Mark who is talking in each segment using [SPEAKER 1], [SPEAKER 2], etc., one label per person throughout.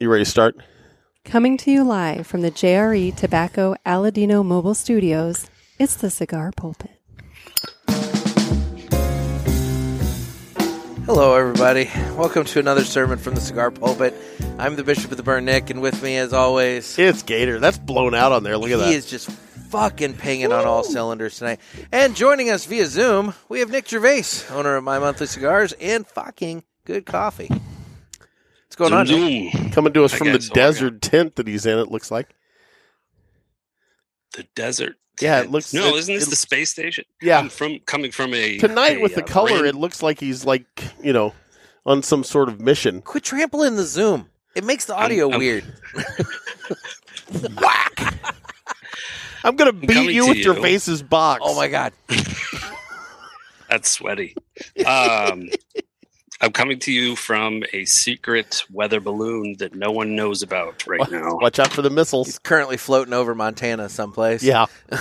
[SPEAKER 1] You ready to start?
[SPEAKER 2] Coming to you live from the JRE Tobacco Aladino Mobile Studios, it's the Cigar Pulpit.
[SPEAKER 3] Hello, everybody. Welcome to another sermon from the Cigar Pulpit. I'm the Bishop of the Burn, Nick, and with me, as always,
[SPEAKER 1] It's Gator. That's blown out on there. Look
[SPEAKER 3] he
[SPEAKER 1] at that.
[SPEAKER 3] is just fucking pinging on all cylinders tonight. And joining us via Zoom, we have Nick Gervais, owner of My Monthly Cigars and fucking Good Coffee. What's going on? Nick?
[SPEAKER 4] Zoom.
[SPEAKER 1] Coming to us
[SPEAKER 4] I
[SPEAKER 1] from the
[SPEAKER 4] guess, oh my God.
[SPEAKER 1] desert tent that he's in, it looks like.
[SPEAKER 4] The desert.
[SPEAKER 1] Yeah, it
[SPEAKER 4] tent.
[SPEAKER 1] looks-
[SPEAKER 4] No,
[SPEAKER 1] it-
[SPEAKER 4] is isn't this
[SPEAKER 1] it-
[SPEAKER 4] the space station?
[SPEAKER 1] Yeah.
[SPEAKER 4] I'm from coming from a
[SPEAKER 1] Tonight
[SPEAKER 4] a,
[SPEAKER 1] with the
[SPEAKER 4] uh,
[SPEAKER 1] color,
[SPEAKER 4] rain-
[SPEAKER 1] it looks like he's like, you know, on some sort of mission.
[SPEAKER 3] Quit trampling the Zoom. It makes the audio
[SPEAKER 4] I'm-
[SPEAKER 3] weird.
[SPEAKER 1] I'm going to
[SPEAKER 4] I'm
[SPEAKER 1] beat
[SPEAKER 4] coming
[SPEAKER 1] you
[SPEAKER 4] to
[SPEAKER 1] with your
[SPEAKER 4] you.
[SPEAKER 1] face's box.
[SPEAKER 3] Oh my god!
[SPEAKER 4] that's sweaty. Um, I'm coming to you from a secret weather balloon that no one knows about right now.
[SPEAKER 1] Watch out for the
[SPEAKER 3] He's
[SPEAKER 1] missiles.
[SPEAKER 3] currently floating over Montana someplace.
[SPEAKER 1] Yeah.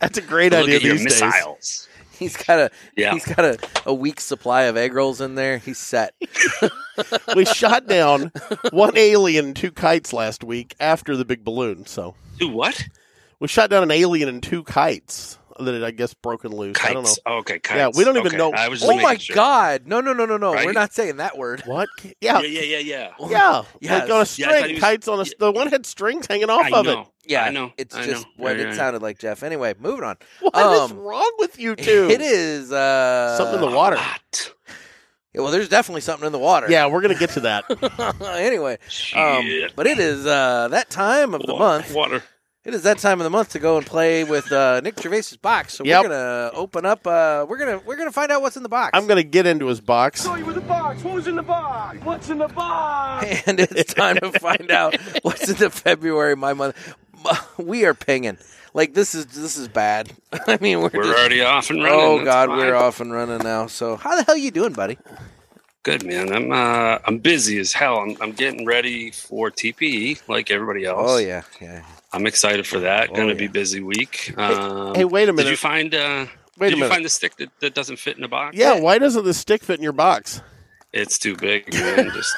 [SPEAKER 1] That's a great
[SPEAKER 4] Look
[SPEAKER 1] idea
[SPEAKER 4] at your
[SPEAKER 1] these days.
[SPEAKER 4] missiles.
[SPEAKER 3] he's got a
[SPEAKER 4] Yeah,
[SPEAKER 3] he's got a, a week's supply of egg rolls in there. He's set.
[SPEAKER 1] we shot down one alien and two kites last week after the big balloon. So
[SPEAKER 4] do what?
[SPEAKER 1] we shot down an alien and two kites that had, I guess, broken loose.
[SPEAKER 4] Kites.
[SPEAKER 1] I don't know.
[SPEAKER 4] Oh, okay, kites.
[SPEAKER 1] Yeah, we don't even
[SPEAKER 4] Okay,
[SPEAKER 1] know-
[SPEAKER 4] I was just
[SPEAKER 3] Oh
[SPEAKER 4] making
[SPEAKER 3] my
[SPEAKER 4] sure.
[SPEAKER 3] god! No, no, no, no, no. We're
[SPEAKER 4] Right?
[SPEAKER 3] not saying that word.
[SPEAKER 1] What? Yeah.
[SPEAKER 4] Yeah, yeah, yeah, yeah.
[SPEAKER 1] Yeah.
[SPEAKER 3] Yes.
[SPEAKER 1] Like on
[SPEAKER 3] Yeah, I
[SPEAKER 1] a
[SPEAKER 4] thought
[SPEAKER 1] string.
[SPEAKER 4] he was-
[SPEAKER 1] kites on a. The one had strings hanging off
[SPEAKER 4] I
[SPEAKER 1] of
[SPEAKER 4] know.
[SPEAKER 1] it.
[SPEAKER 3] Yeah,
[SPEAKER 4] I know.
[SPEAKER 3] It's
[SPEAKER 4] I
[SPEAKER 3] just
[SPEAKER 4] know.
[SPEAKER 3] what
[SPEAKER 4] I
[SPEAKER 3] it
[SPEAKER 4] know.
[SPEAKER 3] sounded like, Jeff. Anyway, moving on.
[SPEAKER 1] What is
[SPEAKER 3] Um,
[SPEAKER 1] wrong with you two?
[SPEAKER 3] It is uh,
[SPEAKER 1] Something in the
[SPEAKER 4] A
[SPEAKER 1] water.
[SPEAKER 4] lot.
[SPEAKER 3] Yeah, well, there's definitely something in the water.
[SPEAKER 1] Yeah, we're gonna get to that.
[SPEAKER 3] anyway, um,
[SPEAKER 4] Shit.
[SPEAKER 3] but it is uh, that time of the
[SPEAKER 4] Wa-
[SPEAKER 3] month.
[SPEAKER 4] Water.
[SPEAKER 3] It is that time of the month to go and play with uh, Nick Gervais's box. So
[SPEAKER 1] Yep.
[SPEAKER 3] we're gonna open up. Uh, we're gonna we're gonna find out what's in the box.
[SPEAKER 1] I'm gonna get into his box.
[SPEAKER 5] you with the box. What was in the box? What's in the box?
[SPEAKER 3] and it's time to find out what's in the February my month. We are pinging. Like this is this is bad. I mean, we're,
[SPEAKER 4] We're
[SPEAKER 3] just,
[SPEAKER 4] already off and running.
[SPEAKER 3] oh
[SPEAKER 4] That's
[SPEAKER 3] god,
[SPEAKER 4] fine.
[SPEAKER 3] we're off and running now. So how the hell you doing, buddy?
[SPEAKER 4] Good man. I'm uh, I'm busy as hell. I'm, I'm getting ready for TPE like everybody else.
[SPEAKER 3] Oh yeah, yeah.
[SPEAKER 4] I'm excited for that.
[SPEAKER 3] Oh,
[SPEAKER 4] Going to
[SPEAKER 3] yeah.
[SPEAKER 4] be busy week. Um,
[SPEAKER 1] Hey, wait a
[SPEAKER 4] did
[SPEAKER 1] minute.
[SPEAKER 4] you find uh,
[SPEAKER 1] wait
[SPEAKER 4] did
[SPEAKER 1] a
[SPEAKER 4] you
[SPEAKER 1] minute.
[SPEAKER 4] find the stick that, that doesn't fit in the box?
[SPEAKER 1] yeah, why doesn't the stick fit in your box?
[SPEAKER 4] it's too big. Man. Just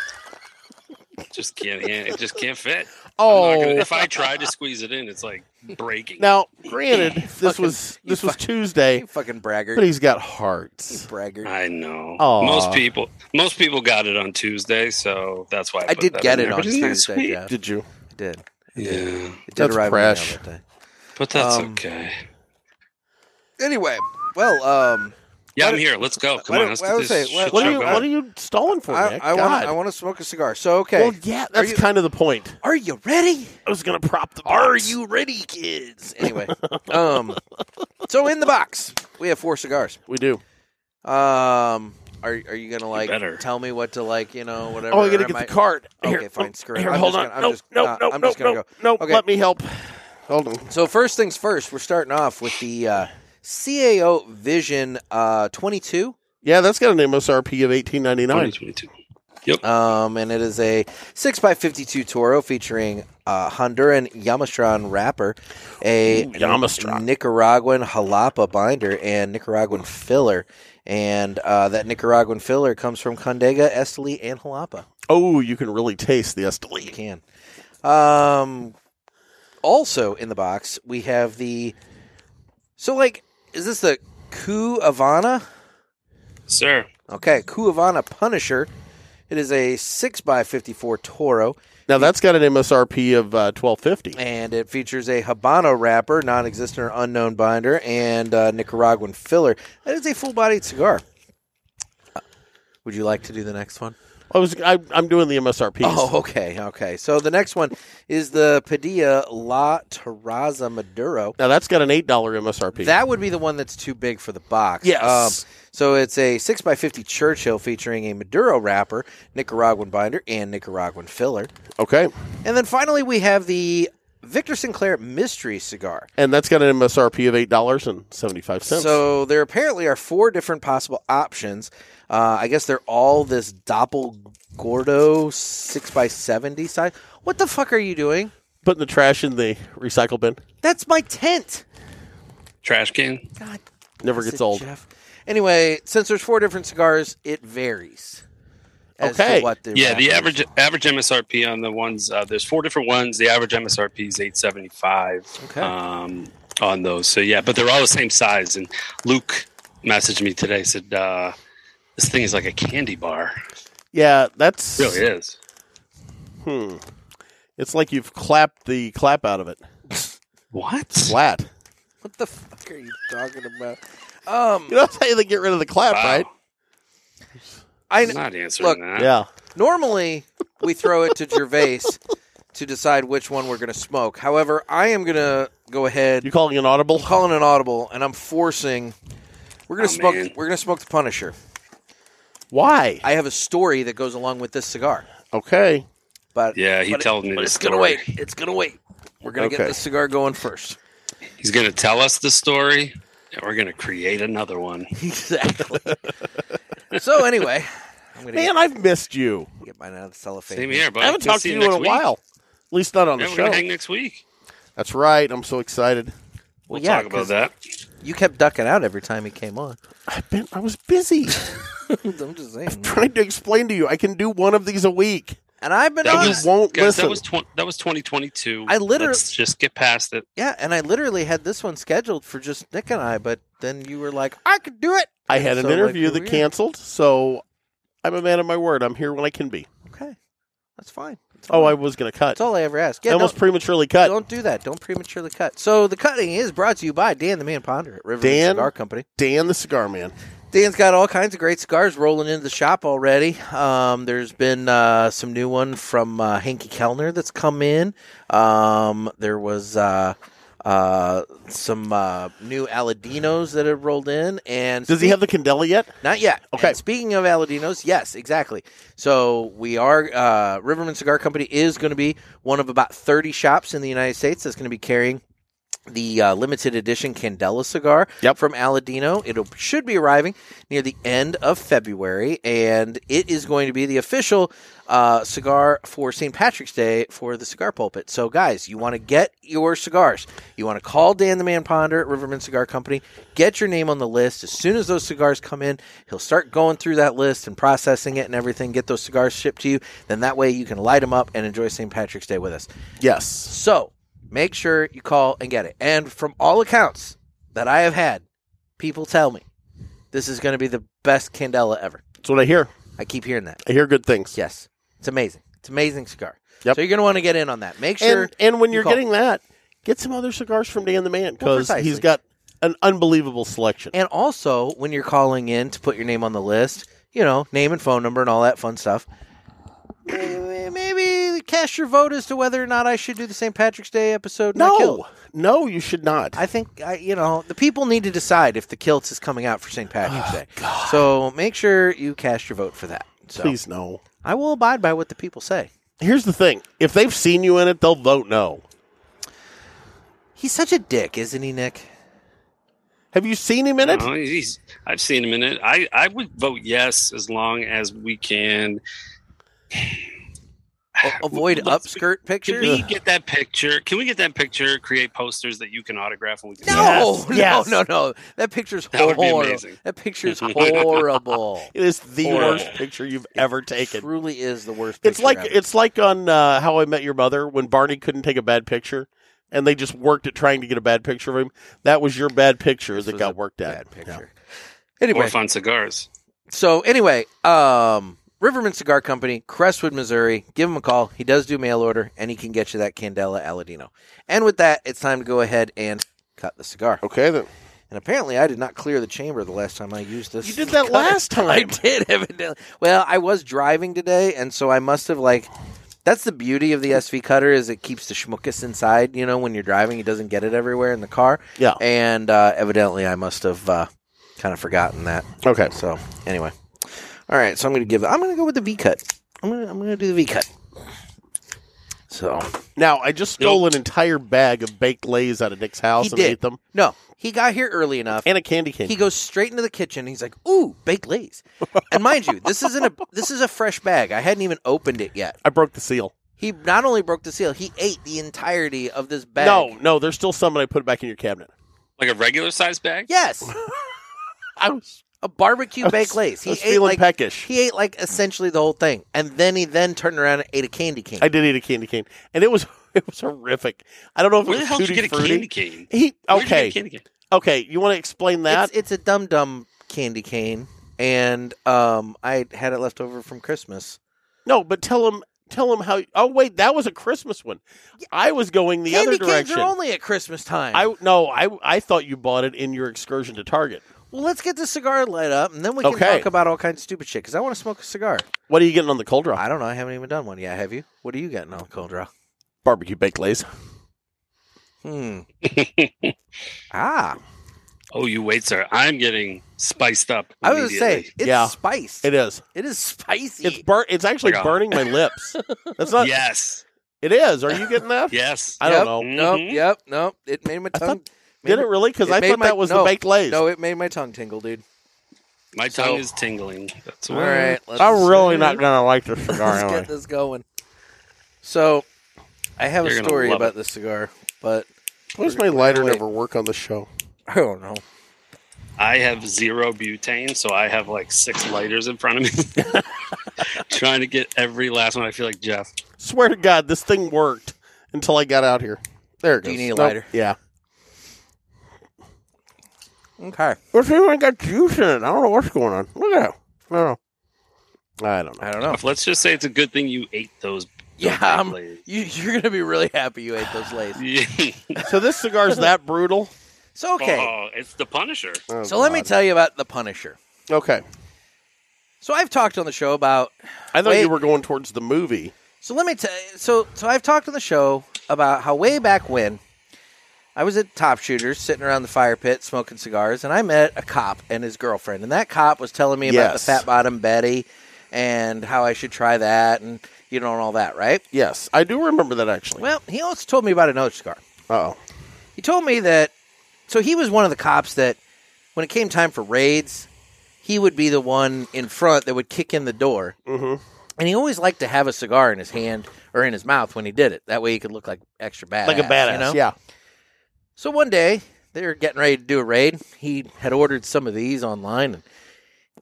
[SPEAKER 4] just can't hand- it just can't fit. I'm not
[SPEAKER 1] Oh,
[SPEAKER 4] gonna- if I try to squeeze it in, it's like breaking.
[SPEAKER 1] now granted, this
[SPEAKER 3] fucking-
[SPEAKER 1] was
[SPEAKER 3] you
[SPEAKER 1] this was
[SPEAKER 3] fuck-
[SPEAKER 1] Tuesday,
[SPEAKER 3] You fucking braggart.
[SPEAKER 1] but he's got hearts.
[SPEAKER 3] braggart.
[SPEAKER 4] I know.
[SPEAKER 1] Aw.
[SPEAKER 4] Most people most people got it on Tuesday, so that's why I,
[SPEAKER 3] I
[SPEAKER 4] put
[SPEAKER 3] did
[SPEAKER 4] that
[SPEAKER 3] get
[SPEAKER 4] in
[SPEAKER 3] it
[SPEAKER 4] there,
[SPEAKER 3] on
[SPEAKER 4] but isn't that
[SPEAKER 3] Tuesday,
[SPEAKER 4] sweet?
[SPEAKER 3] Jeff.
[SPEAKER 1] Did you?
[SPEAKER 3] I did. I did.
[SPEAKER 4] Yeah,
[SPEAKER 3] It did
[SPEAKER 1] That's
[SPEAKER 3] arrive in the mail
[SPEAKER 1] fresh.
[SPEAKER 3] that day.
[SPEAKER 4] but that's
[SPEAKER 3] Um,
[SPEAKER 4] okay.
[SPEAKER 3] Anyway, well, um,
[SPEAKER 4] Yeah,
[SPEAKER 3] why
[SPEAKER 4] I'm
[SPEAKER 3] do-
[SPEAKER 4] here. Let's go.
[SPEAKER 3] why
[SPEAKER 4] Come on,
[SPEAKER 3] do-
[SPEAKER 4] let's
[SPEAKER 3] why
[SPEAKER 4] get
[SPEAKER 3] would
[SPEAKER 4] this
[SPEAKER 3] say- why-
[SPEAKER 4] shit
[SPEAKER 1] What are
[SPEAKER 4] show
[SPEAKER 1] you
[SPEAKER 4] going.
[SPEAKER 1] What are you stalling for,
[SPEAKER 3] I,
[SPEAKER 1] Nick?
[SPEAKER 3] I want
[SPEAKER 1] God.
[SPEAKER 3] I want to smoke a cigar. So okay,
[SPEAKER 1] Well, yeah, that's
[SPEAKER 3] you-
[SPEAKER 1] kind of the point.
[SPEAKER 3] are you ready?
[SPEAKER 1] I was gonna prop the. Box.
[SPEAKER 3] Are you ready, kids? Anyway, um, so in the box we have four cigars.
[SPEAKER 1] We do.
[SPEAKER 3] Um, are are you gonna like
[SPEAKER 4] better.
[SPEAKER 3] tell me what to like? You know, whatever.
[SPEAKER 1] Oh, I
[SPEAKER 3] or
[SPEAKER 1] gotta
[SPEAKER 3] am
[SPEAKER 1] get the
[SPEAKER 3] I-
[SPEAKER 1] card.
[SPEAKER 3] Okay,
[SPEAKER 1] Here,
[SPEAKER 3] fine. Screw it.
[SPEAKER 1] Here,
[SPEAKER 3] I'm
[SPEAKER 1] hold
[SPEAKER 3] just
[SPEAKER 1] on.
[SPEAKER 3] gonna- I'm
[SPEAKER 1] no,
[SPEAKER 3] just-
[SPEAKER 1] no,
[SPEAKER 3] uh,
[SPEAKER 1] no,
[SPEAKER 3] I'm
[SPEAKER 1] no,
[SPEAKER 3] just gonna
[SPEAKER 1] no,
[SPEAKER 3] go.
[SPEAKER 1] no.
[SPEAKER 3] Okay.
[SPEAKER 1] Let me help. Hold on.
[SPEAKER 3] So first things first, we're starting off with the uh, CAO Vision uh, 22.
[SPEAKER 1] Yeah, that's got an MSRP of eighteen ninety nine.
[SPEAKER 4] 2022.
[SPEAKER 3] Um, and it is a 6x52 Toro featuring uh, Honduran Yamastron wrapper, a
[SPEAKER 1] Ooh, Yamastron.
[SPEAKER 3] Nicaraguan Jalapa binder, and Nicaraguan filler. And uh, that Nicaraguan filler comes from Condega, Esteli, and Jalapa.
[SPEAKER 1] Oh, you can really taste the
[SPEAKER 3] You
[SPEAKER 1] Esteli.
[SPEAKER 3] can. Um, also in the box, we have the. So, like, is this the Coup Havana?
[SPEAKER 4] Sir,
[SPEAKER 3] Okay, Coup Havana Punisher. It is a 6x54 Toro.
[SPEAKER 1] Now that's got an MSRP of uh, twelve fifty.
[SPEAKER 3] and it features a Habano wrapper, non-existent or unknown binder, and uh, Nicaraguan filler. That is a full-bodied cigar. Uh, Would you like to do the next one?
[SPEAKER 1] I was I, I'm doing the MSRP.
[SPEAKER 3] Oh, okay, okay. So the next one is the Padilla La Terraza Maduro.
[SPEAKER 1] Now that's got an eight dollar MSRP.
[SPEAKER 3] That would be the one that's too big for the box. Um,
[SPEAKER 1] Yes.
[SPEAKER 3] so it's a 6x50 Churchill featuring a Maduro wrapper, Nicaraguan binder, and Nicaraguan filler.
[SPEAKER 1] okay,
[SPEAKER 3] And then finally, we have the Victor Sinclair Mystery Cigar.
[SPEAKER 1] and that's got an MSRP of eight dollars and seventy five cents.
[SPEAKER 3] So there apparently are four different possible options. Uh, I guess they're all this doppel gordo six by seventy size. What the fuck are you doing?
[SPEAKER 1] putting the trash in the recycle bin
[SPEAKER 3] That's my tent.
[SPEAKER 4] trash can.
[SPEAKER 3] God,
[SPEAKER 1] never
[SPEAKER 3] bless
[SPEAKER 1] gets
[SPEAKER 3] it,
[SPEAKER 1] old.
[SPEAKER 3] Jeff. Anyway, since there's four different cigars, it varies. as
[SPEAKER 1] Okay.
[SPEAKER 3] to what the
[SPEAKER 4] yeah, the
[SPEAKER 3] wrap is.
[SPEAKER 4] average average MSRP on the ones uh, there's four different ones. The average MSRP is eight seventy five
[SPEAKER 3] Okay.
[SPEAKER 4] um, on those. So yeah, but they're all the same size. And Luke messaged me today said uh, this thing is like a candy bar.
[SPEAKER 1] Yeah, that's
[SPEAKER 4] It really is.
[SPEAKER 1] Hmm. It's like you've clapped the clap out of it.
[SPEAKER 4] What?
[SPEAKER 1] Flat.
[SPEAKER 3] What the fuck are you talking about? Um,
[SPEAKER 1] You know that's how they get rid of the clap,
[SPEAKER 4] Wow.
[SPEAKER 1] right?
[SPEAKER 3] I
[SPEAKER 4] I'm not answering
[SPEAKER 3] Look,
[SPEAKER 4] that.
[SPEAKER 1] Yeah.
[SPEAKER 3] normally we throw it to Gervais to decide which one we're going to smoke. However, I am going to go ahead.
[SPEAKER 1] You calling an audible?
[SPEAKER 3] I'm calling an audible, and I'm forcing. We're going to
[SPEAKER 4] Oh,
[SPEAKER 3] smoke.
[SPEAKER 4] man.
[SPEAKER 3] We're going to smoke the Punisher.
[SPEAKER 1] Why?
[SPEAKER 3] I have a story that goes along with this cigar,
[SPEAKER 1] Okay.
[SPEAKER 3] but
[SPEAKER 4] Yeah, he
[SPEAKER 3] but it-
[SPEAKER 4] told me
[SPEAKER 3] But
[SPEAKER 4] the
[SPEAKER 3] it's going to
[SPEAKER 4] story.
[SPEAKER 3] wait. It's going to wait. We're going to get
[SPEAKER 1] Okay.
[SPEAKER 3] this cigar going first.
[SPEAKER 4] He's going to tell us the story, and we're going to create another one.
[SPEAKER 3] Exactly. so anyway, I'm going to
[SPEAKER 1] Man,
[SPEAKER 3] get,
[SPEAKER 1] I've missed you.
[SPEAKER 3] get mine out of the cellophane.
[SPEAKER 4] Same here, but
[SPEAKER 1] I haven't talked to you in a while. At least not on
[SPEAKER 4] Yeah,
[SPEAKER 1] the
[SPEAKER 4] we're
[SPEAKER 1] show.
[SPEAKER 4] gonna hang next week.
[SPEAKER 1] That's right. I'm so excited.
[SPEAKER 4] We'll
[SPEAKER 3] yeah,
[SPEAKER 4] talk about
[SPEAKER 3] 'cause-
[SPEAKER 4] that.
[SPEAKER 3] You kept ducking out every time he came on.
[SPEAKER 1] I've been I was busy
[SPEAKER 3] I'm just saying.
[SPEAKER 1] trying to explain to you I can do one of these a week.
[SPEAKER 3] And I've been
[SPEAKER 4] That
[SPEAKER 3] on.
[SPEAKER 4] was,
[SPEAKER 1] You won't
[SPEAKER 4] guys,
[SPEAKER 1] listen.
[SPEAKER 4] That was tw- that was 2022.
[SPEAKER 3] I literally-
[SPEAKER 4] Let's just get past it.
[SPEAKER 3] Yeah, and I literally had this one scheduled for just Nick and I, but then you were like, I could do it.
[SPEAKER 1] I had an
[SPEAKER 3] So, like,
[SPEAKER 1] interview
[SPEAKER 3] here
[SPEAKER 1] that
[SPEAKER 3] we are.
[SPEAKER 1] canceled, so I'm a man of my word. I'm here when I can be.
[SPEAKER 3] Okay, that's fine. That's
[SPEAKER 1] Oh,
[SPEAKER 3] fine.
[SPEAKER 1] I was going to cut.
[SPEAKER 3] That's all I ever asked.
[SPEAKER 1] I
[SPEAKER 3] Yeah,
[SPEAKER 1] almost
[SPEAKER 3] don't,
[SPEAKER 1] prematurely cut.
[SPEAKER 3] don't do that. Don't prematurely cut. So the cutting is brought to you by Dan the Man Ponder at River
[SPEAKER 1] Dan?
[SPEAKER 3] Cigar Company.
[SPEAKER 1] Dan the Cigar Man.
[SPEAKER 3] Dan's got all kinds of great cigars rolling into the shop already. Um, there's been uh, some new one from uh, Hanky Kellner that's come in. Um, there was uh, uh, some uh, new Aladinos that have rolled in, and
[SPEAKER 1] Does he have the Candela yet?
[SPEAKER 3] Not yet.
[SPEAKER 1] Okay.
[SPEAKER 3] And speaking of Aladinos, yes, exactly. So we are uh, Riverman Cigar Company is going to be one of about thirty shops in the United States that's going to be carrying the uh, limited edition Candela cigar
[SPEAKER 1] Yep.
[SPEAKER 3] from Aladino. It should be arriving near the end of February, and it is going to be the official uh, cigar for St. Patrick's Day for the cigar pulpit. So, guys, you want to get your cigars. You want to call Dan the Man Ponder at Riverman Cigar Company, get your name on the list. As soon as those cigars come in, he'll start going through that list and processing it and everything, get those cigars shipped to you. Then that way you can light them up and enjoy St. Patrick's Day with us.
[SPEAKER 1] Yes.
[SPEAKER 3] So make sure you call and get it. And from all accounts that I have had, people tell me this is going to be the best Candela ever.
[SPEAKER 1] That's what I hear.
[SPEAKER 3] I keep hearing that.
[SPEAKER 1] I hear good things.
[SPEAKER 3] Yes, it's amazing. It's an amazing cigar.
[SPEAKER 1] Yep.
[SPEAKER 3] So you're going to want to get in on that. Make sure.
[SPEAKER 1] And and when
[SPEAKER 3] You
[SPEAKER 1] you're
[SPEAKER 3] call.
[SPEAKER 1] getting that, get some other cigars from Dan the Man because
[SPEAKER 3] precisely.
[SPEAKER 1] he's got an unbelievable selection.
[SPEAKER 3] and also, when you're calling in to put your name on the list, you know, name and phone number and all that fun stuff. Maybe maybe cast your vote as to whether or not I should do the St. Patrick's Day episode. in my kilt.
[SPEAKER 1] no, no, you should not.
[SPEAKER 3] I think I, you know the people need to decide if the kilts is coming out for St. Patrick's Day. So make sure you cast your vote for that. So
[SPEAKER 1] Please no.
[SPEAKER 3] I will abide by what the people say.
[SPEAKER 1] Here's the thing: if they've seen you in it, they'll vote no.
[SPEAKER 3] He's such a dick, isn't he, Nick?
[SPEAKER 1] Have you seen him in it?
[SPEAKER 4] No, he's- Oh, I've seen him in it. I, I would vote yes as long as we can.
[SPEAKER 3] A- avoid
[SPEAKER 4] Let's-
[SPEAKER 3] upskirt
[SPEAKER 4] Can
[SPEAKER 3] pictures.
[SPEAKER 4] we get that picture? Can we get that picture? Create posters that you can autograph and we can.
[SPEAKER 3] no,
[SPEAKER 1] Yes,
[SPEAKER 3] no,
[SPEAKER 1] yes.
[SPEAKER 3] no, no. That picture's
[SPEAKER 4] That would be
[SPEAKER 3] horrible.
[SPEAKER 4] amazing.
[SPEAKER 3] that picture's horrible.
[SPEAKER 1] It is the
[SPEAKER 4] Horrible.
[SPEAKER 1] worst picture you've ever taken.
[SPEAKER 3] Truly is the worst.
[SPEAKER 1] It's
[SPEAKER 3] picture
[SPEAKER 1] like
[SPEAKER 3] ever.
[SPEAKER 1] it's like on uh, How I Met Your Mother when Barney couldn't take a bad picture, and they just worked at trying to get a bad picture of him. That was your bad picture
[SPEAKER 3] This
[SPEAKER 1] that
[SPEAKER 3] was
[SPEAKER 1] got
[SPEAKER 3] a
[SPEAKER 1] worked at.
[SPEAKER 3] bad
[SPEAKER 1] Yeah.
[SPEAKER 3] picture.
[SPEAKER 4] Or
[SPEAKER 3] Anyway,
[SPEAKER 4] fun cigars.
[SPEAKER 3] So anyway, um, Riverman Cigar Company, Crestwood, Missouri. Give him a call. He does do mail order, and he can get you that Candela Aladino. And with that, it's time to go ahead and cut the cigar.
[SPEAKER 1] Okay, then
[SPEAKER 3] And apparently, I did not clear the chamber the last time I used this.
[SPEAKER 1] you did that
[SPEAKER 3] cutter.
[SPEAKER 1] last
[SPEAKER 3] I
[SPEAKER 1] time.
[SPEAKER 3] did evidently. Well, I was driving today, and so I must have like. That's the beauty of the SV cutter is it keeps the schmuckus inside. You know, when you're driving, it doesn't get it everywhere in the car.
[SPEAKER 1] Yeah.
[SPEAKER 3] And uh, evidently, I must have uh, kind of forgotten that.
[SPEAKER 1] Okay.
[SPEAKER 3] So anyway, all right. So I'm going to give. I'm going to go with the V cut. I'm going. to I'm going to do the V cut. So
[SPEAKER 1] Now I just stole an entire bag of baked lays out of Nick's house
[SPEAKER 3] He
[SPEAKER 1] and
[SPEAKER 3] did.
[SPEAKER 1] ate them,
[SPEAKER 3] no, he got here early enough.
[SPEAKER 1] and a candy cane.
[SPEAKER 3] he goes straight into the kitchen. And he's like, "Ooh, baked lays." and mind you, this isn't a. This is a fresh bag. I hadn't even opened it yet.
[SPEAKER 1] I broke the seal.
[SPEAKER 3] He not only broke the seal, he ate the entirety of this bag.
[SPEAKER 1] No, no, there's still some, and I put it back in your cabinet.
[SPEAKER 4] Like a regular size bag?
[SPEAKER 3] Yes.
[SPEAKER 1] I was
[SPEAKER 3] a barbecue
[SPEAKER 1] I was-
[SPEAKER 3] baked lace. He
[SPEAKER 1] I was
[SPEAKER 3] ate
[SPEAKER 1] feeling
[SPEAKER 3] like
[SPEAKER 1] peckish.
[SPEAKER 3] he ate like essentially the whole thing, and then he then turned around and ate a candy cane.
[SPEAKER 1] I did eat a candy cane, and it was it was horrific. I don't know if
[SPEAKER 4] Where
[SPEAKER 1] it
[SPEAKER 4] the
[SPEAKER 1] was
[SPEAKER 4] hell did you
[SPEAKER 1] tutti
[SPEAKER 4] get a
[SPEAKER 1] frutti.
[SPEAKER 4] candy cane?
[SPEAKER 1] He
[SPEAKER 4] Where'd you get a
[SPEAKER 1] okay,
[SPEAKER 4] candy cane?
[SPEAKER 1] okay. You want to explain that?
[SPEAKER 3] It's, it's a dum dum candy cane, and um, I had it left over from Christmas.
[SPEAKER 1] no, but tell him tell him how. Oh wait, that was a Christmas one. I was going the
[SPEAKER 3] candy
[SPEAKER 1] other
[SPEAKER 3] canes
[SPEAKER 1] direction.
[SPEAKER 3] are only at Christmas time.
[SPEAKER 1] I no, I I thought you bought it in your excursion to Target.
[SPEAKER 3] well, let's get the cigar light up, and then we can
[SPEAKER 1] Okay.
[SPEAKER 3] talk about all kinds of stupid shit. Because I want to smoke a cigar.
[SPEAKER 1] What are you getting on the cold draw?
[SPEAKER 3] I don't know. I haven't even done one yet. Have you? What are you getting on cold draw?
[SPEAKER 1] Barbecue baked lays.
[SPEAKER 3] Hmm. ah,
[SPEAKER 4] Oh, you wait, sir. I'm getting spiced up.
[SPEAKER 3] I was gonna say
[SPEAKER 4] immediately.
[SPEAKER 3] it's
[SPEAKER 1] Yeah.
[SPEAKER 3] spiced.
[SPEAKER 1] It is.
[SPEAKER 3] it is spicy.
[SPEAKER 1] It's burnt. It's actually
[SPEAKER 4] Like a-
[SPEAKER 1] burning my lips. That's not.
[SPEAKER 4] yes,
[SPEAKER 1] It is. Are you getting that?
[SPEAKER 4] yes.
[SPEAKER 1] I
[SPEAKER 3] Yep,
[SPEAKER 1] don't know.
[SPEAKER 3] Nope.
[SPEAKER 4] Mhm.
[SPEAKER 3] Yep. Nope. It made my
[SPEAKER 1] I thought-
[SPEAKER 3] tongue. made
[SPEAKER 1] Did
[SPEAKER 3] my-
[SPEAKER 1] it really? Because
[SPEAKER 3] it
[SPEAKER 1] I
[SPEAKER 3] made
[SPEAKER 1] thought
[SPEAKER 3] my-
[SPEAKER 1] that was
[SPEAKER 3] no,
[SPEAKER 1] the baked lays.
[SPEAKER 3] No, it made my tongue tingle, dude.
[SPEAKER 4] My
[SPEAKER 3] So-
[SPEAKER 4] tongue is tingling. That's
[SPEAKER 3] All
[SPEAKER 4] what-
[SPEAKER 3] right. Let's,
[SPEAKER 1] I'm really not gonna like this cigar.
[SPEAKER 3] Let's
[SPEAKER 1] am I?
[SPEAKER 3] get this going. So, I have
[SPEAKER 4] You're
[SPEAKER 3] a
[SPEAKER 4] gonna
[SPEAKER 3] story
[SPEAKER 4] love
[SPEAKER 3] about
[SPEAKER 4] it.
[SPEAKER 3] this cigar, but
[SPEAKER 1] Why does my lighter
[SPEAKER 3] Wait.
[SPEAKER 1] never work on the show?
[SPEAKER 3] I don't know.
[SPEAKER 4] I have zero butane, so I have like six lighters in front of me, trying to get every last one. I feel like Jeff.
[SPEAKER 1] Swear to God, this thing worked until I got out here. There it
[SPEAKER 3] Do
[SPEAKER 1] goes.
[SPEAKER 3] you need a
[SPEAKER 1] Nope.
[SPEAKER 3] lighter?
[SPEAKER 1] Yeah.
[SPEAKER 3] Okay.
[SPEAKER 1] What's even got juice in it? I don't know what's going on. Look at it. I don't know. I don't know.
[SPEAKER 3] I don't know.
[SPEAKER 4] Jeff, Let's just say it's a good thing you ate those. those
[SPEAKER 3] Yeah,
[SPEAKER 4] baked
[SPEAKER 3] I'm-
[SPEAKER 4] lays.
[SPEAKER 3] You, you're gonna be really happy you ate those lays.
[SPEAKER 1] So this cigar's that brutal.
[SPEAKER 3] So okay.
[SPEAKER 4] Oh, it's the Punisher.
[SPEAKER 1] Oh,
[SPEAKER 3] so let me
[SPEAKER 1] God.
[SPEAKER 3] tell you about the Punisher.
[SPEAKER 1] okay.
[SPEAKER 3] So I've talked on the show about
[SPEAKER 1] I thought
[SPEAKER 3] Wait.
[SPEAKER 1] you were going towards the movie.
[SPEAKER 3] So let me tell. So so I've talked on the show about how way back when I was at Top Shooters, sitting around the fire pit smoking cigars, and I met a cop and his girlfriend, and that cop was telling me about the
[SPEAKER 1] Yes.
[SPEAKER 3] fat bottom Betty and how I should try that, and you know, and all that, right?
[SPEAKER 1] Yes, I do remember that actually.
[SPEAKER 3] Well, he also told me about another cigar.
[SPEAKER 1] Oh,
[SPEAKER 3] He told me that. So he was one of the cops that, when it came time for raids, he would be the one in front that would kick in the door.
[SPEAKER 1] Mhm.
[SPEAKER 3] And he always liked to have a cigar in his hand or in his mouth when he did it. That way he could look like extra badass.
[SPEAKER 1] like a badass.
[SPEAKER 3] Uh, you know?
[SPEAKER 1] Yeah.
[SPEAKER 3] So one day they were getting ready to do a raid. He had ordered some of these online and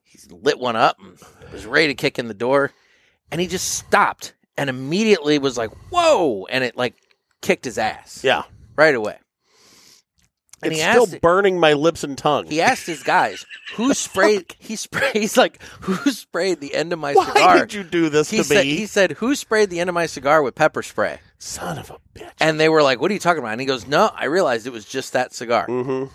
[SPEAKER 3] he lit one up and was ready to kick in the door. And he just stopped and immediately was like, whoa. And it like kicked his ass
[SPEAKER 1] Yeah.
[SPEAKER 3] right away. And
[SPEAKER 1] it's
[SPEAKER 3] he
[SPEAKER 1] still
[SPEAKER 3] asked,
[SPEAKER 1] burning my lips and tongue.
[SPEAKER 3] he asked his guys, who sprayed, he sprayed, he's like, who sprayed the end of my
[SPEAKER 1] Why
[SPEAKER 3] cigar?
[SPEAKER 1] did you do this
[SPEAKER 3] he
[SPEAKER 1] to
[SPEAKER 3] said,
[SPEAKER 1] me?
[SPEAKER 3] he said, who sprayed the end of my cigar with pepper spray?
[SPEAKER 1] Son of a bitch.
[SPEAKER 3] And they were like, what are you talking about? And he goes, no, I realized it was just that cigar.
[SPEAKER 1] Mm-hmm.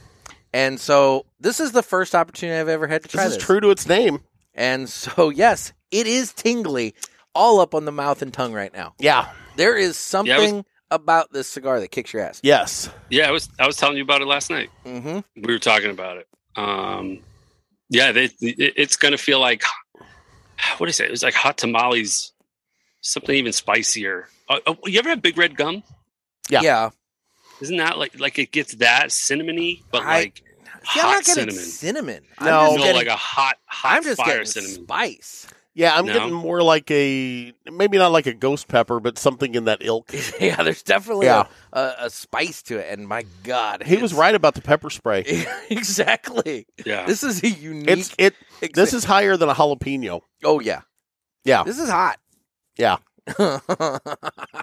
[SPEAKER 3] And so this is the first opportunity I've ever had to try
[SPEAKER 1] This
[SPEAKER 3] this.
[SPEAKER 1] is true to its name.
[SPEAKER 3] And so, yes, it is tingly all up on the mouth and tongue right now.
[SPEAKER 1] Yeah.
[SPEAKER 3] There is something about this cigar that kicks your ass.
[SPEAKER 1] Yes.
[SPEAKER 4] Yeah, I was I was telling you about it last night.
[SPEAKER 3] Mm-hmm.
[SPEAKER 4] we were talking about it. Um, yeah, they, it, it's going to feel like what is it? It was like hot tamales, something even spicier. Uh, uh, you ever have big red gum?
[SPEAKER 1] Yeah.
[SPEAKER 4] Isn't that like like it gets that cinnamony, but
[SPEAKER 3] I-
[SPEAKER 4] like
[SPEAKER 3] See, I'm not
[SPEAKER 4] hot
[SPEAKER 3] getting
[SPEAKER 4] cinnamon?
[SPEAKER 3] cinnamon.
[SPEAKER 1] No.
[SPEAKER 3] I'm
[SPEAKER 4] no,
[SPEAKER 3] just getting,
[SPEAKER 4] like a hot hot
[SPEAKER 3] I'm just
[SPEAKER 4] fire
[SPEAKER 3] getting
[SPEAKER 4] cinnamon.
[SPEAKER 3] spice.
[SPEAKER 1] Yeah, I'm
[SPEAKER 4] No?
[SPEAKER 1] getting more like a maybe not like a ghost pepper, but something in that ilk.
[SPEAKER 3] yeah, Uh, there's definitely
[SPEAKER 1] Yeah.
[SPEAKER 3] a, a, a spice to it. And my God.
[SPEAKER 1] He was
[SPEAKER 3] it's-
[SPEAKER 1] right about the pepper spray.
[SPEAKER 3] exactly.
[SPEAKER 4] yeah,
[SPEAKER 3] This is a unique.
[SPEAKER 1] It's it.
[SPEAKER 3] exa-
[SPEAKER 1] This is higher than a jalapeno.
[SPEAKER 3] Oh, yeah.
[SPEAKER 1] Yeah.
[SPEAKER 3] This is hot.
[SPEAKER 1] Yeah.
[SPEAKER 4] yeah. When I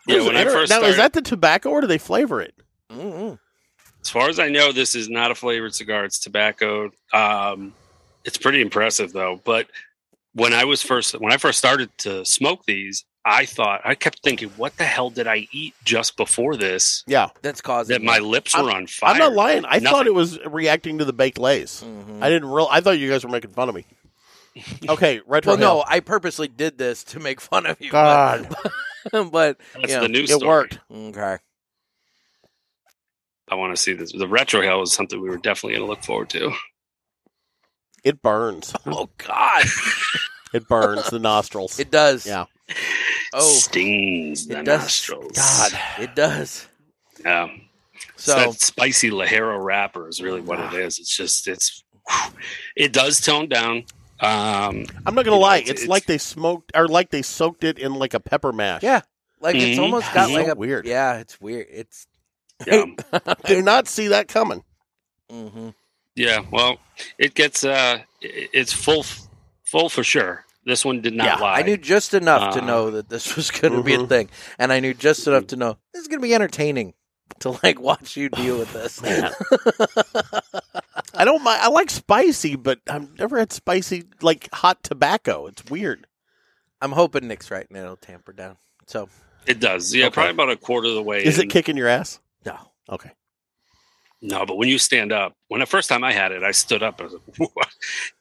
[SPEAKER 1] Inter-
[SPEAKER 4] first
[SPEAKER 1] now
[SPEAKER 4] started,
[SPEAKER 1] is that the tobacco or do they flavor it?
[SPEAKER 3] Mm-mm.
[SPEAKER 4] as far as I know, this is not a flavored cigar. It's tobacco. Um, it's pretty impressive though. But when I was first when I first started to smoke these, I thought I kept thinking, what the hell did I eat just before this
[SPEAKER 1] Yeah,
[SPEAKER 3] That's causing
[SPEAKER 4] that my lips were on fire?
[SPEAKER 1] I'm not lying. I
[SPEAKER 4] Nothing.
[SPEAKER 1] thought it was reacting to the baked lays.
[SPEAKER 3] Mhm.
[SPEAKER 1] I didn't real. I thought you guys were making fun of me. Okay, retro.
[SPEAKER 3] Well, no,
[SPEAKER 1] Hill.
[SPEAKER 3] I purposely did this to make fun of you.
[SPEAKER 1] God,
[SPEAKER 3] but, but
[SPEAKER 4] That's
[SPEAKER 3] yeah,
[SPEAKER 4] the new
[SPEAKER 1] it
[SPEAKER 4] story.
[SPEAKER 1] worked.
[SPEAKER 3] okay.
[SPEAKER 4] I want to see this. The retro hell is something we were definitely going to look forward to.
[SPEAKER 1] It burns.
[SPEAKER 3] Oh God,
[SPEAKER 1] It burns the nostrils.
[SPEAKER 3] it does.
[SPEAKER 1] Yeah.
[SPEAKER 3] Oh,
[SPEAKER 4] stings the
[SPEAKER 3] it does.
[SPEAKER 4] nostrils.
[SPEAKER 3] God, it does.
[SPEAKER 4] yeah. So
[SPEAKER 3] So
[SPEAKER 4] that spicy Lajero wrapper is really what it is. It's just it's it does tone down. Um,
[SPEAKER 1] I'm not gonna
[SPEAKER 4] You know,
[SPEAKER 1] lie.
[SPEAKER 4] it's-
[SPEAKER 1] It's,
[SPEAKER 4] it's-
[SPEAKER 1] like they smoked or like they soaked it in like a pepper mash.
[SPEAKER 3] yeah, like it's
[SPEAKER 4] Mhm.
[SPEAKER 3] almost got
[SPEAKER 4] So
[SPEAKER 3] like a
[SPEAKER 1] weird.
[SPEAKER 3] Yeah, it's weird. It's
[SPEAKER 4] yeah.
[SPEAKER 1] did not see that coming.
[SPEAKER 3] mhm.
[SPEAKER 4] Yeah, well, it gets uh, i- it's full, full for sure. This one did not
[SPEAKER 3] yeah,
[SPEAKER 4] lie.
[SPEAKER 3] I knew just enough to
[SPEAKER 4] Uh,
[SPEAKER 3] know that this was going to be
[SPEAKER 4] Mm-hmm.
[SPEAKER 3] a thing, and I knew just enough to know this is going to be entertaining to like watch you deal with this.
[SPEAKER 1] I don't mind. I like spicy, but I've never had spicy like hot tobacco. It's weird.
[SPEAKER 3] I'm hoping Nick's right and it'll tamper down. So
[SPEAKER 4] it does. Yeah,
[SPEAKER 1] Okay.
[SPEAKER 4] probably about a quarter of the way.
[SPEAKER 1] Is
[SPEAKER 4] in.
[SPEAKER 1] it kicking your ass?
[SPEAKER 3] no,
[SPEAKER 1] Okay.
[SPEAKER 4] No, but when you stand up, when the first time I had it, I stood up. I was like, "What?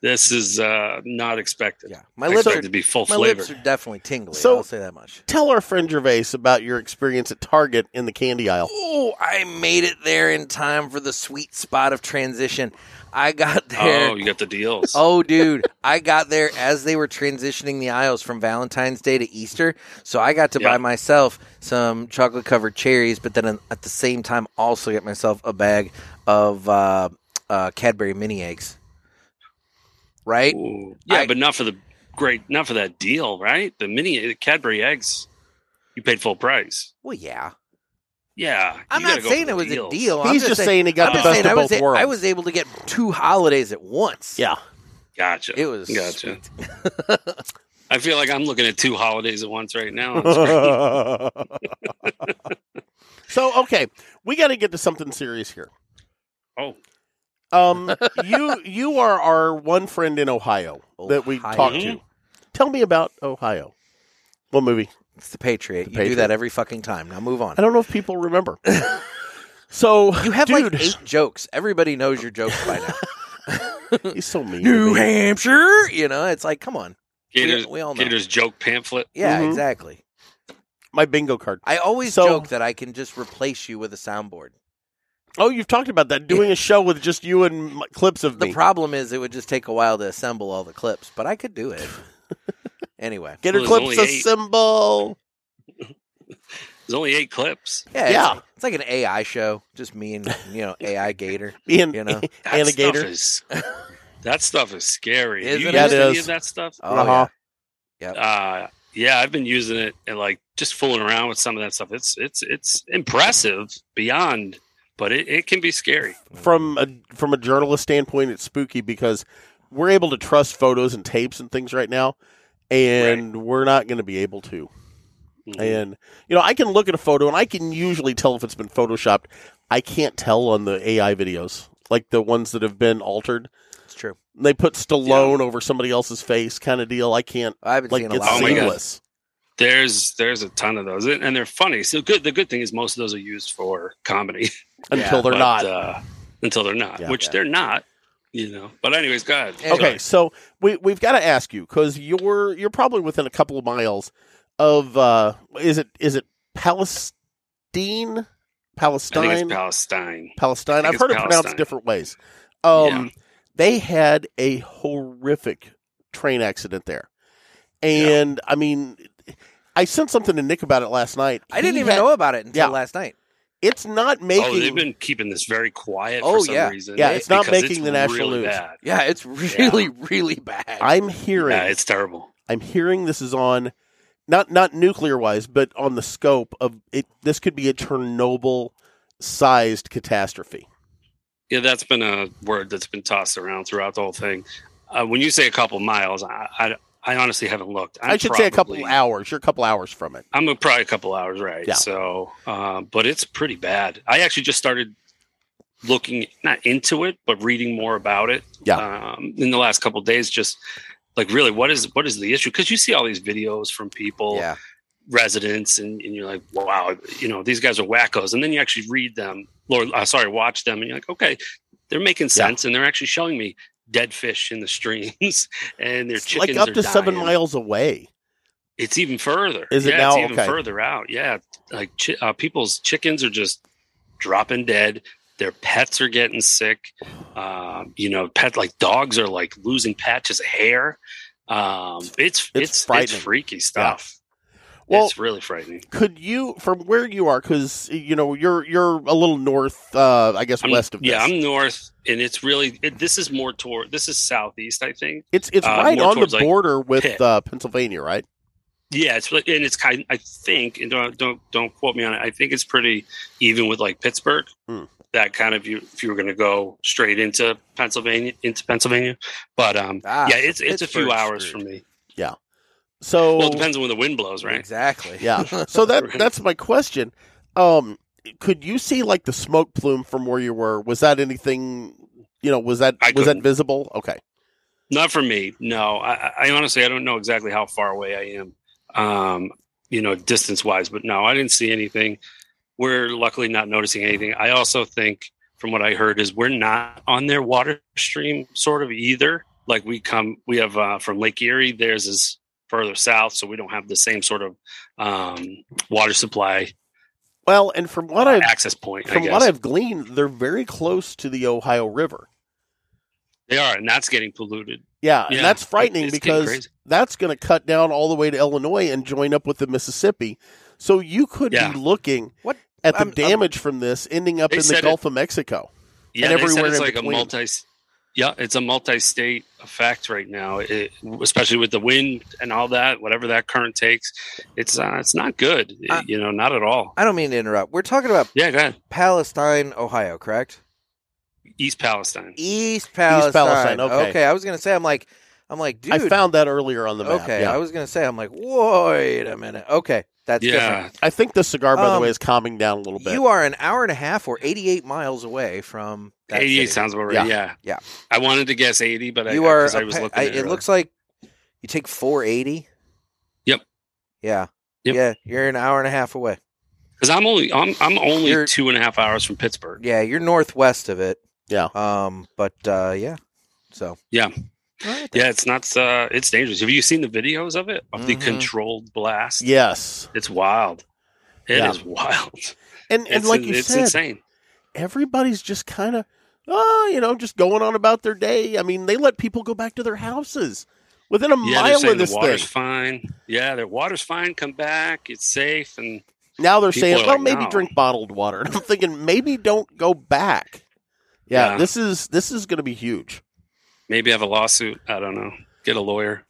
[SPEAKER 4] this is uh, not expected.
[SPEAKER 3] yeah, my
[SPEAKER 4] I
[SPEAKER 3] lips
[SPEAKER 4] expected
[SPEAKER 3] are
[SPEAKER 4] to be full
[SPEAKER 3] my
[SPEAKER 4] flavor.
[SPEAKER 3] lips are definitely tingling.
[SPEAKER 1] So-
[SPEAKER 3] I'll say that much.
[SPEAKER 1] Tell our friend Gervais about your experience at Target in the candy aisle.
[SPEAKER 3] Oh, I made it there in time for the sweet spot of transition. I got there.
[SPEAKER 4] Oh, you got the deals.
[SPEAKER 3] Oh, dude, I got there as they were transitioning the aisles from Valentine's Day to Easter. So I got to
[SPEAKER 4] Yeah.
[SPEAKER 3] buy myself some chocolate covered cherries, but then uh, at the same time, also get myself a bag of uh, uh, Cadbury mini eggs. Right?
[SPEAKER 4] Ooh. yeah,
[SPEAKER 3] I-
[SPEAKER 4] but not for the great, not for that deal, right? The mini the Cadbury eggs, you paid full price.
[SPEAKER 3] Well, yeah.
[SPEAKER 4] Yeah,
[SPEAKER 3] I'm
[SPEAKER 4] you gotta
[SPEAKER 3] not
[SPEAKER 4] go
[SPEAKER 3] saying
[SPEAKER 4] for
[SPEAKER 3] it was
[SPEAKER 4] deals.
[SPEAKER 3] a deal. I'm
[SPEAKER 1] He's just, saying he got
[SPEAKER 3] I'm
[SPEAKER 1] the
[SPEAKER 3] just
[SPEAKER 1] best
[SPEAKER 3] saying
[SPEAKER 1] of
[SPEAKER 3] I was
[SPEAKER 1] both
[SPEAKER 3] a-
[SPEAKER 1] worlds.
[SPEAKER 3] I was able to get two holidays at once.
[SPEAKER 1] yeah.
[SPEAKER 4] Gotcha.
[SPEAKER 3] It was
[SPEAKER 4] Gotcha.
[SPEAKER 3] sweet.
[SPEAKER 4] I feel like I'm looking at two holidays at once right now. It's great.
[SPEAKER 1] so okay, we got to get to something serious here.
[SPEAKER 4] oh,
[SPEAKER 1] Um, you you are our one friend in Ohio, that we
[SPEAKER 3] Ohio.
[SPEAKER 1] talked to. Tell me about Ohio. What movie?
[SPEAKER 3] It's the Patriot. you do
[SPEAKER 1] Patriot.
[SPEAKER 3] that every fucking time. Now move on.
[SPEAKER 1] I don't know if people remember. So
[SPEAKER 3] You have
[SPEAKER 1] dude,
[SPEAKER 3] like eight jokes. Everybody knows your jokes by now.
[SPEAKER 1] he's so mean. to
[SPEAKER 3] New
[SPEAKER 1] me.
[SPEAKER 3] Hampshire. You know, it's like, come on.
[SPEAKER 4] Gator's,
[SPEAKER 3] we all know.
[SPEAKER 4] Gator's joke pamphlet.
[SPEAKER 3] Yeah,
[SPEAKER 1] Mhm.
[SPEAKER 3] exactly.
[SPEAKER 1] My bingo card.
[SPEAKER 3] I always
[SPEAKER 1] So-
[SPEAKER 3] joke that I can just replace you with a soundboard.
[SPEAKER 1] Oh, you've talked about that. Doing a show with just you and m- clips of
[SPEAKER 3] The
[SPEAKER 1] me.
[SPEAKER 3] problem is it would just take a while to assemble all the clips, but I could do it. anyway.
[SPEAKER 1] Get her
[SPEAKER 4] Well, there's
[SPEAKER 1] clips
[SPEAKER 4] only eight.
[SPEAKER 1] a symbol.
[SPEAKER 4] There's only eight clips.
[SPEAKER 3] Yeah. It's,
[SPEAKER 1] Yeah.
[SPEAKER 3] like, it's like an AI show. Just me and, you know, AI Gator.
[SPEAKER 1] Being
[SPEAKER 3] You know?
[SPEAKER 4] That
[SPEAKER 1] and a
[SPEAKER 4] stuff
[SPEAKER 1] gator.
[SPEAKER 4] is- that stuff is scary. Do
[SPEAKER 3] Isn't
[SPEAKER 4] you
[SPEAKER 3] it?
[SPEAKER 4] use
[SPEAKER 3] Yeah, it
[SPEAKER 4] any
[SPEAKER 1] is.
[SPEAKER 4] of that stuff?
[SPEAKER 3] Oh,
[SPEAKER 1] Uh-huh.
[SPEAKER 4] uh yeah i've been using it and like just fooling around with some of that stuff it's it's it's impressive beyond but it, it can be scary
[SPEAKER 1] from a from a journalist standpoint, it's spooky because we're able to trust photos and tapes and things right now, and we're not going to be able to.
[SPEAKER 4] Mm-hmm.
[SPEAKER 1] Mm-hmm. And you know, I can look at a photo and I can usually tell if it's been photoshopped. I can't tell on the AI videos, like the ones that have been altered.
[SPEAKER 3] yeah. It's true.
[SPEAKER 1] They put Stallone over somebody else's face, kind of deal. I can't
[SPEAKER 3] I've been
[SPEAKER 1] like
[SPEAKER 3] seeing a
[SPEAKER 1] it's
[SPEAKER 3] lot
[SPEAKER 4] Oh my
[SPEAKER 3] of
[SPEAKER 4] God.
[SPEAKER 3] those.
[SPEAKER 1] seamless.
[SPEAKER 4] there's there's a ton of those and and they're funny so good the good thing is most of those are used for comedy
[SPEAKER 1] Until they're
[SPEAKER 4] but,
[SPEAKER 1] not.
[SPEAKER 4] uh, until they're not
[SPEAKER 1] Yeah.
[SPEAKER 4] which
[SPEAKER 3] Yeah.
[SPEAKER 4] they're not you know but anyways go ahead
[SPEAKER 3] Anyway.
[SPEAKER 1] Okay, so we we've got to ask you because you're you're probably within a couple of miles of uh, is it is it Palestine,
[SPEAKER 4] i think
[SPEAKER 1] Palestine,
[SPEAKER 4] it's palestine
[SPEAKER 1] Palestine?
[SPEAKER 4] think
[SPEAKER 1] I've
[SPEAKER 4] it's
[SPEAKER 1] heard it pronounced
[SPEAKER 4] Palestine.
[SPEAKER 1] different ways. Um, They had a horrific train accident there, and I mean, I sent something to Nick about it last night.
[SPEAKER 3] I didn't
[SPEAKER 1] He
[SPEAKER 3] even
[SPEAKER 1] had-
[SPEAKER 3] know about it until
[SPEAKER 1] Yeah.
[SPEAKER 3] last night.
[SPEAKER 1] it's not making.
[SPEAKER 4] oh they've been keeping this very quiet
[SPEAKER 3] Oh,
[SPEAKER 4] for some
[SPEAKER 3] yeah.
[SPEAKER 4] reason
[SPEAKER 1] Yeah, it's not
[SPEAKER 4] because
[SPEAKER 1] making the national
[SPEAKER 4] really
[SPEAKER 1] news.
[SPEAKER 4] bad.
[SPEAKER 3] Yeah, it's really, really bad.
[SPEAKER 1] I'm hearing.
[SPEAKER 4] yeah it's terrible
[SPEAKER 1] I'm hearing this is on not not nuclear wise, but on the scope of it. This could be a Chernobyl sized catastrophe.
[SPEAKER 4] Yeah, that's been a word that's been tossed around throughout the whole thing. Uh, when you say a couple miles, I, I, I honestly haven't looked.
[SPEAKER 1] i
[SPEAKER 4] I'm
[SPEAKER 1] should say a couple
[SPEAKER 4] probably-
[SPEAKER 1] hours. You're a couple hours from it.
[SPEAKER 4] I'm probably a couple hours, right?
[SPEAKER 1] Yeah.
[SPEAKER 4] So, uh, but it's pretty bad. I actually just started looking not into it, but reading more about it.
[SPEAKER 1] Yeah.
[SPEAKER 4] Um, in the last couple days, just like really, what is what is the issue? Because you see all these videos from people
[SPEAKER 3] yeah.
[SPEAKER 4] residents and, and you're like wow you know these guys are wackos and then you actually read them or uh, sorry watch them and you're like okay they're making sense and they're actually showing me dead fish in the streams and their
[SPEAKER 1] It's
[SPEAKER 4] chickens
[SPEAKER 1] like up
[SPEAKER 4] are
[SPEAKER 1] to seven
[SPEAKER 4] dying.
[SPEAKER 1] miles away.
[SPEAKER 4] it's even further
[SPEAKER 1] Is it
[SPEAKER 4] yeah,
[SPEAKER 1] now?
[SPEAKER 4] it's even
[SPEAKER 1] Okay.
[SPEAKER 4] further out yeah like chi- uh, people's chickens are just dropping dead their pets are getting sick um, you know pet like dogs are like losing patches of hair um, it's it's it's,
[SPEAKER 1] frightening.
[SPEAKER 4] freaky stuff
[SPEAKER 1] Well,
[SPEAKER 4] it's really frightening
[SPEAKER 1] could you from where you are? Because you know you're you're a little north. Uh, I guess
[SPEAKER 4] I'm-
[SPEAKER 1] west of this.
[SPEAKER 4] Yeah, I'm north, and it's really it, this is more toward this is southeast, I think.
[SPEAKER 1] it's it's
[SPEAKER 4] uh,
[SPEAKER 1] right
[SPEAKER 4] more
[SPEAKER 1] on the
[SPEAKER 4] towards, like,
[SPEAKER 1] border with
[SPEAKER 4] Pitt.
[SPEAKER 1] uh, Pennsylvania, right?
[SPEAKER 4] Yeah, it's really- and it's kind. I think, and don't don't don't quote me on it. I think it's pretty even with like Pittsburgh.
[SPEAKER 1] Hmm.
[SPEAKER 4] that kind of you if you were going to go straight into Pennsylvania into Pennsylvania. But um,
[SPEAKER 3] Ah,
[SPEAKER 4] yeah, it's it's a few
[SPEAKER 3] Pittsburgh's
[SPEAKER 4] hours
[SPEAKER 3] screwed.
[SPEAKER 4] from me.
[SPEAKER 1] So
[SPEAKER 4] Well, it depends on when the wind blows, right?
[SPEAKER 3] Exactly.
[SPEAKER 1] yeah. So that
[SPEAKER 4] Right.
[SPEAKER 1] that's my question. Um, could you see like the smoke plume from where you were? Was that anything? You know, was that
[SPEAKER 4] I
[SPEAKER 1] was that
[SPEAKER 4] couldn't.
[SPEAKER 1] visible? Okay.
[SPEAKER 4] Not for me. No, I, I- I honestly I don't know exactly how far away I am, um, you know, distance wise. But no, I didn't see anything. We're luckily not noticing anything. I also think, from what I heard, is we're not on their water stream sort of either. Like we come, we have uh, from Lake Erie. Theirs is further south, so we don't have the same sort of um, water supply
[SPEAKER 1] Well, and from what
[SPEAKER 4] uh,
[SPEAKER 1] I've
[SPEAKER 4] access point. I
[SPEAKER 1] from
[SPEAKER 4] guess
[SPEAKER 1] what I've gleaned, they're very close to the Ohio River.
[SPEAKER 4] they are, and that's getting polluted.
[SPEAKER 1] Yeah, and
[SPEAKER 4] Yeah,
[SPEAKER 1] that's frightening
[SPEAKER 4] it's getting
[SPEAKER 1] because
[SPEAKER 4] crazy.
[SPEAKER 1] that's going to cut down all the way to Illinois and join up with the Mississippi. So you could
[SPEAKER 4] Yeah.
[SPEAKER 1] be looking
[SPEAKER 3] What-
[SPEAKER 1] at the
[SPEAKER 3] I'm- I'm-
[SPEAKER 1] damage from this ending up
[SPEAKER 4] They
[SPEAKER 1] in the
[SPEAKER 4] said
[SPEAKER 1] Gulf of Mexico.
[SPEAKER 4] Yeah,
[SPEAKER 1] and
[SPEAKER 4] they said
[SPEAKER 1] everywhere
[SPEAKER 4] it's
[SPEAKER 1] in
[SPEAKER 4] like
[SPEAKER 1] between.
[SPEAKER 4] a multi. Yeah, it's a multi-state effect right now, it, especially with the wind and all that. Whatever that current takes, it's uh, it's not good.
[SPEAKER 3] I-
[SPEAKER 4] you know, not at all.
[SPEAKER 3] I don't mean to interrupt. We're talking about
[SPEAKER 4] yeah, go ahead.
[SPEAKER 3] Palestine, Ohio, correct?
[SPEAKER 4] East Palestine.
[SPEAKER 3] E, East Palestine.
[SPEAKER 1] Palestine, okay.
[SPEAKER 3] I was gonna say, I'm like, I'm like, dude.
[SPEAKER 1] I found that earlier on the map.
[SPEAKER 3] okay,
[SPEAKER 1] yeah.
[SPEAKER 3] I was gonna say, I'm like, wait a minute. Okay, that's
[SPEAKER 4] yeah,
[SPEAKER 1] I think the cigar, by the
[SPEAKER 3] Um,
[SPEAKER 1] way, is calming down a little bit.
[SPEAKER 3] different. You are an hour and a half or 88 miles away from that
[SPEAKER 4] eighty
[SPEAKER 3] city.
[SPEAKER 4] sounds about right.
[SPEAKER 1] Yeah.
[SPEAKER 4] Yeah. yeah,
[SPEAKER 3] Yeah.
[SPEAKER 4] I wanted to guess eighty, but
[SPEAKER 3] you
[SPEAKER 4] I,
[SPEAKER 3] are.
[SPEAKER 4] 'cause I
[SPEAKER 3] a
[SPEAKER 4] was
[SPEAKER 3] pa-
[SPEAKER 4] looking.
[SPEAKER 3] I-
[SPEAKER 4] at
[SPEAKER 3] it looks like you take 480.
[SPEAKER 4] Yep.
[SPEAKER 3] Yeah.
[SPEAKER 4] Yep.
[SPEAKER 3] Yeah. You're an hour and a half away.
[SPEAKER 4] because I'm only I'm I'm only
[SPEAKER 3] You're-
[SPEAKER 4] two and a half hours from Pittsburgh.
[SPEAKER 3] Yeah, you're northwest of it.
[SPEAKER 1] Yeah.
[SPEAKER 3] Um. But uh, yeah. So.
[SPEAKER 4] Yeah.
[SPEAKER 3] All right then.
[SPEAKER 4] Yeah, it's not. Uh, it's dangerous. Have you seen the videos of it of the
[SPEAKER 3] Mhm.
[SPEAKER 4] controlled blast?
[SPEAKER 1] yes,
[SPEAKER 4] it's wild. It is
[SPEAKER 1] Yeah.
[SPEAKER 4] wild.
[SPEAKER 1] and and
[SPEAKER 4] It's-
[SPEAKER 1] like you
[SPEAKER 4] it's
[SPEAKER 1] said,
[SPEAKER 4] insane.
[SPEAKER 1] everybody's just kind of, oh, you know, just going on about their day. I mean, they let people go back to their houses within a
[SPEAKER 4] yeah, they're
[SPEAKER 1] mile
[SPEAKER 4] saying
[SPEAKER 1] of this
[SPEAKER 4] the water's
[SPEAKER 1] thing.
[SPEAKER 4] fine. Yeah, their water's fine. Come back. It's safe. And
[SPEAKER 1] Now they're
[SPEAKER 4] People
[SPEAKER 1] saying,
[SPEAKER 4] are
[SPEAKER 1] well,
[SPEAKER 4] like,
[SPEAKER 1] maybe
[SPEAKER 4] no.
[SPEAKER 1] drink bottled water. And I'm thinking, maybe don't go back. Yeah,
[SPEAKER 4] Yeah.
[SPEAKER 1] this is this is going to be huge.
[SPEAKER 4] maybe have a lawsuit. I don't know. Get a lawyer.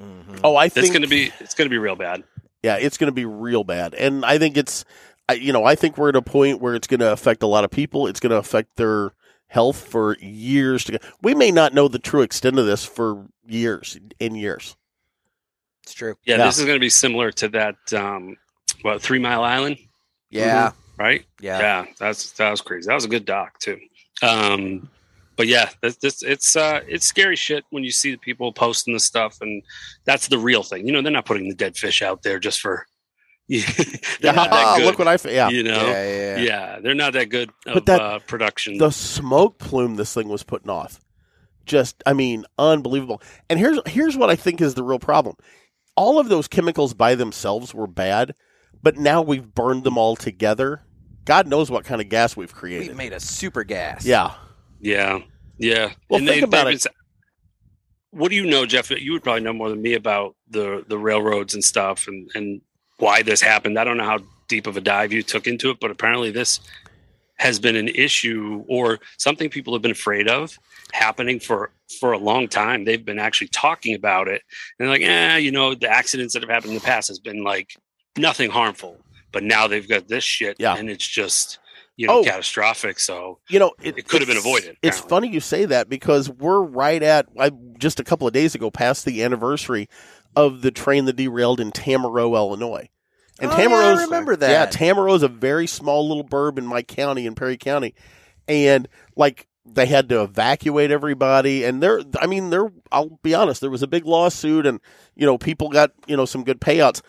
[SPEAKER 3] Mhm.
[SPEAKER 1] Oh, I
[SPEAKER 4] Mm. It's
[SPEAKER 1] think
[SPEAKER 4] going to be it's going to be real bad.
[SPEAKER 1] yeah, it's going to be real bad. And I think it's, I, you know, I think we're at a point where it's going to affect a lot of people. It's going to affect their health for years to go. We may not know the true extent of this for years and years.
[SPEAKER 3] It's true.
[SPEAKER 4] Yeah,
[SPEAKER 1] Yeah.
[SPEAKER 4] this is going to be similar to that. Um, what Three Mile Island,
[SPEAKER 3] Yeah.
[SPEAKER 4] right?
[SPEAKER 3] Yeah.
[SPEAKER 4] Yeah. that's that was crazy. That was a good doc too. Um, but yeah, this, this it's uh, it's scary shit when you see the people posting the stuff, and that's the real thing. You know, they're not putting the dead fish out there just for. they're not that
[SPEAKER 1] Ah,
[SPEAKER 4] good.
[SPEAKER 1] look what I fa- yeah.
[SPEAKER 4] you know.
[SPEAKER 3] Yeah. Yeah.
[SPEAKER 4] yeah.
[SPEAKER 3] yeah.
[SPEAKER 4] they're not that good
[SPEAKER 1] But
[SPEAKER 4] of
[SPEAKER 1] that-
[SPEAKER 4] uh, production.
[SPEAKER 1] The smoke plume this thing was putting off. Just I mean, unbelievable. And here's here's what I think is the real problem. All of those chemicals by themselves were bad, but now we've burned them all together. God knows what kind of gas we've
[SPEAKER 3] We
[SPEAKER 1] created.
[SPEAKER 3] made a super gas.
[SPEAKER 1] Yeah.
[SPEAKER 4] yeah, yeah.
[SPEAKER 1] Well, think about
[SPEAKER 4] they've
[SPEAKER 1] it.
[SPEAKER 4] been sa- What do you know, Jeff? You would probably know more than me about the the railroads and stuff, and and why this happened. I don't know how deep of a dive you took into it, but apparently this has been an issue or something people have been afraid of happening for for a long time. They've been actually talking about it, and like, eh, you know, the accidents that have happened in the past has been like nothing harmful, but now they've got this shit,
[SPEAKER 1] Yeah.
[SPEAKER 4] and it's just you know
[SPEAKER 1] Oh.
[SPEAKER 4] catastrophic. So
[SPEAKER 1] you know, it,
[SPEAKER 4] It could have been
[SPEAKER 1] it's-
[SPEAKER 4] avoided,
[SPEAKER 1] It's
[SPEAKER 4] apparently.
[SPEAKER 1] funny you say that because we're right at I, just a couple of days ago past the anniversary of the train that derailed in Tamaro, Illinois. And
[SPEAKER 3] Oh, yeah, I
[SPEAKER 1] Tamaro's,
[SPEAKER 3] remember
[SPEAKER 1] Yeah,
[SPEAKER 3] that.
[SPEAKER 1] Tamaro's a very small little burb in my county in Perry County, and like they had to evacuate everybody. And there, I mean, there. I'll be honest, there was a big lawsuit, and you know, people got you know some good payouts.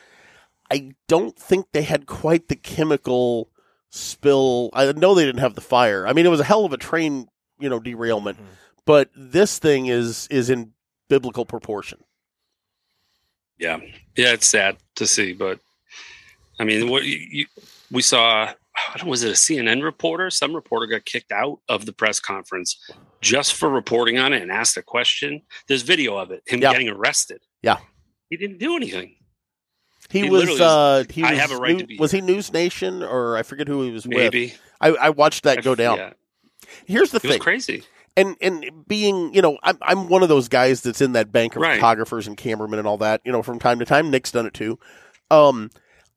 [SPEAKER 1] I don't think they had quite the chemical spill. I know they didn't have the fire. I mean, it was a hell of a train, you know, derailment.
[SPEAKER 3] Mhm.
[SPEAKER 1] But this thing is is in biblical proportion.
[SPEAKER 4] yeah, yeah, it's sad to see, but I mean, what you, you, we saw I don't know, was it a CNN reporter? Some reporter got kicked out of the press conference just for reporting on it and asked a question. There's video of it, him
[SPEAKER 1] Yeah.
[SPEAKER 4] getting arrested.
[SPEAKER 1] Yeah.
[SPEAKER 4] he didn't do anything.
[SPEAKER 1] He,
[SPEAKER 4] He
[SPEAKER 1] was
[SPEAKER 4] literally-
[SPEAKER 1] uh he
[SPEAKER 4] I
[SPEAKER 1] was,
[SPEAKER 4] have a right
[SPEAKER 1] new-
[SPEAKER 4] to be
[SPEAKER 1] was he News Nation or I forget who he was with.
[SPEAKER 4] Maybe
[SPEAKER 1] I, I watched that go down.
[SPEAKER 4] Yeah,
[SPEAKER 1] Here's the
[SPEAKER 4] it was
[SPEAKER 1] thing.
[SPEAKER 4] crazy.
[SPEAKER 1] and and being you know I'm I'm one of those guys that's in that bank of
[SPEAKER 4] Right.
[SPEAKER 1] photographers and cameramen and all that you know from time to time Nick's done it too. Um,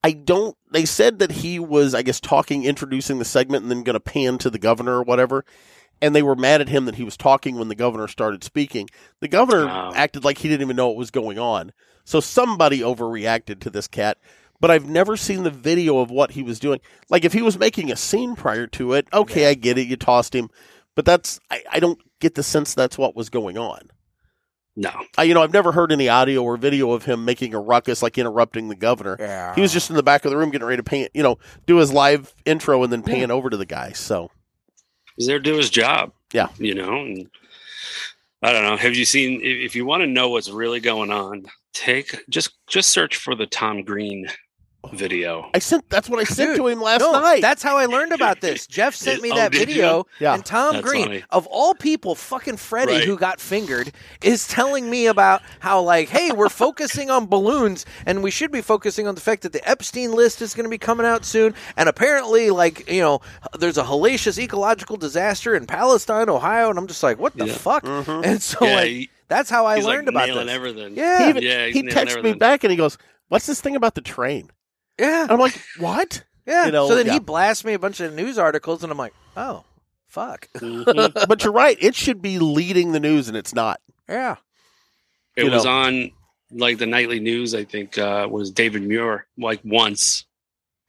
[SPEAKER 1] I don't. They said that he was, I guess, talking, introducing the segment, and then going to pan to the governor or whatever. And they were mad at him that he was talking when the governor started speaking. The governor
[SPEAKER 4] Wow.
[SPEAKER 1] acted like he didn't even know what was going on. So somebody overreacted to this cat. But I've never seen the video of what he was doing. Like if he was making a scene prior to it, okay, I get it. You tossed him, but that's I, I don't get the sense that's what was going on.
[SPEAKER 4] No.
[SPEAKER 1] I, you know, I've never heard any audio or video of him making a ruckus, like interrupting the governor.
[SPEAKER 3] Yeah.
[SPEAKER 1] He was just in the back of the room getting ready to pan, you know, do his live intro and then pan over to the guy. So
[SPEAKER 4] he's there to do his job.
[SPEAKER 1] Yeah.
[SPEAKER 4] You know, and I don't know. Have you seen if, if you want to know what's really going on, take just just search for the Tom Green video.
[SPEAKER 1] I sent that's what I sent
[SPEAKER 3] Dude,
[SPEAKER 1] to him last
[SPEAKER 3] no,
[SPEAKER 1] night.
[SPEAKER 3] that's how I learned about this. Jeff sent me
[SPEAKER 4] Oh,
[SPEAKER 3] that
[SPEAKER 4] did you?
[SPEAKER 3] video,
[SPEAKER 1] Yeah.
[SPEAKER 3] and Tom
[SPEAKER 4] That's
[SPEAKER 3] Green,
[SPEAKER 4] funny.
[SPEAKER 3] of all people, fucking Freddie,
[SPEAKER 4] Right.
[SPEAKER 3] who got fingered, is telling me about how, like, hey, we're focusing on balloons, and we should be focusing on the fact that the Epstein list is going to be coming out soon, and apparently, like, you know, there's a hellacious ecological disaster in Palestine, Ohio, and I'm just like, what the
[SPEAKER 4] Yeah.
[SPEAKER 3] fuck?
[SPEAKER 1] Mhm.
[SPEAKER 3] And so,
[SPEAKER 4] yeah,
[SPEAKER 3] like,
[SPEAKER 4] he-
[SPEAKER 3] that's how I
[SPEAKER 4] he's
[SPEAKER 3] learned
[SPEAKER 4] like
[SPEAKER 3] about
[SPEAKER 4] nailing
[SPEAKER 3] this.
[SPEAKER 4] everything.
[SPEAKER 3] Yeah,
[SPEAKER 1] he even,
[SPEAKER 4] Yeah, he's
[SPEAKER 1] he
[SPEAKER 4] nailing
[SPEAKER 1] texted me
[SPEAKER 4] everything.
[SPEAKER 1] back and he goes, "What's this thing about the train?"
[SPEAKER 3] yeah,
[SPEAKER 1] And I'm like, "What?"
[SPEAKER 3] yeah.
[SPEAKER 1] you know,
[SPEAKER 3] so then
[SPEAKER 1] yeah.
[SPEAKER 3] he blasts me a bunch of news articles, and I'm like, oh, fuck,
[SPEAKER 4] Mhm.
[SPEAKER 1] but you're right; it should be leading the news, and it's not.
[SPEAKER 3] yeah.
[SPEAKER 4] it
[SPEAKER 1] You
[SPEAKER 4] was
[SPEAKER 1] know.
[SPEAKER 4] on like the nightly news, I think, uh, was David Muir like once.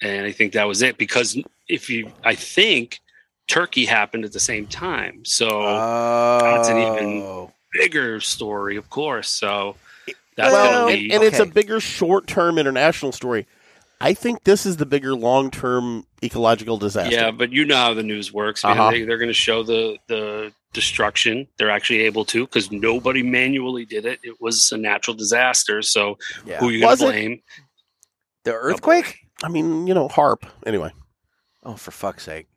[SPEAKER 4] And I think that was it because if you I think Turkey happened at the same time. So
[SPEAKER 1] Uh,
[SPEAKER 4] that's an even-
[SPEAKER 3] Oh.
[SPEAKER 4] bigger story, of course. So that's
[SPEAKER 3] Well,
[SPEAKER 4] gonna
[SPEAKER 1] and,
[SPEAKER 4] be
[SPEAKER 1] and it's a
[SPEAKER 3] Okay.
[SPEAKER 1] bigger short-term international story. I think this is the bigger long-term ecological disaster.
[SPEAKER 4] Yeah, but you know how the news works. Man.
[SPEAKER 1] Uh-huh.
[SPEAKER 4] They, they're going to show the the destruction. They're actually able to because nobody manually did it. It was a natural disaster. So
[SPEAKER 3] Yeah.
[SPEAKER 4] who you going
[SPEAKER 1] Was
[SPEAKER 4] to
[SPEAKER 1] it?
[SPEAKER 4] blame?
[SPEAKER 3] The earthquake?
[SPEAKER 1] I mean, you know, harp. Anyway.
[SPEAKER 3] Oh, for fuck's sake.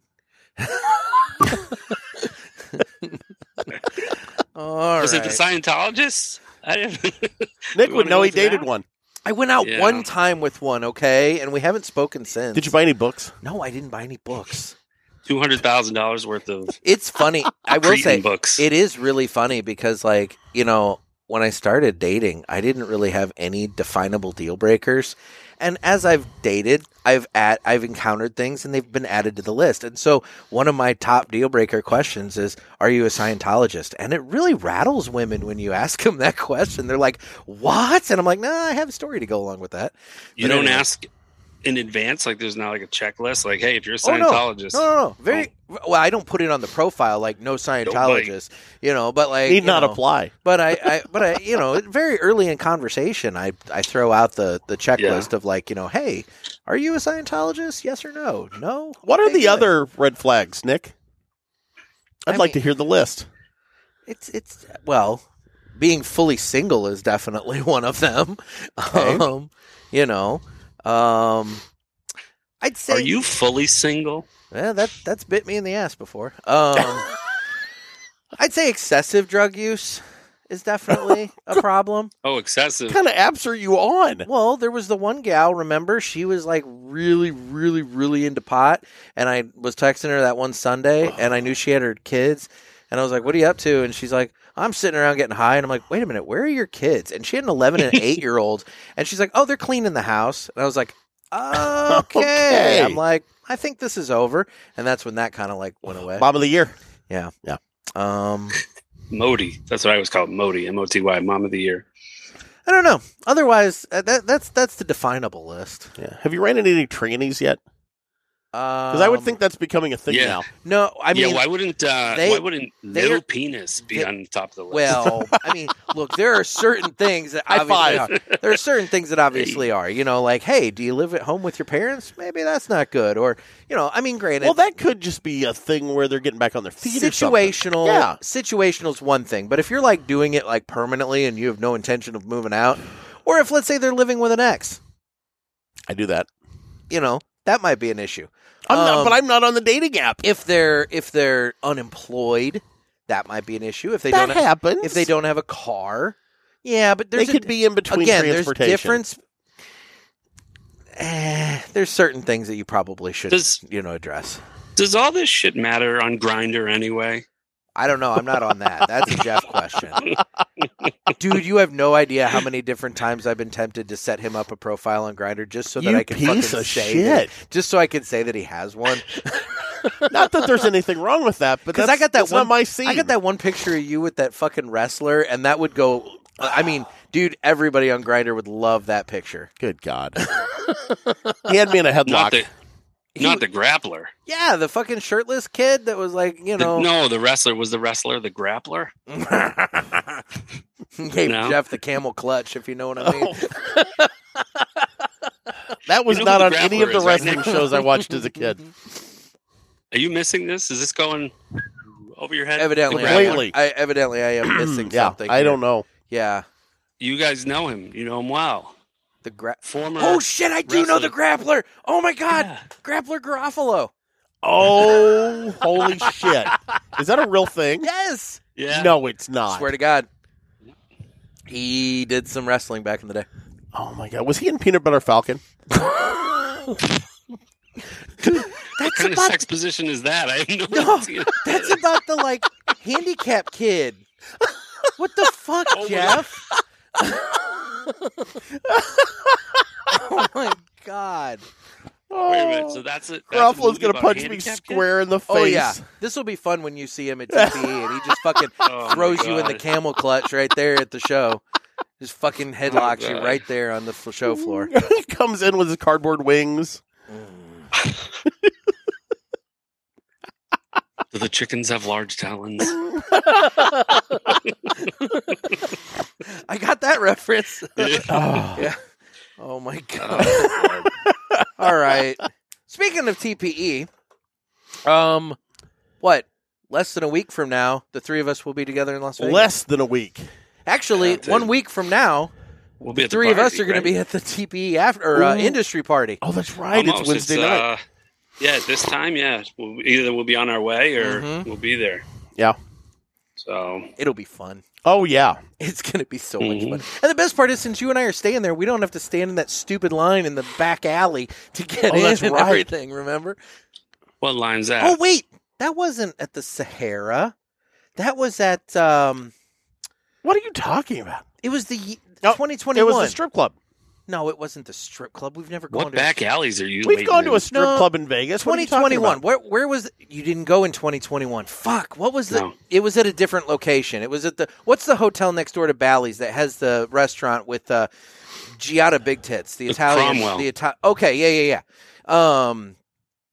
[SPEAKER 3] All
[SPEAKER 4] was it
[SPEAKER 3] right.
[SPEAKER 4] the Scientologists? I didn't.
[SPEAKER 1] Nick
[SPEAKER 4] You
[SPEAKER 1] would
[SPEAKER 4] wanna
[SPEAKER 1] know
[SPEAKER 4] go
[SPEAKER 1] he
[SPEAKER 4] into
[SPEAKER 1] dated
[SPEAKER 4] that?
[SPEAKER 1] one.
[SPEAKER 3] I went out
[SPEAKER 4] Yeah.
[SPEAKER 3] one time with one, okay, and we haven't spoken since.
[SPEAKER 1] Did you buy any books?
[SPEAKER 3] No, I didn't buy any books.
[SPEAKER 4] Two hundred thousand dollars worth of
[SPEAKER 3] It's funny. I will
[SPEAKER 4] Cretan
[SPEAKER 3] say
[SPEAKER 4] books.
[SPEAKER 3] it is really funny because, like, you know, when I started dating, I didn't really have any definable deal breakers. And as I've dated, I've at I've encountered things and they've been added to the list. And so one of my top deal breaker questions is, "Are you a Scientologist?" And it really rattles women when you ask them that question. They're like, "What?" And I'm like, "No, nah, I have a story to go along with that."
[SPEAKER 4] you
[SPEAKER 3] But
[SPEAKER 4] don't
[SPEAKER 3] anyway.
[SPEAKER 4] ask in advance. Like there's not like a checklist. Like hey, if you're a
[SPEAKER 3] Oh, no.
[SPEAKER 4] Scientologist,
[SPEAKER 3] No, no, no. Very
[SPEAKER 1] Oh.
[SPEAKER 3] well. I don't put it on the profile like no Scientologist, you know. But like,
[SPEAKER 1] Need
[SPEAKER 3] you
[SPEAKER 1] not
[SPEAKER 3] know.
[SPEAKER 1] apply.
[SPEAKER 3] But I, I, but I, you know, very early in conversation, I, I throw out the the checklist of like, you know, hey, are you a Scientologist? Yes or no? No.
[SPEAKER 1] What are
[SPEAKER 3] Okay,
[SPEAKER 1] the
[SPEAKER 3] good.
[SPEAKER 1] other red flags, Nick? I'd
[SPEAKER 3] I
[SPEAKER 1] like to
[SPEAKER 3] mean-
[SPEAKER 1] hear the list.
[SPEAKER 3] It's it's well, being fully single is definitely one of them.
[SPEAKER 1] Okay.
[SPEAKER 3] Um, you know, um, I'd say
[SPEAKER 4] are you fully single?
[SPEAKER 3] Yeah, that that's bit me in the ass before. Um, I'd say excessive drug use is definitely a problem.
[SPEAKER 4] Oh, excessive.
[SPEAKER 1] What kind of apps are you on?
[SPEAKER 3] Well, there was the one gal, remember, she was like really, really, really into pot, and I was texting her that one Sunday, and I knew she had her kids, and I was like, "What are you up to?" And she's like, "I'm sitting around getting high," and I'm like, "Wait a minute, where are your kids?" And she had an 11 and 8 year old, and she's like, "Oh, they're cleaning the house," and I was like, "Okay,",
[SPEAKER 1] Okay.
[SPEAKER 3] I'm like. I think this is over, and that's when that kind of like went away.
[SPEAKER 1] Mom of the year.
[SPEAKER 3] Um,
[SPEAKER 4] Modi. That's what I was called. Modi. M O T Y. Mom of the year.
[SPEAKER 3] I don't know. Otherwise, uh, that that's that's the definable list.
[SPEAKER 1] Yeah. Have you ran into any trannies yet? Because I would
[SPEAKER 3] Um,
[SPEAKER 1] think that's becoming a thing
[SPEAKER 4] yeah.
[SPEAKER 1] now.
[SPEAKER 3] no. I mean,
[SPEAKER 4] yeah, why wouldn't uh,
[SPEAKER 3] they-
[SPEAKER 4] why wouldn't
[SPEAKER 3] they
[SPEAKER 4] little
[SPEAKER 3] are-
[SPEAKER 4] penis be
[SPEAKER 3] they-
[SPEAKER 4] on top of the list?
[SPEAKER 3] well, I mean, look, there are certain things that
[SPEAKER 1] High
[SPEAKER 3] obviously are. There are certain things that obviously are. You know, like, hey, do you live at home with your parents? Maybe that's not good. Or, you know, I mean, granted,
[SPEAKER 1] Well, that could just be a thing where they're getting back on their feet. or something.
[SPEAKER 3] situational
[SPEAKER 1] Yeah.
[SPEAKER 3] situational is one thing but if you're like doing it like permanently and you have no intention of moving out or if let's say they're living with an ex
[SPEAKER 1] I do that.
[SPEAKER 3] you know that might be an issue
[SPEAKER 1] I'm
[SPEAKER 3] Um,
[SPEAKER 1] not, but I'm not on the dating app.
[SPEAKER 3] if they're if they're unemployed that might be an issue if they
[SPEAKER 1] that
[SPEAKER 3] don't
[SPEAKER 1] happens.
[SPEAKER 3] if they don't have a car yeah but
[SPEAKER 1] they
[SPEAKER 3] there's a-
[SPEAKER 1] could be in between
[SPEAKER 3] again there's
[SPEAKER 1] transportation.
[SPEAKER 3] difference Eh, there's certain things that you probably should
[SPEAKER 4] Does-
[SPEAKER 3] you know address
[SPEAKER 4] Does all this shit matter on Grinder anyway?
[SPEAKER 3] i don't know i'm not on that that's a jeff question Dude, you have no idea how many different times I've been tempted to set him up a profile on Grinder just so that
[SPEAKER 1] You
[SPEAKER 3] I can
[SPEAKER 1] piece
[SPEAKER 3] fucking
[SPEAKER 1] of
[SPEAKER 3] say
[SPEAKER 1] shit.
[SPEAKER 3] That, just so I can say that he has one.
[SPEAKER 1] Not that there's anything wrong with that, but
[SPEAKER 3] Because
[SPEAKER 1] that's,
[SPEAKER 3] I got that
[SPEAKER 1] that's
[SPEAKER 3] one.
[SPEAKER 1] not my scene.
[SPEAKER 3] I got that one picture of you with that fucking wrestler, and that would go. I mean, dude, everybody on Grinder would love that picture.
[SPEAKER 1] Good God. he had me in a
[SPEAKER 4] not
[SPEAKER 1] headlock.
[SPEAKER 4] the not the grappler.
[SPEAKER 3] Yeah, the fucking shirtless kid that was like, you
[SPEAKER 4] The-
[SPEAKER 3] know,
[SPEAKER 4] no, the wrestler was the wrestler, the grappler.
[SPEAKER 3] gave
[SPEAKER 4] No.
[SPEAKER 3] Jeff the camel clutch, if you know what I mean.
[SPEAKER 4] Oh,
[SPEAKER 1] that was
[SPEAKER 4] You know
[SPEAKER 1] not
[SPEAKER 4] who
[SPEAKER 1] on
[SPEAKER 4] the
[SPEAKER 1] any of
[SPEAKER 4] grappler
[SPEAKER 1] the
[SPEAKER 4] is, right?
[SPEAKER 1] wrestling shows I watched as a kid.
[SPEAKER 4] Are you missing this? Is this going over your head?
[SPEAKER 3] Evidently,
[SPEAKER 4] The
[SPEAKER 3] I, am,
[SPEAKER 4] grappler.
[SPEAKER 1] Completely.
[SPEAKER 3] I evidently I am missing
[SPEAKER 1] Yeah,
[SPEAKER 3] something.
[SPEAKER 1] I
[SPEAKER 3] here.
[SPEAKER 1] don't know.
[SPEAKER 3] Yeah,
[SPEAKER 4] you guys know him. You know him well.
[SPEAKER 3] the gra-
[SPEAKER 4] Former.
[SPEAKER 3] Oh shit! I do know the grappler. Oh my god,
[SPEAKER 4] Uh, Yeah.
[SPEAKER 3] grappler Garofalo.
[SPEAKER 1] Oh, holy shit. Is that a real thing?
[SPEAKER 3] Yes.
[SPEAKER 4] Yeah.
[SPEAKER 1] No, it's not.
[SPEAKER 3] Swear to God, he did some wrestling back in the day.
[SPEAKER 1] Oh my god, was he in Peanut Butter Falcon?
[SPEAKER 4] What kind of sex position is that? I have no,
[SPEAKER 3] No.
[SPEAKER 4] idea.
[SPEAKER 3] That's about the like handicap kid. What the fuck,
[SPEAKER 4] my-
[SPEAKER 3] Jeff? oh my god.
[SPEAKER 1] Oh,
[SPEAKER 4] Wait a minute. So that's it.
[SPEAKER 1] Ruffalo's gonna punch me square in the face.
[SPEAKER 3] Oh yeah, this will be fun when you see him at TPE and he just fucking
[SPEAKER 4] Oh, my
[SPEAKER 3] throws you in the
[SPEAKER 4] God. Oh
[SPEAKER 3] camel clutch right there at the show. Just fucking headlocks you
[SPEAKER 4] God.
[SPEAKER 3] right there on the f- show floor.
[SPEAKER 1] he comes in with his cardboard wings.
[SPEAKER 4] Do the chickens have large talons? Oh,
[SPEAKER 3] I got that reference.
[SPEAKER 1] Oh.
[SPEAKER 3] yeah. Oh my god.
[SPEAKER 4] Oh, Lord.
[SPEAKER 3] All right. Speaking of TPE, um, what? Less than a week from now, the three of us will be together in Las Vegas.
[SPEAKER 1] Less than a week.
[SPEAKER 3] Actually,
[SPEAKER 4] Yeah, dude.
[SPEAKER 3] one week from now,
[SPEAKER 4] We'll be at the
[SPEAKER 3] three of us
[SPEAKER 4] party,
[SPEAKER 3] are going
[SPEAKER 4] right?
[SPEAKER 3] to be at the TPE after or, uh,
[SPEAKER 1] Ooh.
[SPEAKER 3] industry party.
[SPEAKER 1] Oh, that's right.
[SPEAKER 4] Almost.
[SPEAKER 1] It's Wednesday night.
[SPEAKER 4] Uh, yeah, this time, yeah. We'll, either we'll be on our way or
[SPEAKER 3] Mhm.
[SPEAKER 4] we'll be there.
[SPEAKER 1] Yeah.
[SPEAKER 4] So
[SPEAKER 3] It'll be fun.
[SPEAKER 1] Oh yeah.
[SPEAKER 3] It's going to be so
[SPEAKER 4] Mhm.
[SPEAKER 3] much fun. And the best part is, since you and I are staying there, we don't have to stand in that stupid line in the back alley to get
[SPEAKER 1] Oh,
[SPEAKER 3] in
[SPEAKER 1] that's
[SPEAKER 3] and
[SPEAKER 1] right.
[SPEAKER 3] everything. Remember?
[SPEAKER 4] what line's that?
[SPEAKER 3] Oh wait, that wasn't at the Sahara. That was at um.
[SPEAKER 1] What are you talking about?
[SPEAKER 3] It was the ye-
[SPEAKER 1] Oh,
[SPEAKER 3] 2021.
[SPEAKER 1] It was the strip club.
[SPEAKER 3] No, it wasn't the strip club. We've never gone
[SPEAKER 4] what
[SPEAKER 3] to
[SPEAKER 4] back alleys are you?
[SPEAKER 1] We've
[SPEAKER 4] waiting
[SPEAKER 1] gone to
[SPEAKER 4] in?
[SPEAKER 1] a strip
[SPEAKER 3] No.
[SPEAKER 1] club in Vegas. What are you talking
[SPEAKER 3] 2021.
[SPEAKER 1] about?
[SPEAKER 3] Where where was you didn't go in 2021? Fuck. What was the
[SPEAKER 4] No.
[SPEAKER 3] It was at a different location. It was at the What's the hotel next door to Bally's that has the restaurant with uh Giada Big Tits, the
[SPEAKER 4] The
[SPEAKER 3] Italian
[SPEAKER 4] Cromwell.
[SPEAKER 3] the Italian Okay, yeah, yeah, yeah. Um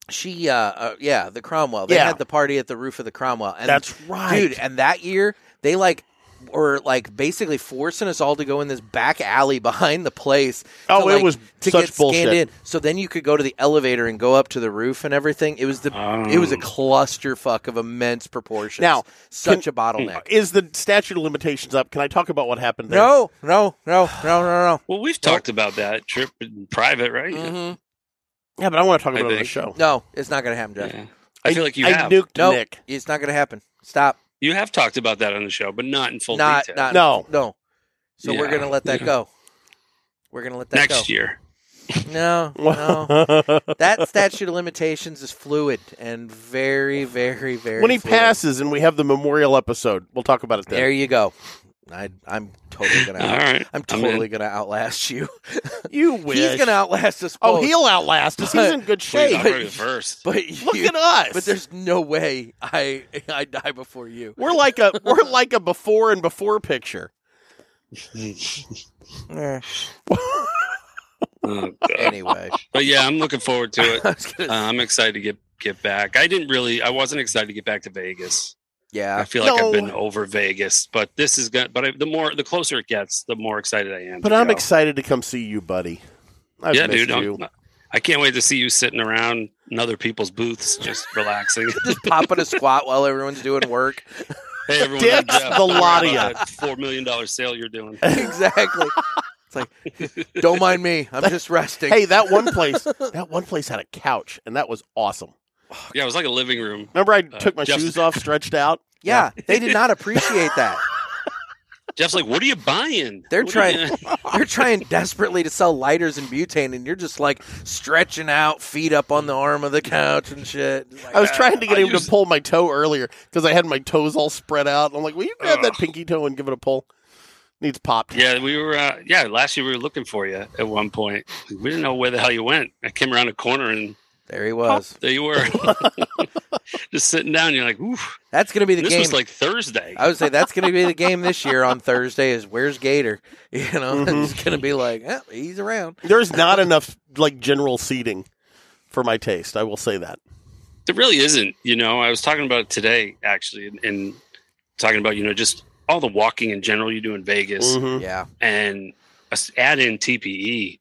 [SPEAKER 3] she uh, uh yeah, the Cromwell. They
[SPEAKER 1] Yeah.
[SPEAKER 3] had the party at the roof of the Cromwell. And
[SPEAKER 1] That's right.
[SPEAKER 3] dude, and that year they like were like basically forcing us all to go in this back alley behind the place.
[SPEAKER 1] Oh,
[SPEAKER 3] to,
[SPEAKER 1] it
[SPEAKER 3] like,
[SPEAKER 1] was
[SPEAKER 3] to
[SPEAKER 1] such
[SPEAKER 3] get scanned
[SPEAKER 1] bullshit.
[SPEAKER 3] in. So then you could go to the elevator and go up to the roof and everything. It was the it was a
[SPEAKER 4] Oh.
[SPEAKER 3] clusterfuck of immense proportions.
[SPEAKER 1] Now,
[SPEAKER 3] such a bottleneck.
[SPEAKER 1] Is the statute of limitations up? Can I talk about what happened there?
[SPEAKER 3] No, no, no, no, no,
[SPEAKER 4] Well, we've talked about that trip in private, right?
[SPEAKER 3] no. Mhm.
[SPEAKER 1] Yeah, but I want to talk
[SPEAKER 4] I
[SPEAKER 1] about it on the
[SPEAKER 4] think-
[SPEAKER 1] show.
[SPEAKER 3] No, it's not going to happen, Jeff.
[SPEAKER 4] Yeah. I feel like you
[SPEAKER 1] I
[SPEAKER 4] have.
[SPEAKER 1] nuked
[SPEAKER 3] Nope.
[SPEAKER 1] Nick.
[SPEAKER 3] It's not going to happen. Stop.
[SPEAKER 4] you have talked about that on the show, but not in full
[SPEAKER 3] not,
[SPEAKER 4] detail.
[SPEAKER 3] not.
[SPEAKER 1] No.
[SPEAKER 3] no. So we're
[SPEAKER 4] Yeah.
[SPEAKER 3] going to let that
[SPEAKER 4] Yeah.
[SPEAKER 3] go. We're going to let that
[SPEAKER 4] Next
[SPEAKER 3] go.
[SPEAKER 4] year.
[SPEAKER 3] No, no. that statute of limitations is fluid and very, very, very.
[SPEAKER 1] when he
[SPEAKER 3] fluid.
[SPEAKER 1] passes and we have the memorial episode, we'll talk about it then.
[SPEAKER 3] there you go. I, I'm totally gonna.
[SPEAKER 4] All right.
[SPEAKER 3] I'm
[SPEAKER 4] I'm
[SPEAKER 3] totally gonna outlast you.
[SPEAKER 1] You wish.
[SPEAKER 3] He's gonna outlast us.
[SPEAKER 1] oh,
[SPEAKER 3] both,
[SPEAKER 1] he'll outlast us. He's in good
[SPEAKER 4] Wait,
[SPEAKER 1] shape.
[SPEAKER 4] I'm probably the first.
[SPEAKER 3] But you,
[SPEAKER 1] Look at us.
[SPEAKER 3] But there's no way I I die before you.
[SPEAKER 1] we're like a we're like a before and before picture.
[SPEAKER 4] Oh, God.
[SPEAKER 3] Anyway,
[SPEAKER 4] but yeah, I'm looking forward to it.
[SPEAKER 3] I
[SPEAKER 4] Uh,
[SPEAKER 3] was gonna
[SPEAKER 4] I'm excited to get get back. I didn't really. I wasn't excited to get back to Vegas. I
[SPEAKER 3] yeah.
[SPEAKER 4] feel like
[SPEAKER 1] No.
[SPEAKER 4] I've been over Vegas, but this is going. to But I, the more, the closer it gets, the more excited I am.
[SPEAKER 1] But
[SPEAKER 4] to
[SPEAKER 1] I'm
[SPEAKER 4] go.
[SPEAKER 1] excited to come see you, buddy. I've
[SPEAKER 4] yeah,
[SPEAKER 1] missed
[SPEAKER 4] dude. I'm-
[SPEAKER 1] you.
[SPEAKER 4] I can't wait to see you sitting around in other people's booths, just relaxing.
[SPEAKER 3] Just popping a squat while everyone's doing work.
[SPEAKER 4] hey, everyone,
[SPEAKER 1] Dicks
[SPEAKER 4] I'm Jeff.
[SPEAKER 1] the
[SPEAKER 4] Don't worry
[SPEAKER 1] lot of
[SPEAKER 4] about
[SPEAKER 1] ya.
[SPEAKER 4] that Four million dollar sale you're doing.
[SPEAKER 3] exactly. It's like, don't mind me. I'm just resting.
[SPEAKER 1] Hey, that one place, that one place had a couch, and that was awesome.
[SPEAKER 4] Yeah, it was like a living room.
[SPEAKER 1] Remember, I
[SPEAKER 4] Uh,
[SPEAKER 1] took my
[SPEAKER 4] Jeff-
[SPEAKER 1] shoes off, stretched out.
[SPEAKER 3] yeah, they did not appreciate that.
[SPEAKER 4] Jeff's like, "What are you buying?"
[SPEAKER 3] They're
[SPEAKER 4] What are you-
[SPEAKER 3] They're trying desperately to sell lighters and butane, and you're just like stretching out, feet up on the arm of the couch and shit. Like,
[SPEAKER 1] I was
[SPEAKER 3] ah.
[SPEAKER 1] trying to get
[SPEAKER 4] I
[SPEAKER 1] him
[SPEAKER 4] use-
[SPEAKER 1] to pull my toe earlier because I had my toes all spread out. And I'm like, "Will you grab that pinky toe and give it a pull?" Needs popped.
[SPEAKER 4] Yeah, we were. Uh, yeah, last year we were looking for you at one point. We didn't know where the hell you went. I came around a corner and
[SPEAKER 3] There he was.
[SPEAKER 4] there you were, just sitting down. You're like, oof.
[SPEAKER 3] That's going to be the
[SPEAKER 4] this
[SPEAKER 3] game.
[SPEAKER 4] was like Thursday.
[SPEAKER 3] I would say that's going to be the game this year on Thursday. Is where's Gator? You know,
[SPEAKER 1] Mm-hmm.
[SPEAKER 3] it's going to be like eh, he's around.
[SPEAKER 1] There's not enough like general seating for my taste. I will say that.
[SPEAKER 4] there really isn't. You know, I was talking about it today actually, and, and talking about you know just all the walking in general you do in Vegas,
[SPEAKER 1] Mhm.
[SPEAKER 3] Yeah,
[SPEAKER 4] and us- add in TPE.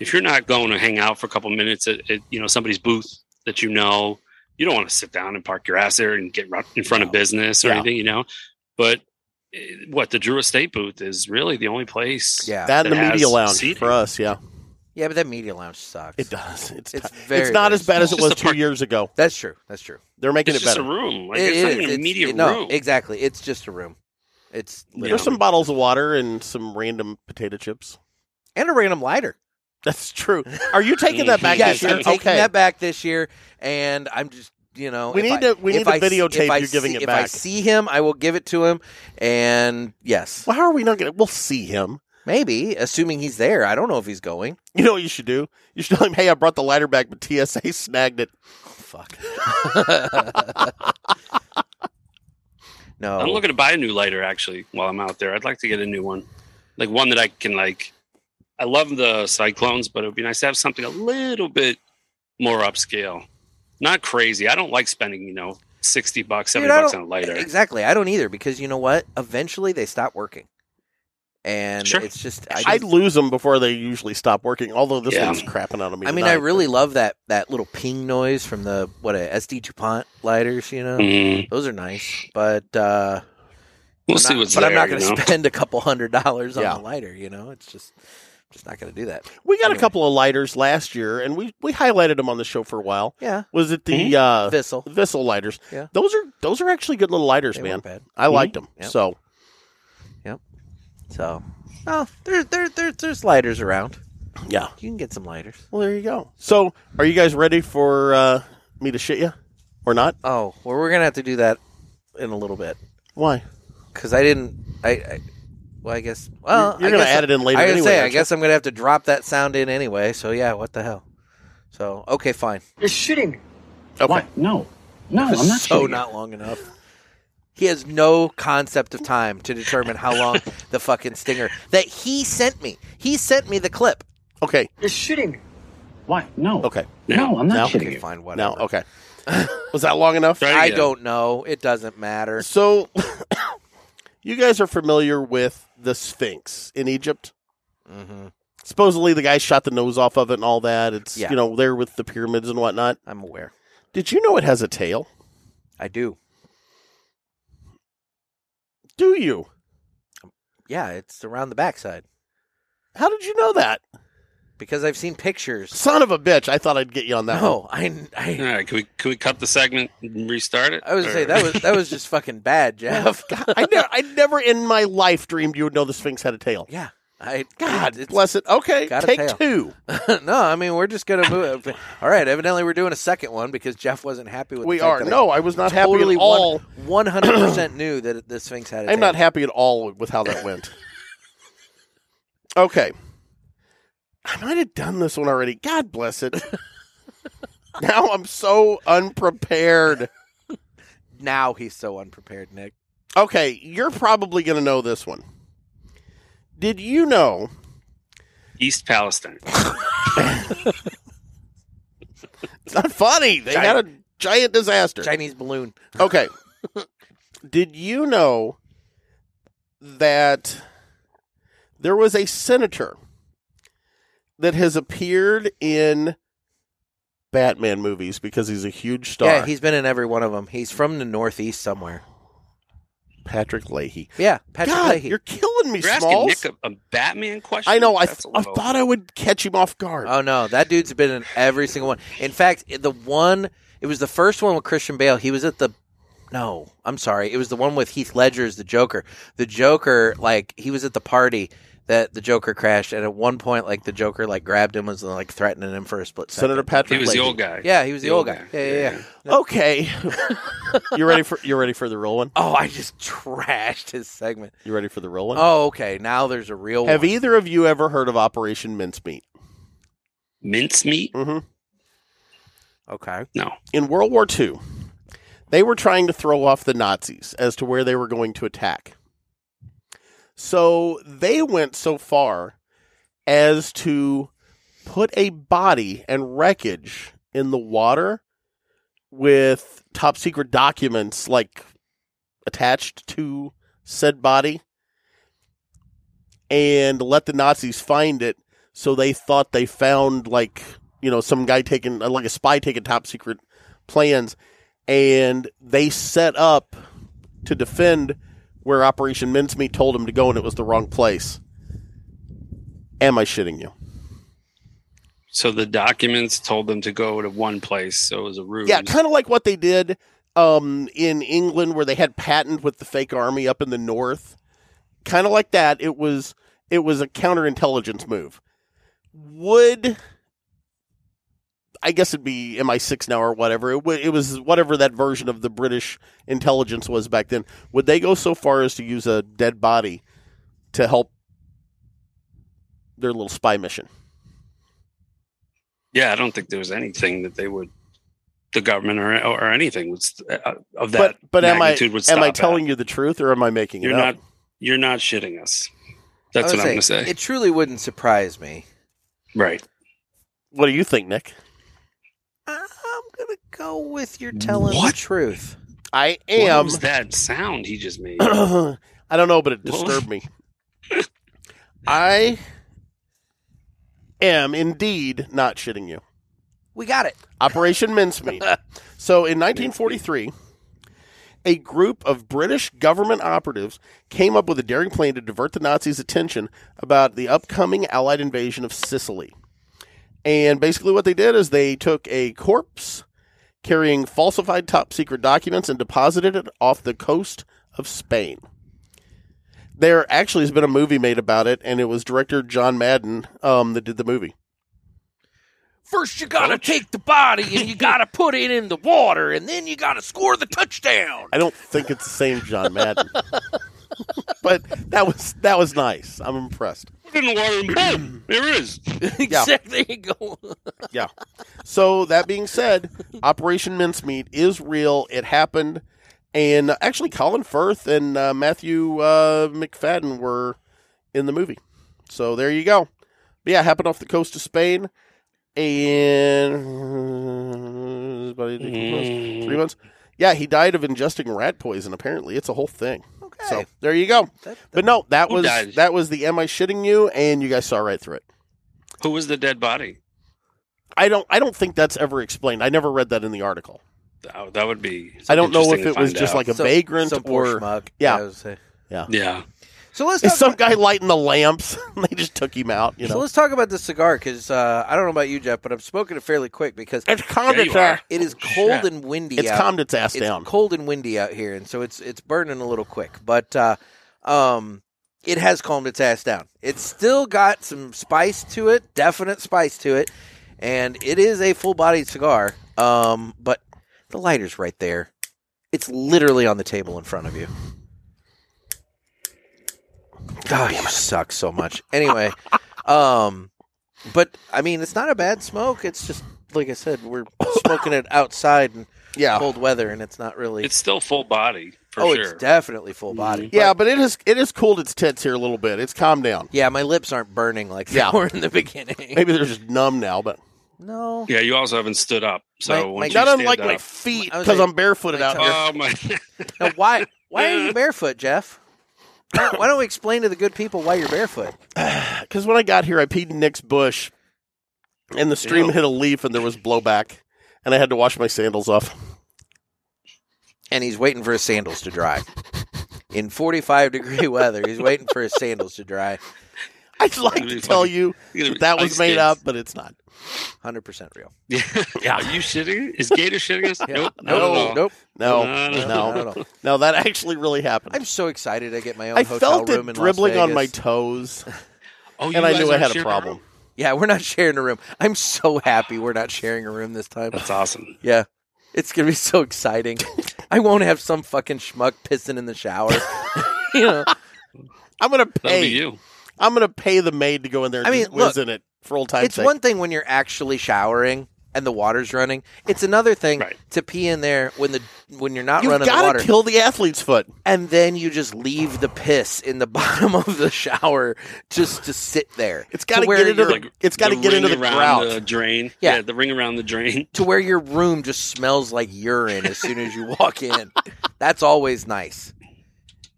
[SPEAKER 4] If you're not going to hang out for a couple minutes at, at you know somebody's booth that you know, you don't want to sit down and park your ass there and get ru- in front of business or
[SPEAKER 1] Yeah.
[SPEAKER 4] anything, you know. But eh, what the Drew Estate booth is really the only place.
[SPEAKER 3] yeah,
[SPEAKER 1] That and the
[SPEAKER 4] It has
[SPEAKER 1] media lounge
[SPEAKER 4] seating.
[SPEAKER 1] for us. Yeah,
[SPEAKER 3] yeah. But that media lounge sucks.
[SPEAKER 1] it does. It's
[SPEAKER 3] It's
[SPEAKER 1] it's,
[SPEAKER 3] very,
[SPEAKER 1] it's not
[SPEAKER 3] very
[SPEAKER 1] as bad as
[SPEAKER 4] small.
[SPEAKER 1] it
[SPEAKER 4] It's
[SPEAKER 1] was
[SPEAKER 4] just a
[SPEAKER 1] two
[SPEAKER 4] park-
[SPEAKER 1] years ago.
[SPEAKER 3] That's true. That's true.
[SPEAKER 1] They're making
[SPEAKER 4] It's
[SPEAKER 1] it
[SPEAKER 4] just
[SPEAKER 1] better.
[SPEAKER 4] a room. Like
[SPEAKER 3] It
[SPEAKER 4] it's not
[SPEAKER 3] is.
[SPEAKER 4] even
[SPEAKER 3] It's-
[SPEAKER 4] a media
[SPEAKER 3] it- No,
[SPEAKER 4] room.
[SPEAKER 3] exactly. It's just a room. It's
[SPEAKER 4] Yeah.
[SPEAKER 1] There's
[SPEAKER 3] literally-
[SPEAKER 1] some bottles of water and some random potato chips.
[SPEAKER 3] and a random lighter.
[SPEAKER 1] That's true. Are you taking that back
[SPEAKER 3] yes,
[SPEAKER 1] this year?
[SPEAKER 3] I'm taking
[SPEAKER 1] okay.
[SPEAKER 3] that back this year, and I'm just you know
[SPEAKER 1] We
[SPEAKER 3] if
[SPEAKER 1] need
[SPEAKER 3] I-
[SPEAKER 1] to- we
[SPEAKER 3] if
[SPEAKER 1] need to
[SPEAKER 3] I see-
[SPEAKER 1] videotape
[SPEAKER 3] if I
[SPEAKER 1] you giving
[SPEAKER 3] see-
[SPEAKER 1] it
[SPEAKER 3] if I
[SPEAKER 1] back.
[SPEAKER 3] see him, I will give it to him, and yes,
[SPEAKER 1] Well, how are we not going to? We'll see him.
[SPEAKER 3] maybe assuming he's there. I don't know if he's going.
[SPEAKER 1] You know what you should do? You should tell him, "Hey, I brought the lighter back, but TSA snagged it."
[SPEAKER 3] Fuck. no,
[SPEAKER 4] I'm looking to buy a new lighter actually while I'm out there. I'd like to get a new one. Like one that I can like I love the cyclones, but it would be nice to have something a little bit more upscale. Not crazy. I don't like spending, you know, sixty bucks, seventy
[SPEAKER 3] Dude, I
[SPEAKER 4] bucks on
[SPEAKER 3] don't-
[SPEAKER 4] a lighter.
[SPEAKER 3] Exactly. I don't either because you know what? Eventually they stop working, and
[SPEAKER 4] Sure.
[SPEAKER 3] it's just I,
[SPEAKER 1] I'd
[SPEAKER 3] just-
[SPEAKER 1] lose them before they usually stop working. Although this
[SPEAKER 4] Yeah.
[SPEAKER 1] one's crapping out of me.
[SPEAKER 3] I mean,
[SPEAKER 1] tonight.
[SPEAKER 3] I really love that that little ping noise from the what a SD DuPont lighters. You know,
[SPEAKER 4] Mm,
[SPEAKER 3] those are nice, but uh,
[SPEAKER 4] we'll
[SPEAKER 3] I'm
[SPEAKER 4] see
[SPEAKER 3] not-
[SPEAKER 4] what's
[SPEAKER 3] But
[SPEAKER 4] there.
[SPEAKER 3] I'm not going to
[SPEAKER 4] you know?
[SPEAKER 3] spend a couple hundred dollars on
[SPEAKER 1] Yeah.
[SPEAKER 3] a lighter. You know, it's just just not going to do that.
[SPEAKER 1] we got
[SPEAKER 3] anyway.
[SPEAKER 1] a couple of lighters last year, and we we highlighted them on the show for a while.
[SPEAKER 3] Yeah,
[SPEAKER 1] Was it
[SPEAKER 4] Mm-hmm.
[SPEAKER 1] the uh,
[SPEAKER 3] Vissel.
[SPEAKER 1] Vissel lighters?
[SPEAKER 3] Yeah.
[SPEAKER 1] those are those are actually good little lighters,
[SPEAKER 3] They
[SPEAKER 1] man.
[SPEAKER 3] weren't bad. Mm-hmm.
[SPEAKER 1] I liked them.
[SPEAKER 3] Yep.
[SPEAKER 1] So
[SPEAKER 3] So, oh, there, there, there, there's lighters around.
[SPEAKER 1] yeah.
[SPEAKER 3] You can get some lighters.
[SPEAKER 1] Well, there you go. So, are you guys ready for uh, me to shit you or not?
[SPEAKER 3] Oh, well, we're gonna have to do that in a little bit
[SPEAKER 1] Why?
[SPEAKER 3] because I didn't. I, I well, I guess. Well,
[SPEAKER 1] You're
[SPEAKER 3] I
[SPEAKER 1] gonna
[SPEAKER 3] guess
[SPEAKER 1] add it in later
[SPEAKER 3] I gotta
[SPEAKER 1] anyway,
[SPEAKER 3] say, I
[SPEAKER 1] aren't you?
[SPEAKER 3] guess I'm gonna have to drop that sound in anyway. So yeah, what the hell? So okay, fine.
[SPEAKER 6] You're shooting me.
[SPEAKER 1] Okay.
[SPEAKER 6] What? No. No, I'm not
[SPEAKER 3] so
[SPEAKER 6] shooting. you.
[SPEAKER 3] not long enough. He has no concept of time to determine how long the fucking stinger that he sent me. He sent me the clip.
[SPEAKER 1] Okay.
[SPEAKER 6] You're shooting me. What? No.
[SPEAKER 1] Okay.
[SPEAKER 6] Oh. No, I'm not
[SPEAKER 1] Now-
[SPEAKER 6] shooting
[SPEAKER 3] Okay,
[SPEAKER 6] you.
[SPEAKER 3] fine, whatever.
[SPEAKER 1] Now, okay. Was that long enough?
[SPEAKER 4] Try it
[SPEAKER 3] I
[SPEAKER 4] again.
[SPEAKER 3] don't know. It doesn't matter.
[SPEAKER 1] So, you guys are familiar with the Sphinx in Egypt?
[SPEAKER 3] hmm
[SPEAKER 1] Supposedly, the guy shot the nose off of it and all that. It's
[SPEAKER 3] Yeah.
[SPEAKER 1] you know there with the pyramids and whatnot.
[SPEAKER 3] I'm aware.
[SPEAKER 1] Did you know it has a tail?
[SPEAKER 3] I do.
[SPEAKER 1] Do you?
[SPEAKER 3] Yeah, it's around the backside
[SPEAKER 1] How did you know that?
[SPEAKER 3] because I've seen pictures.
[SPEAKER 1] Son of a bitch! I thought I'd get you on that. one.
[SPEAKER 3] No, I, I,
[SPEAKER 4] All right, can we can we cut the segment and restart it?
[SPEAKER 3] I was gonna say that was that was just fucking bad, Jeff.
[SPEAKER 1] I never, I never in my life dreamed you would know the Sphinx had a tail.
[SPEAKER 3] yeah, I
[SPEAKER 1] God
[SPEAKER 3] it's,
[SPEAKER 1] bless it. Okay,
[SPEAKER 3] got a
[SPEAKER 1] take
[SPEAKER 3] tail.
[SPEAKER 1] two.
[SPEAKER 3] no, I mean we're just gonna move. All right, evidently we're doing a second one because Jeff wasn't happy with.
[SPEAKER 1] We
[SPEAKER 3] the fact
[SPEAKER 1] are.
[SPEAKER 3] that I
[SPEAKER 1] No, I was not happy
[SPEAKER 3] totally
[SPEAKER 1] at all.
[SPEAKER 3] one hundred percent knew that the Sphinx had. A
[SPEAKER 1] I'm
[SPEAKER 3] tail.
[SPEAKER 1] not happy at all with how that went. okay. I might have done this one already. God bless it. now I'm so unprepared.
[SPEAKER 3] now. He's so unprepared, Nick.
[SPEAKER 1] Okay, you're probably going to know this one. Did you know
[SPEAKER 4] East Palestine.
[SPEAKER 1] It's not funny. They had a giant disaster.
[SPEAKER 3] Chinese balloon.
[SPEAKER 1] Okay. Did you know that there was a senator that has appeared in Batman movies because he's a huge star?
[SPEAKER 3] Yeah, he's been in every one of them. He's from the northeast somewhere.
[SPEAKER 1] Patrick Leahy.
[SPEAKER 3] Yeah, Patrick
[SPEAKER 1] God,
[SPEAKER 3] Leahy.
[SPEAKER 1] you're killing me,
[SPEAKER 4] You're asking
[SPEAKER 1] Smalls.
[SPEAKER 4] Nick a, a Batman question.
[SPEAKER 1] I know. I,
[SPEAKER 4] That's a
[SPEAKER 1] I
[SPEAKER 4] little-
[SPEAKER 1] thought I would catch him off guard.
[SPEAKER 3] Oh no, that dude's been in every single one. In fact, the one it was the first one with Christian Bale. He was at the no, I'm sorry, it was the one with Heath Ledger as the Joker. The Joker, like he was at the party that the Joker crashed, and at one point, like the Joker like grabbed him was like threatening him for a split second.
[SPEAKER 1] Senator Patrick.
[SPEAKER 4] He was the
[SPEAKER 1] Leahy.
[SPEAKER 4] old guy.
[SPEAKER 3] Yeah, he was the, old guy. Yeah, yeah, yeah.
[SPEAKER 1] Okay. you ready for you ready for the real one?
[SPEAKER 3] Oh, I just trashed his segment.
[SPEAKER 1] You ready for the real one?
[SPEAKER 3] Oh, okay. Now there's a real
[SPEAKER 1] Have
[SPEAKER 3] one.
[SPEAKER 1] either of you ever heard of Operation Mincemeat?
[SPEAKER 4] Mincemeat?
[SPEAKER 1] Mm-hmm.
[SPEAKER 3] Okay.
[SPEAKER 4] No.
[SPEAKER 1] in World War II, they were trying to throw off the Nazis as to where they were going to attack. So they went so far as to put a body and wreckage in the water with top secret documents like attached to said body and let the Nazis find it. So they thought they found like, you know, some guy taking like a spy taking top secret plans and they set up to defend where Operation Mincemeat told him to go and it was the wrong place. Am I shitting you?
[SPEAKER 4] So the documents told them to go to one place. So it was a ruse.
[SPEAKER 1] Yeah, kind of like what they did um, in England, where they had patent with the fake army up in the north. Kind of like that. It was it was a counterintelligence move. Would I guess it'd be MI6 now or whatever. It, wa it was whatever that version of the British intelligence was back then. Would they go so far as to use a dead body to help their little spy mission?
[SPEAKER 4] Yeah, I don't think there was anything that they would, the government or or anything was uh, of that
[SPEAKER 1] but but am I
[SPEAKER 4] magnitude would stop
[SPEAKER 1] am I
[SPEAKER 4] at.
[SPEAKER 1] telling you the truth or am I making
[SPEAKER 4] You're
[SPEAKER 1] it up?
[SPEAKER 4] not. You're not shitting us. That's
[SPEAKER 3] I
[SPEAKER 4] what I'm gonna
[SPEAKER 3] would
[SPEAKER 4] say.
[SPEAKER 3] It truly wouldn't surprise me.
[SPEAKER 4] right.
[SPEAKER 1] What do you think, Nick?
[SPEAKER 3] I'm gonna go with you're telling the
[SPEAKER 4] What?
[SPEAKER 3] truth.
[SPEAKER 1] I
[SPEAKER 4] What
[SPEAKER 1] am.
[SPEAKER 4] was that sound he just made?
[SPEAKER 1] I don't know, but it
[SPEAKER 4] What was-
[SPEAKER 1] disturbed me. I am indeed not shitting you.
[SPEAKER 3] We got it.
[SPEAKER 1] Operation Mincemeat. So in 1943, a group of British government operatives came up with a daring plan to divert the Nazis' attention about the upcoming Allied invasion of Sicily. And basically, what they did is they took a corpse carrying falsified top secret documents and deposited it off the coast of Spain. There actually has been a movie made about it, and it was director John Madden um, that did the movie.
[SPEAKER 3] First, you gotta take the body and you gotta put it in the water, and then you gotta score the touchdown.
[SPEAKER 1] I don't think it's the same John Madden. but that was that was nice. I'm impressed.
[SPEAKER 4] Put it in the water and boom, there it is.
[SPEAKER 3] Exactly. There you go.
[SPEAKER 1] Yeah. So that being said, Operation Mincemeat is real. It happened, and actually, Colin Firth and uh, Matthew uh, McFadden were in the movie. So there you go. But yeah, it happened off the coast of Spain, and about eighteen months, three months. Yeah, he died of ingesting rat poison. Apparently, it's a whole thing.
[SPEAKER 3] Okay.
[SPEAKER 1] So there you go.
[SPEAKER 3] That-
[SPEAKER 1] But no, that
[SPEAKER 4] Who
[SPEAKER 1] was
[SPEAKER 4] died?
[SPEAKER 1] that was the am I shitting you? And you guys saw right through it.
[SPEAKER 4] Who was the dead body?
[SPEAKER 1] I don't I don't think that's ever explained. I never read that in the article.
[SPEAKER 4] Oh, that would be.
[SPEAKER 1] I don't know if
[SPEAKER 4] interesting
[SPEAKER 1] it
[SPEAKER 4] to
[SPEAKER 1] was
[SPEAKER 4] find
[SPEAKER 1] just
[SPEAKER 4] out.
[SPEAKER 1] like a
[SPEAKER 3] Some-
[SPEAKER 1] vagrant
[SPEAKER 3] some poor
[SPEAKER 1] or
[SPEAKER 3] schmuck.
[SPEAKER 1] yeah.
[SPEAKER 3] I would say.
[SPEAKER 4] Yeah.
[SPEAKER 3] So let's
[SPEAKER 1] is
[SPEAKER 3] talk
[SPEAKER 1] some guy lighting the lamps. they just took him out. You
[SPEAKER 3] So
[SPEAKER 1] know,
[SPEAKER 3] let's talk about the cigar because uh, I don't know about you, Jeff, but I'm smoking it fairly quick because
[SPEAKER 1] it's calmed
[SPEAKER 4] Yeah,
[SPEAKER 1] its
[SPEAKER 4] you are.
[SPEAKER 1] ass.
[SPEAKER 3] it is
[SPEAKER 4] Oh,
[SPEAKER 3] cold
[SPEAKER 4] shit.
[SPEAKER 3] and windy.
[SPEAKER 1] It's
[SPEAKER 3] out.
[SPEAKER 1] calmed its ass
[SPEAKER 3] it's
[SPEAKER 1] down.
[SPEAKER 3] cold and windy out here, and so it's it's burning a little quick, but uh, um, it has calmed its ass down. It's still got some spice to it, definite spice to it, and it is a full bodied cigar. Um, but the lighter's right there. It's literally on the table in front of you. Oh, you suck so much. Anyway, um, but I mean, it's not a bad smoke. It's just like I said, we're smoking it outside and
[SPEAKER 1] Yeah,
[SPEAKER 3] cold weather and it's not really
[SPEAKER 4] Oh. It's still full body for
[SPEAKER 3] oh
[SPEAKER 4] sure.
[SPEAKER 3] it's definitely full body
[SPEAKER 1] yeah, but it has it has cooled its tits here a little bit. It's calmed down.
[SPEAKER 3] yeah my lips aren't burning like they
[SPEAKER 1] Yeah.
[SPEAKER 3] were in the beginning
[SPEAKER 1] Maybe they're just numb now, but
[SPEAKER 3] no
[SPEAKER 4] yeah, you also haven't stood up. So
[SPEAKER 3] My-
[SPEAKER 4] once
[SPEAKER 3] my-
[SPEAKER 4] you
[SPEAKER 1] not
[SPEAKER 4] stand
[SPEAKER 1] unlike
[SPEAKER 4] up,
[SPEAKER 1] my feet
[SPEAKER 3] I was
[SPEAKER 1] because
[SPEAKER 3] like-
[SPEAKER 1] I'm barefooted
[SPEAKER 3] my
[SPEAKER 1] out
[SPEAKER 3] tongue-
[SPEAKER 1] here.
[SPEAKER 4] Oh my!
[SPEAKER 3] now why why are you barefoot jeff why, why don't we explain to the good people why you're barefoot
[SPEAKER 1] Because when I got here, I peed in Nick's bush, and the stream
[SPEAKER 4] Ew.
[SPEAKER 1] hit a leaf, and there was blowback, and I had to wash my sandals off.
[SPEAKER 3] and he's waiting for his sandals to dry in 45 degree weather he's waiting for his sandals to dry
[SPEAKER 1] I'd like to
[SPEAKER 4] Really
[SPEAKER 1] tell
[SPEAKER 4] funny.
[SPEAKER 1] you that, that was made up, but it's not.
[SPEAKER 3] 100% real
[SPEAKER 4] Yeah. Are you shitting? Is Gator shitting us? Nope. not at all.
[SPEAKER 3] nope
[SPEAKER 1] No,
[SPEAKER 4] No,
[SPEAKER 1] no,
[SPEAKER 4] no,
[SPEAKER 1] no,
[SPEAKER 3] no, no.
[SPEAKER 1] that actually really happened.
[SPEAKER 3] i'm so excited i get my own
[SPEAKER 1] I
[SPEAKER 3] hotel
[SPEAKER 1] felt
[SPEAKER 3] room
[SPEAKER 1] it
[SPEAKER 3] in Las
[SPEAKER 1] dribbling on my
[SPEAKER 3] Vegas.
[SPEAKER 1] toes.
[SPEAKER 4] Oh,
[SPEAKER 1] and I
[SPEAKER 4] guys
[SPEAKER 1] knew I
[SPEAKER 4] aren't
[SPEAKER 1] had a
[SPEAKER 4] sharing
[SPEAKER 1] problem.
[SPEAKER 4] room?
[SPEAKER 3] Yeah, we're not sharing a room. I'm so happy we're not sharing a room this time.
[SPEAKER 4] That's awesome.
[SPEAKER 3] Yeah. It's gonna be so exciting. I won't have some fucking schmuck pissing in the shower. you know,
[SPEAKER 1] I'm gonna
[SPEAKER 4] That'll
[SPEAKER 1] pay
[SPEAKER 4] be you.
[SPEAKER 1] I'm gonna pay the maid to go in there. And
[SPEAKER 3] I mean,
[SPEAKER 1] just whiz
[SPEAKER 3] look,
[SPEAKER 1] in it for old time's
[SPEAKER 3] it's
[SPEAKER 1] sake.
[SPEAKER 3] one thing when you're actually showering and the water's running. It's another thing
[SPEAKER 4] Right.
[SPEAKER 3] to pee in there when the when you're not
[SPEAKER 1] You've
[SPEAKER 3] running the
[SPEAKER 1] got
[SPEAKER 3] water,
[SPEAKER 1] to kill the athlete's foot.
[SPEAKER 3] and then you just leave the piss in the bottom of the shower just to sit there.
[SPEAKER 1] It's got to
[SPEAKER 3] where
[SPEAKER 1] get into
[SPEAKER 3] you're-
[SPEAKER 1] the, it's got to get into the
[SPEAKER 4] ring around
[SPEAKER 1] grout.
[SPEAKER 4] the drain.
[SPEAKER 3] Yeah.
[SPEAKER 4] Yeah. the ring around the drain.
[SPEAKER 3] to where your room just smells like urine as soon as you walk in. That's always nice.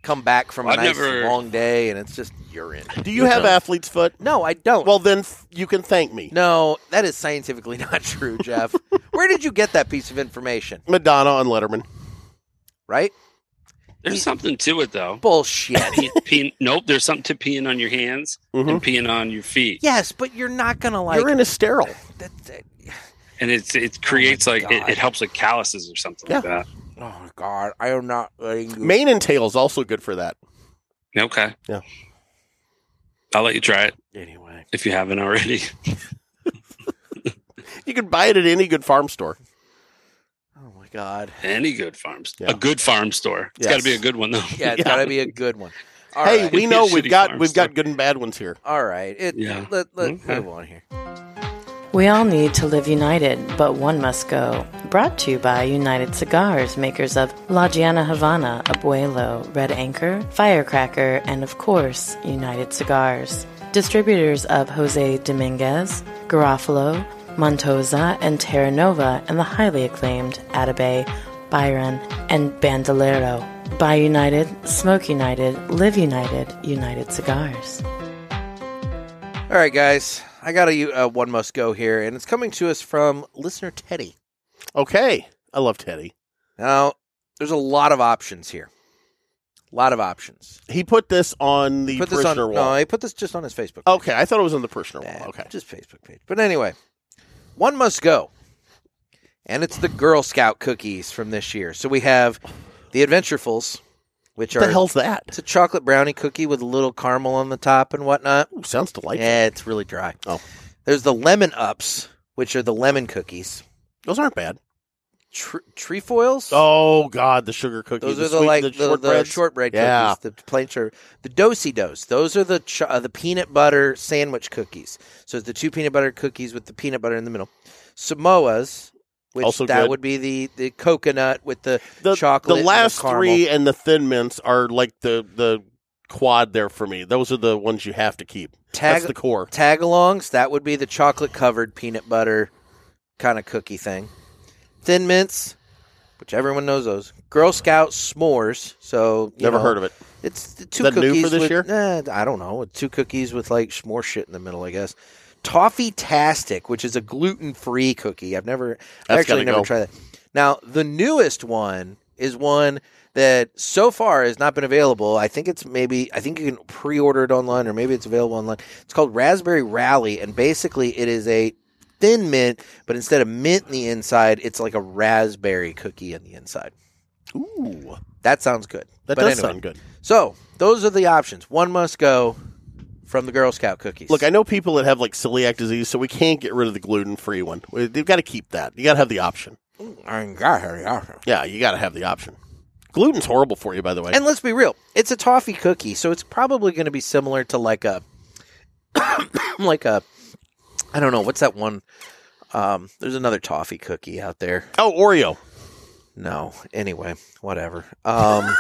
[SPEAKER 3] Come back from a
[SPEAKER 4] I've
[SPEAKER 3] nice
[SPEAKER 4] never-
[SPEAKER 3] long day and it's just urine.
[SPEAKER 1] Do you have athlete's foot?
[SPEAKER 3] No, I don't.
[SPEAKER 1] Well, then f- you can thank me.
[SPEAKER 3] no, that is scientifically not true, Jeff. where did you get that piece of information?
[SPEAKER 1] Madonna on Letterman.
[SPEAKER 3] Right?
[SPEAKER 4] There's something to it though.
[SPEAKER 3] Bullshit.
[SPEAKER 4] Pee- pee- nope, there's something to peeing on your hands
[SPEAKER 1] Mhm.
[SPEAKER 4] and peeing on your feet.
[SPEAKER 3] yes, but you're not gonna like
[SPEAKER 1] You're in a sterile.
[SPEAKER 3] that, that-
[SPEAKER 4] And it's
[SPEAKER 1] Oh
[SPEAKER 4] it creates like it,
[SPEAKER 3] God.
[SPEAKER 4] it helps with calluses or something like that.
[SPEAKER 3] Oh God, I am not letting you
[SPEAKER 1] Mane and tail is also good for that.
[SPEAKER 4] Okay.
[SPEAKER 1] Yeah.
[SPEAKER 4] I'll let you try it
[SPEAKER 1] Anyway,
[SPEAKER 4] if you haven't already.
[SPEAKER 1] you can buy it at any good farm store.
[SPEAKER 3] Oh my God.
[SPEAKER 4] Any good farms.
[SPEAKER 1] Yeah.
[SPEAKER 4] A good farm store. It's
[SPEAKER 1] Yes.
[SPEAKER 4] gotta be a good one though.
[SPEAKER 3] Yeah, it's
[SPEAKER 1] Yeah.
[SPEAKER 3] gotta be a good one. All
[SPEAKER 1] hey,
[SPEAKER 3] right.
[SPEAKER 1] we know
[SPEAKER 4] Shitty
[SPEAKER 1] we've got
[SPEAKER 4] farm
[SPEAKER 1] we've
[SPEAKER 4] store.
[SPEAKER 1] got good and bad ones here.
[SPEAKER 3] all right. It,
[SPEAKER 4] Yeah.
[SPEAKER 3] Let, let,
[SPEAKER 4] Okay.
[SPEAKER 3] move on here.
[SPEAKER 7] We all need to live united, but one must go. Brought to you by United Cigars, makers of La Giana Havana, Abuelo, Red Anchor, Firecracker, and of course, United Cigars. Distributors of Jose Dominguez, Garofalo, Montosa, and Terra Nova, and the highly acclaimed Atabey, Byron, and Bandolero. Buy United, Smoke United, Live United, United Cigars.
[SPEAKER 3] All right, guys. I got a uh, one must go here, and it's coming to us from listener Teddy.
[SPEAKER 1] Okay, I love Teddy.
[SPEAKER 3] Now, there's a lot of options here. A lot of options.
[SPEAKER 1] He put this on the
[SPEAKER 3] put this on.
[SPEAKER 1] prisoner
[SPEAKER 3] No,
[SPEAKER 1] wall.
[SPEAKER 3] I put this just on his Facebook. page.
[SPEAKER 1] okay, I thought it was on the prisoner
[SPEAKER 3] Nah,
[SPEAKER 1] wall. Oh, Okay,
[SPEAKER 3] just Facebook page. But anyway, one must go, and it's the Girl Scout cookies from this year. So we have the Adventurefuls, which
[SPEAKER 1] what
[SPEAKER 3] are
[SPEAKER 1] the hell's that?
[SPEAKER 3] it's a chocolate brownie cookie with a little caramel on the top and whatnot.
[SPEAKER 1] Ooh, sounds delightful.
[SPEAKER 3] Yeah, it's really dry.
[SPEAKER 1] Oh.
[SPEAKER 3] there's the Lemon Ups, which are the lemon cookies.
[SPEAKER 1] Those aren't bad.
[SPEAKER 3] Tr- trefoils.
[SPEAKER 1] Oh God, the sugar cookies.
[SPEAKER 3] Those are the
[SPEAKER 1] sweet,
[SPEAKER 3] like the,
[SPEAKER 1] the
[SPEAKER 3] the
[SPEAKER 1] shortbreads.
[SPEAKER 3] shortbread
[SPEAKER 1] Yeah.
[SPEAKER 3] cookies, the plain sugar, the dosi dos. Those are the ch- uh, the peanut butter sandwich cookies. So it's the two peanut butter cookies with the peanut butter in the middle. Samoas, which
[SPEAKER 1] Also
[SPEAKER 3] that
[SPEAKER 1] good.
[SPEAKER 3] would be the, the coconut with the,
[SPEAKER 1] the
[SPEAKER 3] chocolate.
[SPEAKER 1] The
[SPEAKER 3] and
[SPEAKER 1] last
[SPEAKER 3] caramel.
[SPEAKER 1] three and the thin mints are like the the quad there for me. Those are the ones you have to keep.
[SPEAKER 3] Tag-
[SPEAKER 1] That's the core.
[SPEAKER 3] tagalongs. That would be the chocolate covered peanut butter kind of cookie thing. Thin mints, which everyone knows those. Girl Scout s'mores. So you
[SPEAKER 1] Never
[SPEAKER 3] know,
[SPEAKER 1] heard of it.
[SPEAKER 3] It's the two
[SPEAKER 1] that new
[SPEAKER 3] cookies
[SPEAKER 1] for this
[SPEAKER 3] with,
[SPEAKER 1] year?
[SPEAKER 3] eh, I don't know. Two cookies with like s'more shit in the middle, I guess. Toffee Tastic, which is a gluten free cookie. I've never I've
[SPEAKER 1] That's gotta
[SPEAKER 3] actually never
[SPEAKER 1] go.
[SPEAKER 3] tried that. Now the newest one is one that so far has not been available. I think it's maybe I think you can pre order it online or maybe it's available online. It's called Raspberry Rally, and basically it is a thin mint, but instead of mint in the inside, it's like a raspberry cookie in the inside.
[SPEAKER 1] Ooh,
[SPEAKER 3] That sounds good.
[SPEAKER 1] that
[SPEAKER 3] But
[SPEAKER 1] does
[SPEAKER 3] anyway.
[SPEAKER 1] sound good.
[SPEAKER 3] So those are the options. One must go from the Girl Scout cookies.
[SPEAKER 1] Look, I know people that have like celiac disease, so we can't get rid of the gluten free one. We- They've got to keep that. You got to have the option.
[SPEAKER 3] I ain't got her, yeah.
[SPEAKER 1] Yeah, you got to have the option. Gluten's horrible for you, by the way.
[SPEAKER 3] And let's be real, it's a toffee cookie, so it's probably going to be similar to like a, like a, I don't know what's that one. Um, there's another toffee cookie out there.
[SPEAKER 1] oh, Oreo.
[SPEAKER 3] No, anyway, whatever. Um,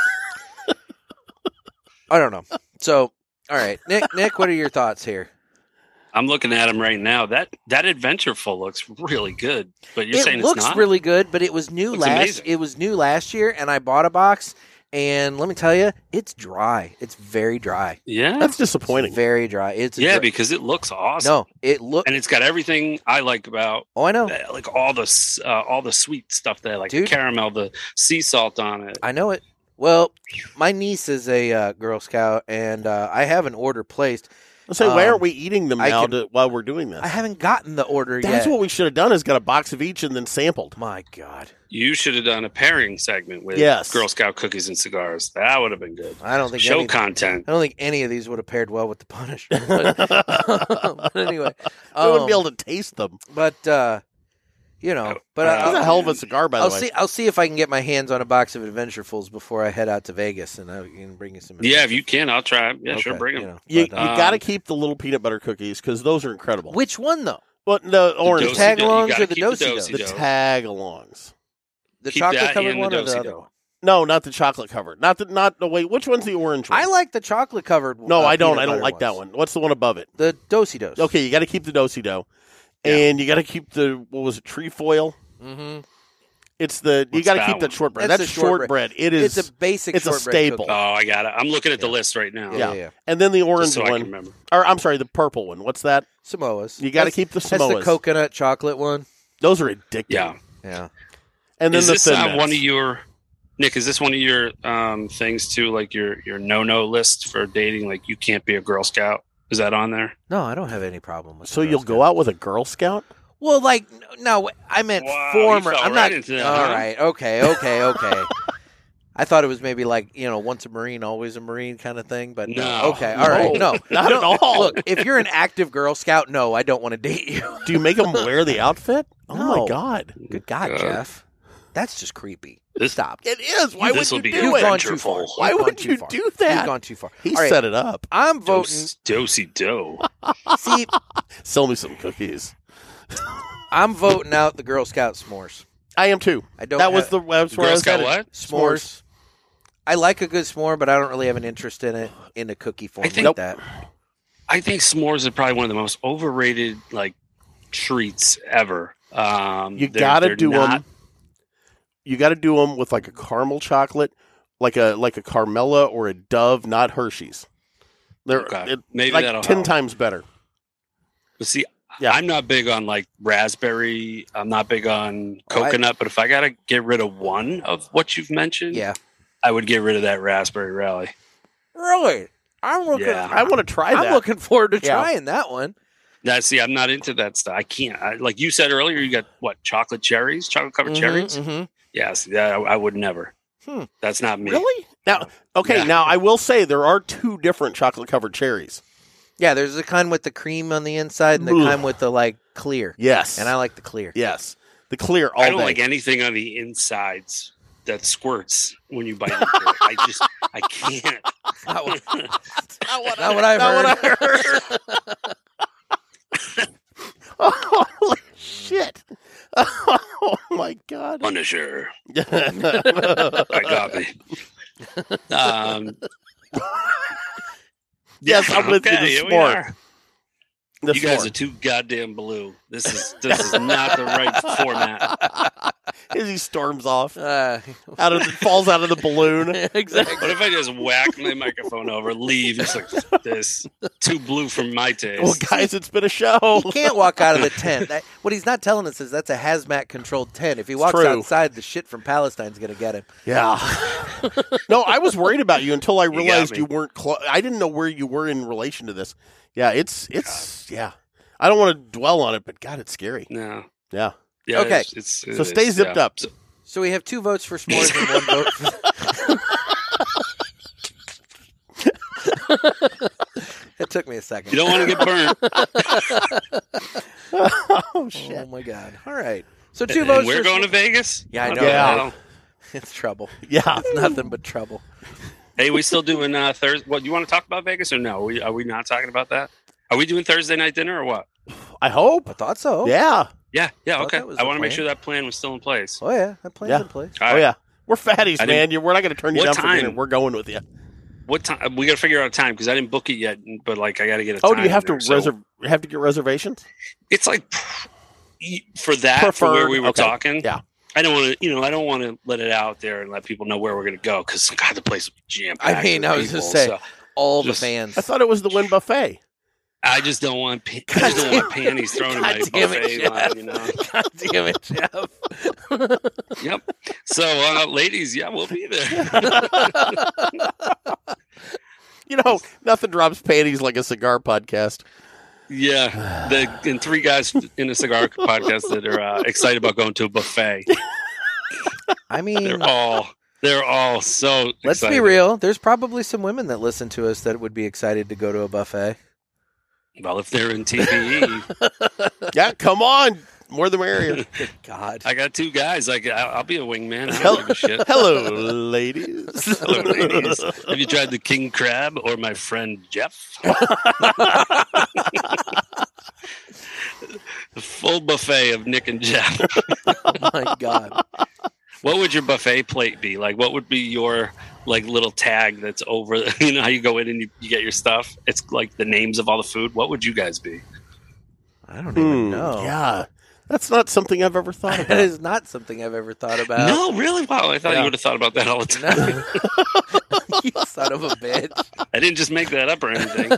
[SPEAKER 3] I don't know. So, all right, Nick, Nick, what are your thoughts here?
[SPEAKER 4] I'm looking at them right now. That that adventureful looks really good. But you're saying
[SPEAKER 3] it looks
[SPEAKER 4] it's not
[SPEAKER 3] really good, but it was new
[SPEAKER 4] Looks
[SPEAKER 3] last.
[SPEAKER 4] amazing.
[SPEAKER 3] It was new last year, and I bought a box. And let me tell you, it's dry. It's very dry.
[SPEAKER 4] Yeah.
[SPEAKER 1] That's disappointing.
[SPEAKER 3] Very dry. It's a
[SPEAKER 4] yeah,
[SPEAKER 3] dry-
[SPEAKER 4] because it looks awesome.
[SPEAKER 3] no, it look.
[SPEAKER 4] And it's got everything I like about
[SPEAKER 3] Oh, I know.
[SPEAKER 4] uh, like all the s- uh, all the sweet stuff there, like
[SPEAKER 3] Dude.
[SPEAKER 4] the caramel, the sea salt on it.
[SPEAKER 3] I know it. Well, my niece is a uh, Girl Scout, and uh, I have an order placed.
[SPEAKER 1] I say, why
[SPEAKER 3] Um,
[SPEAKER 1] aren't we eating them
[SPEAKER 3] I
[SPEAKER 1] now
[SPEAKER 3] can-
[SPEAKER 1] to, while we're doing this?
[SPEAKER 3] I haven't gotten the order
[SPEAKER 1] That's
[SPEAKER 3] yet.
[SPEAKER 1] what we should have done is got a box of each and then sampled.
[SPEAKER 3] My God,
[SPEAKER 4] You should have done a pairing segment with
[SPEAKER 1] Yes.
[SPEAKER 4] Girl Scout cookies and cigars. That would have been good.
[SPEAKER 3] I don't think
[SPEAKER 4] Show
[SPEAKER 3] any,
[SPEAKER 4] content.
[SPEAKER 3] I don't think any of these would have paired well with the punishment. But, but anyway,
[SPEAKER 1] We wouldn't be
[SPEAKER 3] um,
[SPEAKER 1] able to taste them.
[SPEAKER 3] but uh, you know, but
[SPEAKER 4] uh,
[SPEAKER 3] I,
[SPEAKER 1] That's
[SPEAKER 3] I'll-
[SPEAKER 1] a hell of a cigar, by the
[SPEAKER 3] I'll
[SPEAKER 1] way.
[SPEAKER 3] see. I'll see if I can get my hands on a box of Adventurefuls before I head out to Vegas, and I can bring you some.
[SPEAKER 4] Yeah, if
[SPEAKER 3] Adventurefuls.
[SPEAKER 4] you can, I'll try. 'em. Yeah, sure,
[SPEAKER 3] Okay,
[SPEAKER 4] bring them.
[SPEAKER 3] you know,
[SPEAKER 1] You,
[SPEAKER 3] but,
[SPEAKER 1] you
[SPEAKER 3] uh,
[SPEAKER 4] Um,
[SPEAKER 1] got to keep the little peanut butter cookies because those are incredible.
[SPEAKER 3] which one though?
[SPEAKER 1] but the orange
[SPEAKER 3] dosey
[SPEAKER 1] tag,
[SPEAKER 3] do- tag-alongs or the
[SPEAKER 1] the
[SPEAKER 3] dosey
[SPEAKER 4] do.
[SPEAKER 1] tag alongs.
[SPEAKER 3] The
[SPEAKER 4] Keep that
[SPEAKER 3] chocolate covered
[SPEAKER 4] and the
[SPEAKER 3] one or the
[SPEAKER 4] Dosey
[SPEAKER 3] other
[SPEAKER 4] Do.
[SPEAKER 3] one?
[SPEAKER 1] No, not the chocolate covered. Not the not the wait. Which one's the orange one?
[SPEAKER 3] I like the uh, chocolate covered.
[SPEAKER 1] No, I don't. I don't like that one. What's the one above it?
[SPEAKER 3] The dosey dos.
[SPEAKER 1] Okay, you got to keep the dosi dough,
[SPEAKER 4] Yeah.
[SPEAKER 1] and you got to keep the what was it? Trefoil.
[SPEAKER 3] Mm-hmm.
[SPEAKER 1] It's the you
[SPEAKER 4] What's
[SPEAKER 1] got to
[SPEAKER 4] that
[SPEAKER 1] keep the
[SPEAKER 4] one?
[SPEAKER 1] shortbread.
[SPEAKER 3] That's
[SPEAKER 1] That's,
[SPEAKER 3] the shortbread.
[SPEAKER 1] shortbread. It is,
[SPEAKER 3] It's a basic.
[SPEAKER 1] it's a
[SPEAKER 3] shortbread cookie.
[SPEAKER 1] staple.
[SPEAKER 4] Oh, I got it. I'm looking at the list right now.
[SPEAKER 3] Yeah,
[SPEAKER 1] Yeah.
[SPEAKER 3] yeah. yeah.
[SPEAKER 1] and then the orange
[SPEAKER 4] Just so I
[SPEAKER 1] one,
[SPEAKER 4] can remember.
[SPEAKER 1] or I'm sorry, the purple one. What's that?
[SPEAKER 3] Samoas.
[SPEAKER 1] You got to
[SPEAKER 3] That's-
[SPEAKER 1] keep the
[SPEAKER 3] That's the
[SPEAKER 1] Samoas.
[SPEAKER 3] coconut chocolate one.
[SPEAKER 1] Those are addictive.
[SPEAKER 4] Yeah.
[SPEAKER 3] Yeah.
[SPEAKER 1] and then
[SPEAKER 4] Is
[SPEAKER 1] the
[SPEAKER 4] this
[SPEAKER 1] Thin
[SPEAKER 4] uh,
[SPEAKER 1] Mints.
[SPEAKER 4] one of your Nick? Is this one of your um, things too? Like your your no no list for dating? Like you can't be a Girl Scout. Is that on there?
[SPEAKER 3] No, I don't have any problem with.
[SPEAKER 1] So you'll go out with a Girl Scout?
[SPEAKER 3] Well, like no, I meant
[SPEAKER 4] Wow, you
[SPEAKER 3] former.
[SPEAKER 4] fell
[SPEAKER 3] I'm
[SPEAKER 4] right
[SPEAKER 3] not.
[SPEAKER 4] into that,
[SPEAKER 3] all
[SPEAKER 4] huh?
[SPEAKER 3] right. Okay. Okay. Okay. I thought it was maybe like you know, once a marine, always a marine kind of thing. But no.
[SPEAKER 4] No.
[SPEAKER 3] Okay. All right.
[SPEAKER 1] No,
[SPEAKER 3] No.
[SPEAKER 1] not
[SPEAKER 3] no.
[SPEAKER 1] at all.
[SPEAKER 3] Look, if you're an active Girl Scout, no, I don't want to date you.
[SPEAKER 1] Do you make them wear the outfit? Oh
[SPEAKER 3] No.
[SPEAKER 1] my god,
[SPEAKER 3] Good God,
[SPEAKER 4] God.
[SPEAKER 3] Jeff, that's just creepy.
[SPEAKER 4] This-
[SPEAKER 3] Stop.
[SPEAKER 1] it is. Why
[SPEAKER 4] This will
[SPEAKER 1] would
[SPEAKER 4] be
[SPEAKER 1] you
[SPEAKER 4] good.
[SPEAKER 1] do
[SPEAKER 3] You've
[SPEAKER 1] it?
[SPEAKER 3] gone too far.
[SPEAKER 4] Wonderful.
[SPEAKER 1] Why
[SPEAKER 3] You've
[SPEAKER 1] would
[SPEAKER 3] gone
[SPEAKER 1] you
[SPEAKER 3] too far.
[SPEAKER 1] do that?
[SPEAKER 3] You've gone too far.
[SPEAKER 1] He
[SPEAKER 3] All right,
[SPEAKER 1] set it up.
[SPEAKER 3] I'm voting.
[SPEAKER 4] Dos- Dosey do.
[SPEAKER 3] See,
[SPEAKER 1] Sell me some cookies.
[SPEAKER 3] I'm voting out the Girl Scout s'mores.
[SPEAKER 1] I am too.
[SPEAKER 3] I don't.
[SPEAKER 1] that
[SPEAKER 3] have,
[SPEAKER 1] was the that's where I
[SPEAKER 4] Girl
[SPEAKER 1] was
[SPEAKER 4] Scout
[SPEAKER 1] headed.
[SPEAKER 4] what?
[SPEAKER 3] s'mores.
[SPEAKER 1] S'mores.
[SPEAKER 3] I like a good s'more, but I don't really have an interest in it in a cookie form
[SPEAKER 4] I think-
[SPEAKER 1] Nope.
[SPEAKER 3] like that.
[SPEAKER 4] I think s'mores are probably one of the most overrated like treats ever. Um,
[SPEAKER 1] You
[SPEAKER 4] they're-
[SPEAKER 1] gotta
[SPEAKER 4] they're
[SPEAKER 1] do
[SPEAKER 4] not-
[SPEAKER 1] them. You gotta do them with like a caramel chocolate, like a like a Carmella or a Dove, not Hershey's. They're
[SPEAKER 4] Okay.
[SPEAKER 1] it-
[SPEAKER 4] Maybe
[SPEAKER 1] like
[SPEAKER 4] that'll
[SPEAKER 1] ten
[SPEAKER 4] help.
[SPEAKER 1] times better.
[SPEAKER 4] But see,
[SPEAKER 1] Yeah.
[SPEAKER 4] I'm not big on like raspberry. I'm not big on
[SPEAKER 3] Oh, I-
[SPEAKER 4] coconut. but if I gotta get rid of one of what you've mentioned,
[SPEAKER 3] Yeah.
[SPEAKER 4] I would get rid of that raspberry rally.
[SPEAKER 3] Really? I'm looking.
[SPEAKER 4] Yeah.
[SPEAKER 1] I want to try
[SPEAKER 3] I'm
[SPEAKER 1] that.
[SPEAKER 3] looking forward to
[SPEAKER 1] Yeah.
[SPEAKER 3] trying that one.
[SPEAKER 4] Now, see, I'm not into that stuff. I can't. I, like you said earlier, you got what chocolate cherries, chocolate
[SPEAKER 1] Mm-hmm,
[SPEAKER 4] covered cherries.
[SPEAKER 3] Mhm, mhm.
[SPEAKER 4] Yeah, see, that, I, I would never.
[SPEAKER 3] Hmm.
[SPEAKER 4] That's not me.
[SPEAKER 1] Really? Now, okay.
[SPEAKER 4] Yeah.
[SPEAKER 1] Now I will say there are two different chocolate covered cherries.
[SPEAKER 3] Yeah, there's the kind with the cream on the inside and the
[SPEAKER 1] Ugh.
[SPEAKER 3] kind with the like clear.
[SPEAKER 1] Yes,
[SPEAKER 3] And I like the clear.
[SPEAKER 1] yes the clear all
[SPEAKER 4] I don't
[SPEAKER 1] day.
[SPEAKER 4] like anything on the insides that squirts when you bite into it. I just, I can't.
[SPEAKER 3] Not what-
[SPEAKER 1] not what,
[SPEAKER 3] not what I've heard.
[SPEAKER 1] Holy shit! Oh my god!
[SPEAKER 4] Punisher, I got me. Um,
[SPEAKER 1] Yes, I'm with you
[SPEAKER 4] okay,
[SPEAKER 1] this
[SPEAKER 4] here we
[SPEAKER 1] morning.
[SPEAKER 4] are.
[SPEAKER 1] The
[SPEAKER 4] you guys
[SPEAKER 1] floor.
[SPEAKER 4] are too goddamn blue. This is this is not the right format.
[SPEAKER 1] as he storms off
[SPEAKER 3] Uh,
[SPEAKER 1] out of the, falls out of the balloon.
[SPEAKER 4] What if I just whack my microphone over, leave? It's like this too blue for my taste.
[SPEAKER 1] Well, guys, it's been a show.
[SPEAKER 3] he can't walk out of the tent. That, what he's not telling us is that's a hazmat controlled tent. If he walks
[SPEAKER 1] true.
[SPEAKER 3] outside, the shit from Palestine's going to get him.
[SPEAKER 1] Yeah. no, I was worried about you until I
[SPEAKER 4] got
[SPEAKER 1] realized
[SPEAKER 4] me.
[SPEAKER 1] you, weren't. Clo- I didn't know where you were in relation to this. Yeah, it's it's yeah. I don't want to dwell on it, but God, it's scary.
[SPEAKER 4] no.
[SPEAKER 1] Yeah.
[SPEAKER 4] Yeah.
[SPEAKER 3] Okay.
[SPEAKER 4] It's, it's,
[SPEAKER 1] So stay
[SPEAKER 4] it's-
[SPEAKER 1] zipped
[SPEAKER 4] yeah.
[SPEAKER 1] up.
[SPEAKER 4] So-
[SPEAKER 3] So we have two votes for s'mores and one vote for. it took me a second.
[SPEAKER 4] you don't want to get burnt.
[SPEAKER 1] Oh
[SPEAKER 3] Oh my god! All right. So two
[SPEAKER 4] And
[SPEAKER 3] votes.
[SPEAKER 4] we're
[SPEAKER 3] for
[SPEAKER 4] going
[SPEAKER 3] s'mores.
[SPEAKER 4] to Vegas.
[SPEAKER 3] Yeah, I know,
[SPEAKER 1] Yeah.
[SPEAKER 4] Well,
[SPEAKER 3] It's trouble.
[SPEAKER 1] Yeah.
[SPEAKER 3] It's nothing but trouble.
[SPEAKER 4] Hey, we still doing uh, Thursday. What you want to talk about Vegas or no? Are we, are we not talking about that? Are we doing Thursday night dinner or what?
[SPEAKER 1] I hope.
[SPEAKER 3] I thought so.
[SPEAKER 1] Yeah.
[SPEAKER 4] Yeah. Yeah.
[SPEAKER 3] Thought
[SPEAKER 4] okay.
[SPEAKER 3] that was
[SPEAKER 4] I
[SPEAKER 3] the
[SPEAKER 4] want to make
[SPEAKER 3] plan.
[SPEAKER 4] sure that plan was still in place.
[SPEAKER 3] Oh yeah, that plan's
[SPEAKER 1] Yeah.
[SPEAKER 3] in place.
[SPEAKER 4] All
[SPEAKER 1] oh
[SPEAKER 4] right.
[SPEAKER 1] yeah. We're fatties,
[SPEAKER 4] I didn't-
[SPEAKER 1] man. You we're not going to turn you
[SPEAKER 4] What
[SPEAKER 1] down
[SPEAKER 4] time?
[SPEAKER 1] for dinner. We're going with you.
[SPEAKER 4] What time? We got to figure out a time because I didn't book it yet. But like, I got to get a.
[SPEAKER 1] Oh, do
[SPEAKER 4] time
[SPEAKER 1] you have
[SPEAKER 4] in
[SPEAKER 1] to
[SPEAKER 4] there, so-
[SPEAKER 1] reserve? Have to get reservations?
[SPEAKER 4] It's like for that for where
[SPEAKER 1] Preferred,
[SPEAKER 4] we were
[SPEAKER 1] okay,
[SPEAKER 4] talking.
[SPEAKER 1] yeah.
[SPEAKER 4] I don't want to. You know, I don't want to let it out there and let people know where we're going to go because God, the place jam.
[SPEAKER 3] I mean, I was
[SPEAKER 4] people,
[SPEAKER 3] just saying,
[SPEAKER 4] so
[SPEAKER 3] all
[SPEAKER 4] Just-
[SPEAKER 3] the fans.
[SPEAKER 1] I thought it was the Win Buffet.
[SPEAKER 4] I just don't want. pa- I just don't want panties thrown in my
[SPEAKER 3] God damn it,
[SPEAKER 4] buffet
[SPEAKER 3] Jeff.
[SPEAKER 4] line. You know.
[SPEAKER 3] God damn it, Jeff!
[SPEAKER 4] Yep. So, uh, ladies, yeah, we'll be there.
[SPEAKER 1] you know, nothing drops panties like a cigar podcast.
[SPEAKER 4] Yeah, the and three guys in a cigar podcast that are uh, excited about going to a buffet.
[SPEAKER 3] I
[SPEAKER 4] They're
[SPEAKER 3] mean,
[SPEAKER 4] all they're all so.
[SPEAKER 3] let's be
[SPEAKER 4] excited.
[SPEAKER 3] real. There's probably some women that listen to us that would be excited to go to a buffet.
[SPEAKER 4] Well, if they're in E, TPE,
[SPEAKER 1] Yeah, come on, more the merrier.
[SPEAKER 3] God.
[SPEAKER 4] I got two guys. Like I- I'll be a wingman. I
[SPEAKER 1] Hell-
[SPEAKER 4] don't give a shit.
[SPEAKER 1] Hello, ladies.
[SPEAKER 4] Hello, ladies. Have you tried the king crab or my friend Jeff? Full buffet of Nick and Jeff.
[SPEAKER 3] Oh my God.
[SPEAKER 4] What would your buffet plate be? Like, what would be your like little tag that's over? You know how you go in and you, you get your stuff. It's like the names of all the food. What would you guys be?
[SPEAKER 3] I don't even
[SPEAKER 1] Hmm,
[SPEAKER 3] know.
[SPEAKER 1] Yeah, that's not something I've ever thought
[SPEAKER 3] That
[SPEAKER 1] about.
[SPEAKER 3] is not something I've ever thought about.
[SPEAKER 4] no, really? Wow, I thought
[SPEAKER 3] Uh, yeah.
[SPEAKER 4] you would have thought about that all the time.
[SPEAKER 3] No. you son of a bitch.
[SPEAKER 4] I didn't just make that up or anything.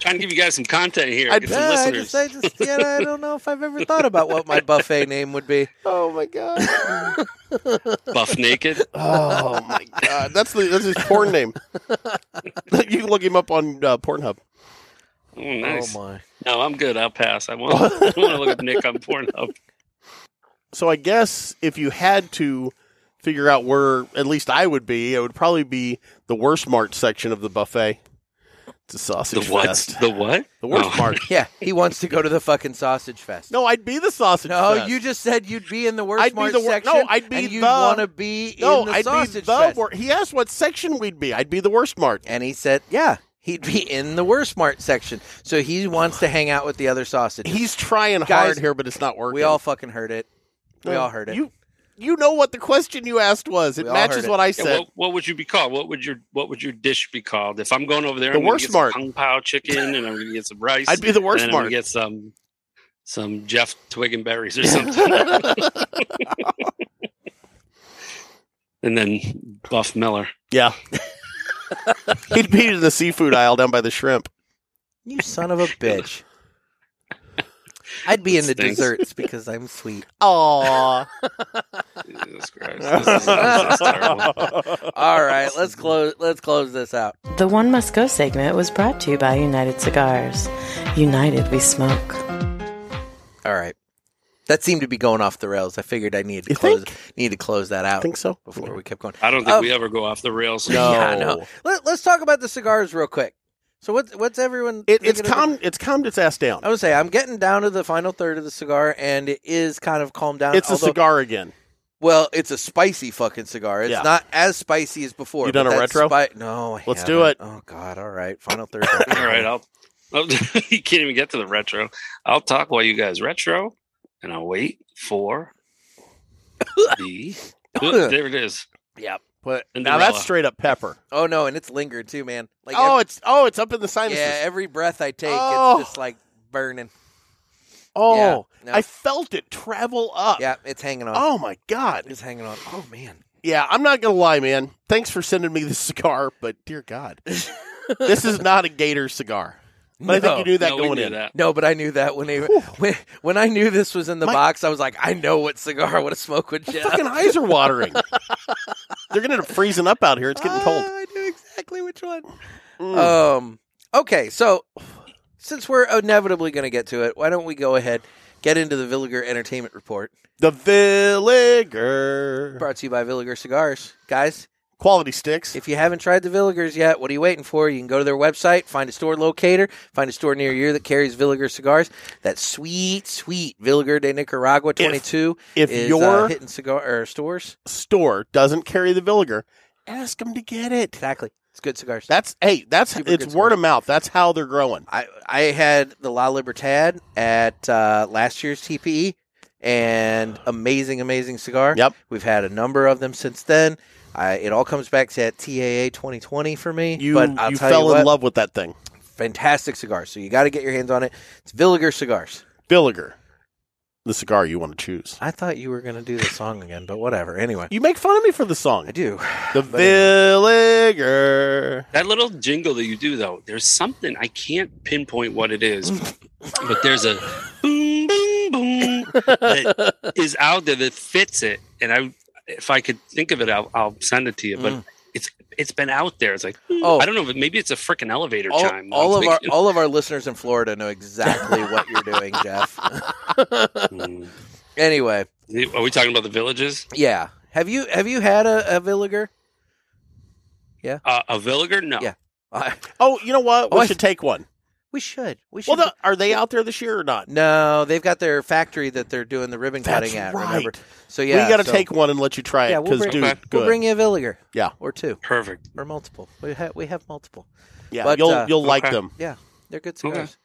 [SPEAKER 4] Trying to give you guys some content here.
[SPEAKER 1] I-
[SPEAKER 4] get some
[SPEAKER 3] Yeah, I
[SPEAKER 4] listeners.
[SPEAKER 3] just, I just, yeah, I don't know if I've ever thought about what my buffet name would be.
[SPEAKER 1] oh my god.
[SPEAKER 4] Buff naked.
[SPEAKER 1] Oh my god. That's the that's his porn name. you can look him up on uh, Pornhub.
[SPEAKER 4] Oh, nice.
[SPEAKER 3] Oh my!
[SPEAKER 4] No, I'm good. I'll pass. I want, I want to look at Nick on Pornhub.
[SPEAKER 1] So I guess if you had to figure out where at least I would be, it would probably be the worst mart section of the buffet. It's a
[SPEAKER 4] The
[SPEAKER 1] sausage
[SPEAKER 4] what?
[SPEAKER 1] fest.
[SPEAKER 4] The what?
[SPEAKER 1] The worst
[SPEAKER 4] Oh.
[SPEAKER 1] mart.
[SPEAKER 3] Yeah, he wants to go to the fucking sausage fest.
[SPEAKER 1] No, I'd be the sausage
[SPEAKER 3] No,
[SPEAKER 1] fest.
[SPEAKER 3] you just said you'd be in the worst
[SPEAKER 1] I'd be
[SPEAKER 3] smart
[SPEAKER 1] the wor-
[SPEAKER 3] section.
[SPEAKER 1] no, I'd be
[SPEAKER 3] and you
[SPEAKER 1] the-
[SPEAKER 3] want to be
[SPEAKER 1] No,
[SPEAKER 3] in the
[SPEAKER 1] I'd
[SPEAKER 3] sausage
[SPEAKER 1] be the
[SPEAKER 3] fest.
[SPEAKER 1] wor- He asked what section we'd be. I'd be the worst mart.
[SPEAKER 3] and he said, "Yeah, he'd be in the worst smart section." So he wants to hang out with the other sausages.
[SPEAKER 1] He's trying
[SPEAKER 3] Guys,
[SPEAKER 1] hard here, but it's not working.
[SPEAKER 3] we all fucking heard it. We
[SPEAKER 1] No,
[SPEAKER 3] all heard it.
[SPEAKER 1] You you know what the question you asked was. It
[SPEAKER 3] We all heard
[SPEAKER 1] matches
[SPEAKER 3] it.
[SPEAKER 1] what I
[SPEAKER 4] Yeah,
[SPEAKER 1] said.
[SPEAKER 4] what, what would you be called? What would your What would your dish be called? If I'm going over there,
[SPEAKER 1] The
[SPEAKER 4] I'm gonna
[SPEAKER 1] worst
[SPEAKER 4] get some
[SPEAKER 1] mart.
[SPEAKER 4] Kung Pao chicken, and I'm going to get some rice.
[SPEAKER 1] I'd be the worst
[SPEAKER 4] and then I'm
[SPEAKER 1] mart.
[SPEAKER 4] gonna Get some some Jeff Twig and berries or something. and then Buff Miller.
[SPEAKER 1] Yeah. He'd be in the seafood aisle down by the shrimp.
[SPEAKER 3] You son of a bitch. I'd be in the
[SPEAKER 4] Stinks.
[SPEAKER 3] desserts because I'm sweet.
[SPEAKER 1] Aww.
[SPEAKER 4] Jesus Christ. This is, this is terrible.
[SPEAKER 3] All right, let's close let's close this out.
[SPEAKER 7] The One Must Go segment was brought to you by United Cigars. United, we smoke.
[SPEAKER 3] All right. That seemed to be going off the rails. I figured I needed to
[SPEAKER 1] You
[SPEAKER 3] close need to close that out
[SPEAKER 1] think so?
[SPEAKER 3] before we kept going.
[SPEAKER 4] I don't think
[SPEAKER 3] Um,
[SPEAKER 4] we ever go off the rails.
[SPEAKER 1] No.
[SPEAKER 3] Yeah, no. Let, let's talk about the cigars real quick. So what's what's everyone
[SPEAKER 1] It, it's
[SPEAKER 3] thinking about-
[SPEAKER 1] calmed it's calmed its ass down.
[SPEAKER 3] I would say I'm getting down to the final third of the cigar and it is kind of calmed down.
[SPEAKER 1] It's a
[SPEAKER 3] although-
[SPEAKER 1] cigar again.
[SPEAKER 3] Well, it's a spicy fucking cigar. It's
[SPEAKER 1] Yeah.
[SPEAKER 3] not as spicy as before.
[SPEAKER 1] You done a
[SPEAKER 3] but that
[SPEAKER 1] retro?
[SPEAKER 3] spi- no. I
[SPEAKER 1] Let's
[SPEAKER 3] haven't.
[SPEAKER 1] do it.
[SPEAKER 3] Oh god, all right. Final third.
[SPEAKER 4] All right, I'll. I'll you can't even get to the retro. I'll talk while you guys retro, and I'll wait for the. Oop, there it is.
[SPEAKER 3] Yep.
[SPEAKER 1] But now
[SPEAKER 4] Cinderella.
[SPEAKER 1] that's straight up pepper.
[SPEAKER 3] Oh no, and it's lingered too, man. Like
[SPEAKER 1] oh,
[SPEAKER 3] every,
[SPEAKER 1] it's oh, it's up in the sinuses.
[SPEAKER 3] yeah, every breath I take,
[SPEAKER 1] Oh.
[SPEAKER 3] it's just like burning.
[SPEAKER 1] oh,
[SPEAKER 3] yeah, no.
[SPEAKER 1] I felt it travel up.
[SPEAKER 3] Yeah, it's hanging on.
[SPEAKER 1] Oh my god.
[SPEAKER 3] It's hanging on. Oh man.
[SPEAKER 1] Yeah, I'm not gonna lie, man. Thanks for sending me this cigar, but dear God, this is not a Gator cigar. But I think you knew that
[SPEAKER 4] No, we
[SPEAKER 1] going
[SPEAKER 4] knew
[SPEAKER 1] in.
[SPEAKER 4] that.
[SPEAKER 3] No, but I knew that when they when, when I knew this was in the
[SPEAKER 1] My-
[SPEAKER 3] box, I was like, I know what cigar, what a smoke with Jeff.
[SPEAKER 1] Fucking eyes are watering. They're gonna end up freezing up out here. It's getting cold.
[SPEAKER 3] Ah, I knew exactly which one.
[SPEAKER 1] Mm.
[SPEAKER 3] Um. Okay, so since we're inevitably going to get to it, why don't we go ahead get into the Villiger Entertainment Report,
[SPEAKER 1] The Villiger.
[SPEAKER 3] brought to you by Villiger Cigars, guys.
[SPEAKER 1] Quality sticks.
[SPEAKER 3] If you haven't tried the Villigers yet, what are you waiting for? You can go to their website, find a store locator, find a store near you that carries Villiger cigars. That sweet, sweet Villiger de Nicaragua 22
[SPEAKER 1] If
[SPEAKER 3] is
[SPEAKER 1] your
[SPEAKER 3] uh, hitting cigar or stores.
[SPEAKER 1] store doesn't carry the Villiger, ask them to get it.
[SPEAKER 3] Exactly. It's good cigars.
[SPEAKER 1] That's hey, that's
[SPEAKER 3] Super
[SPEAKER 1] it's
[SPEAKER 3] good
[SPEAKER 1] word
[SPEAKER 3] cigar.
[SPEAKER 1] of mouth. That's how they're growing.
[SPEAKER 3] I, I had the La Libertad at uh, last year's TPE and amazing, amazing cigar.
[SPEAKER 1] Yep.
[SPEAKER 3] We've had a number of them since then. I, it all comes back to that TAA 2020 for me.
[SPEAKER 1] You
[SPEAKER 3] but I'll
[SPEAKER 1] you
[SPEAKER 3] tell
[SPEAKER 1] fell
[SPEAKER 3] you what,
[SPEAKER 1] in love with that thing.
[SPEAKER 3] Fantastic cigar. So you got to get your hands on it. It's Villiger Cigars.
[SPEAKER 1] Villiger. The cigar you want to choose.
[SPEAKER 3] I thought you were going to do the song again, but whatever. Anyway,
[SPEAKER 1] You make fun of me for the song.
[SPEAKER 3] I do.
[SPEAKER 1] The
[SPEAKER 3] But anyway.
[SPEAKER 1] Villiger.
[SPEAKER 4] That little jingle that you do though, there's something I can't pinpoint what it is, but there's a boom boom boom that is out there that fits it, and I if I could think of it, I'll, I'll send it to you. But it's it's been out there. It's like hmm,
[SPEAKER 3] Mm. Oh.
[SPEAKER 4] I don't know, but maybe it's a freaking elevator
[SPEAKER 3] all,
[SPEAKER 4] chime.
[SPEAKER 3] all of our
[SPEAKER 4] It's
[SPEAKER 3] all of our listeners in Florida know exactly what you're doing, Jeff.
[SPEAKER 4] making-
[SPEAKER 3] Anyway,
[SPEAKER 4] Hmm. Mm. Are we talking about the villages?
[SPEAKER 3] yeah. Have you have you had a, a Villiger?
[SPEAKER 4] Uh, a Villiger? No.
[SPEAKER 3] Yeah. I-
[SPEAKER 1] Oh, you know what?
[SPEAKER 3] Oh,
[SPEAKER 1] We
[SPEAKER 3] I-
[SPEAKER 1] should take one.
[SPEAKER 3] we should. We should.
[SPEAKER 1] Well, the, are they out there this year or not?
[SPEAKER 3] no, they've got their factory that they're doing the ribbon
[SPEAKER 1] That's
[SPEAKER 3] cutting at.
[SPEAKER 1] right.
[SPEAKER 3] Remember? So yeah,
[SPEAKER 1] we got to
[SPEAKER 3] so
[SPEAKER 1] take one and let you try
[SPEAKER 3] Yeah,
[SPEAKER 1] it
[SPEAKER 3] we'll
[SPEAKER 1] because,
[SPEAKER 3] bring-
[SPEAKER 1] dude,
[SPEAKER 4] okay.
[SPEAKER 1] good.
[SPEAKER 3] We'll bring you a Villiger.
[SPEAKER 1] Yeah.
[SPEAKER 3] or two
[SPEAKER 4] Perfect.
[SPEAKER 3] or multiple. We have we have multiple.
[SPEAKER 1] yeah,
[SPEAKER 3] but,
[SPEAKER 1] you'll
[SPEAKER 3] uh,
[SPEAKER 1] you'll like
[SPEAKER 4] okay.
[SPEAKER 1] them.
[SPEAKER 3] Yeah, they're good
[SPEAKER 4] Okay.
[SPEAKER 3] cigars.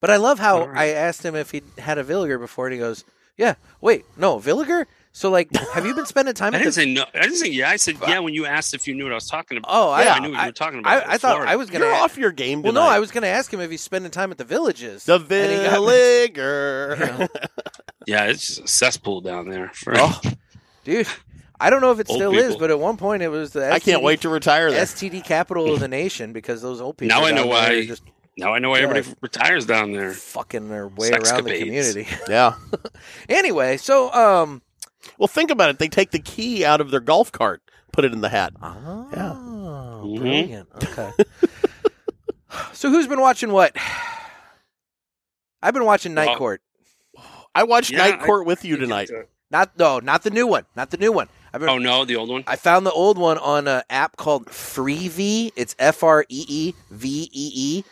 [SPEAKER 3] But I love how
[SPEAKER 4] All right.
[SPEAKER 3] I asked him if he had a Villiger before, and he goes, "Yeah, wait, no Villiger." So like, have you been spending time?
[SPEAKER 4] I
[SPEAKER 3] at the
[SPEAKER 4] didn't say no. I didn't say yeah. I said yeah when you asked if you knew what I was talking about.
[SPEAKER 3] Oh, I-
[SPEAKER 4] Yeah, I knew what
[SPEAKER 3] I-
[SPEAKER 4] you were talking
[SPEAKER 3] I,
[SPEAKER 4] about.
[SPEAKER 3] I thought
[SPEAKER 4] Florida.
[SPEAKER 3] I was gonna.
[SPEAKER 1] You're
[SPEAKER 3] a-
[SPEAKER 1] off your game.
[SPEAKER 3] well,
[SPEAKER 1] Tonight.
[SPEAKER 3] no, I was gonna ask him if he's spending time at the villages.
[SPEAKER 1] the
[SPEAKER 3] and he got-
[SPEAKER 1] Villiger.
[SPEAKER 4] Yeah, it's just a cesspool down there. For,
[SPEAKER 3] Oh, dude, I don't know if it
[SPEAKER 4] Old
[SPEAKER 3] still is,
[SPEAKER 4] people.
[SPEAKER 3] but at one point it was the. STD,
[SPEAKER 1] I can't wait to retire there.
[SPEAKER 3] STD capital of the nation because those old people.
[SPEAKER 4] Now I
[SPEAKER 3] down
[SPEAKER 4] know
[SPEAKER 3] there
[SPEAKER 4] why-
[SPEAKER 3] are Just
[SPEAKER 4] now I know why
[SPEAKER 3] Yeah.
[SPEAKER 4] everybody retires down there.
[SPEAKER 3] fucking their way around the
[SPEAKER 4] Sexcapades.
[SPEAKER 3] community.
[SPEAKER 1] yeah.
[SPEAKER 3] anyway, so um.
[SPEAKER 1] Well, think about it. They take the key out of their golf cart, put it in the hat.
[SPEAKER 3] Oh,
[SPEAKER 1] Yeah.
[SPEAKER 3] brilliant.
[SPEAKER 4] Mm-hmm.
[SPEAKER 3] Okay. so who's been watching what? I've been watching Night
[SPEAKER 4] Well-
[SPEAKER 3] Court.
[SPEAKER 1] I watched
[SPEAKER 4] Yeah,
[SPEAKER 1] Night
[SPEAKER 4] I-
[SPEAKER 1] Court with you tonight.
[SPEAKER 3] Not no, not the new one. Not the new one. I've been
[SPEAKER 4] Oh no, the old one.
[SPEAKER 3] I found the old one on an app called Freevee. It's F R E E V E E.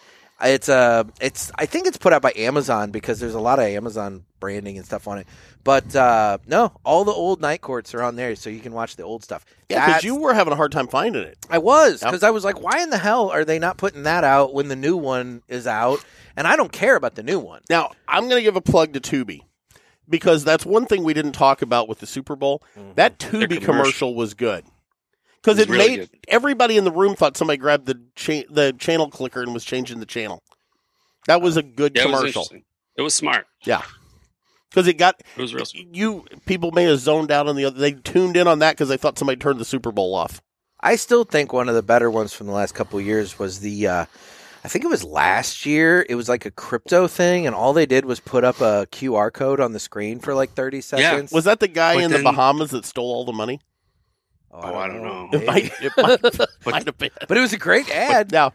[SPEAKER 3] It's uh, it's I think it's put out by Amazon because there's a lot of Amazon branding and stuff on it. But uh, no, all the old night courts are on there, so you can watch the old stuff.
[SPEAKER 1] Yeah, because
[SPEAKER 3] That's-
[SPEAKER 1] you were having a hard time finding it.
[SPEAKER 3] I was
[SPEAKER 1] Yep.
[SPEAKER 3] because I was like, why in the hell are they not putting that out when the new one is out? And I don't care about the new one.
[SPEAKER 1] Now, I'm going to give a plug to Tubi because that's one thing we didn't talk about with the Super Bowl. That Tubi commercial.
[SPEAKER 4] Mm-hmm. commercial.
[SPEAKER 1] was good because
[SPEAKER 4] It was
[SPEAKER 1] it,
[SPEAKER 4] really
[SPEAKER 1] made
[SPEAKER 4] good.
[SPEAKER 1] everybody in the room thought somebody grabbed the cha- the channel clicker and was changing the channel. That was a good
[SPEAKER 4] Uh, Yeah, it was
[SPEAKER 1] commercial
[SPEAKER 4] interesting. It was smart.
[SPEAKER 1] because it got
[SPEAKER 4] It was real. smart.
[SPEAKER 1] you people may have zoned out on the other. They tuned in on that because they thought somebody turned the Super Bowl off.
[SPEAKER 3] I still think one of the better ones from the last couple of years was the. Uh, I think it was last year. It was like a crypto thing, and all they did was put up a QR code on the screen for like thirty seconds.
[SPEAKER 1] Was that the guy
[SPEAKER 4] But
[SPEAKER 1] in
[SPEAKER 4] then-
[SPEAKER 1] the Bahamas that stole all the money?
[SPEAKER 4] Oh, I don't know.
[SPEAKER 1] It might, it might, might have been.
[SPEAKER 3] But it was a great ad.
[SPEAKER 1] Now,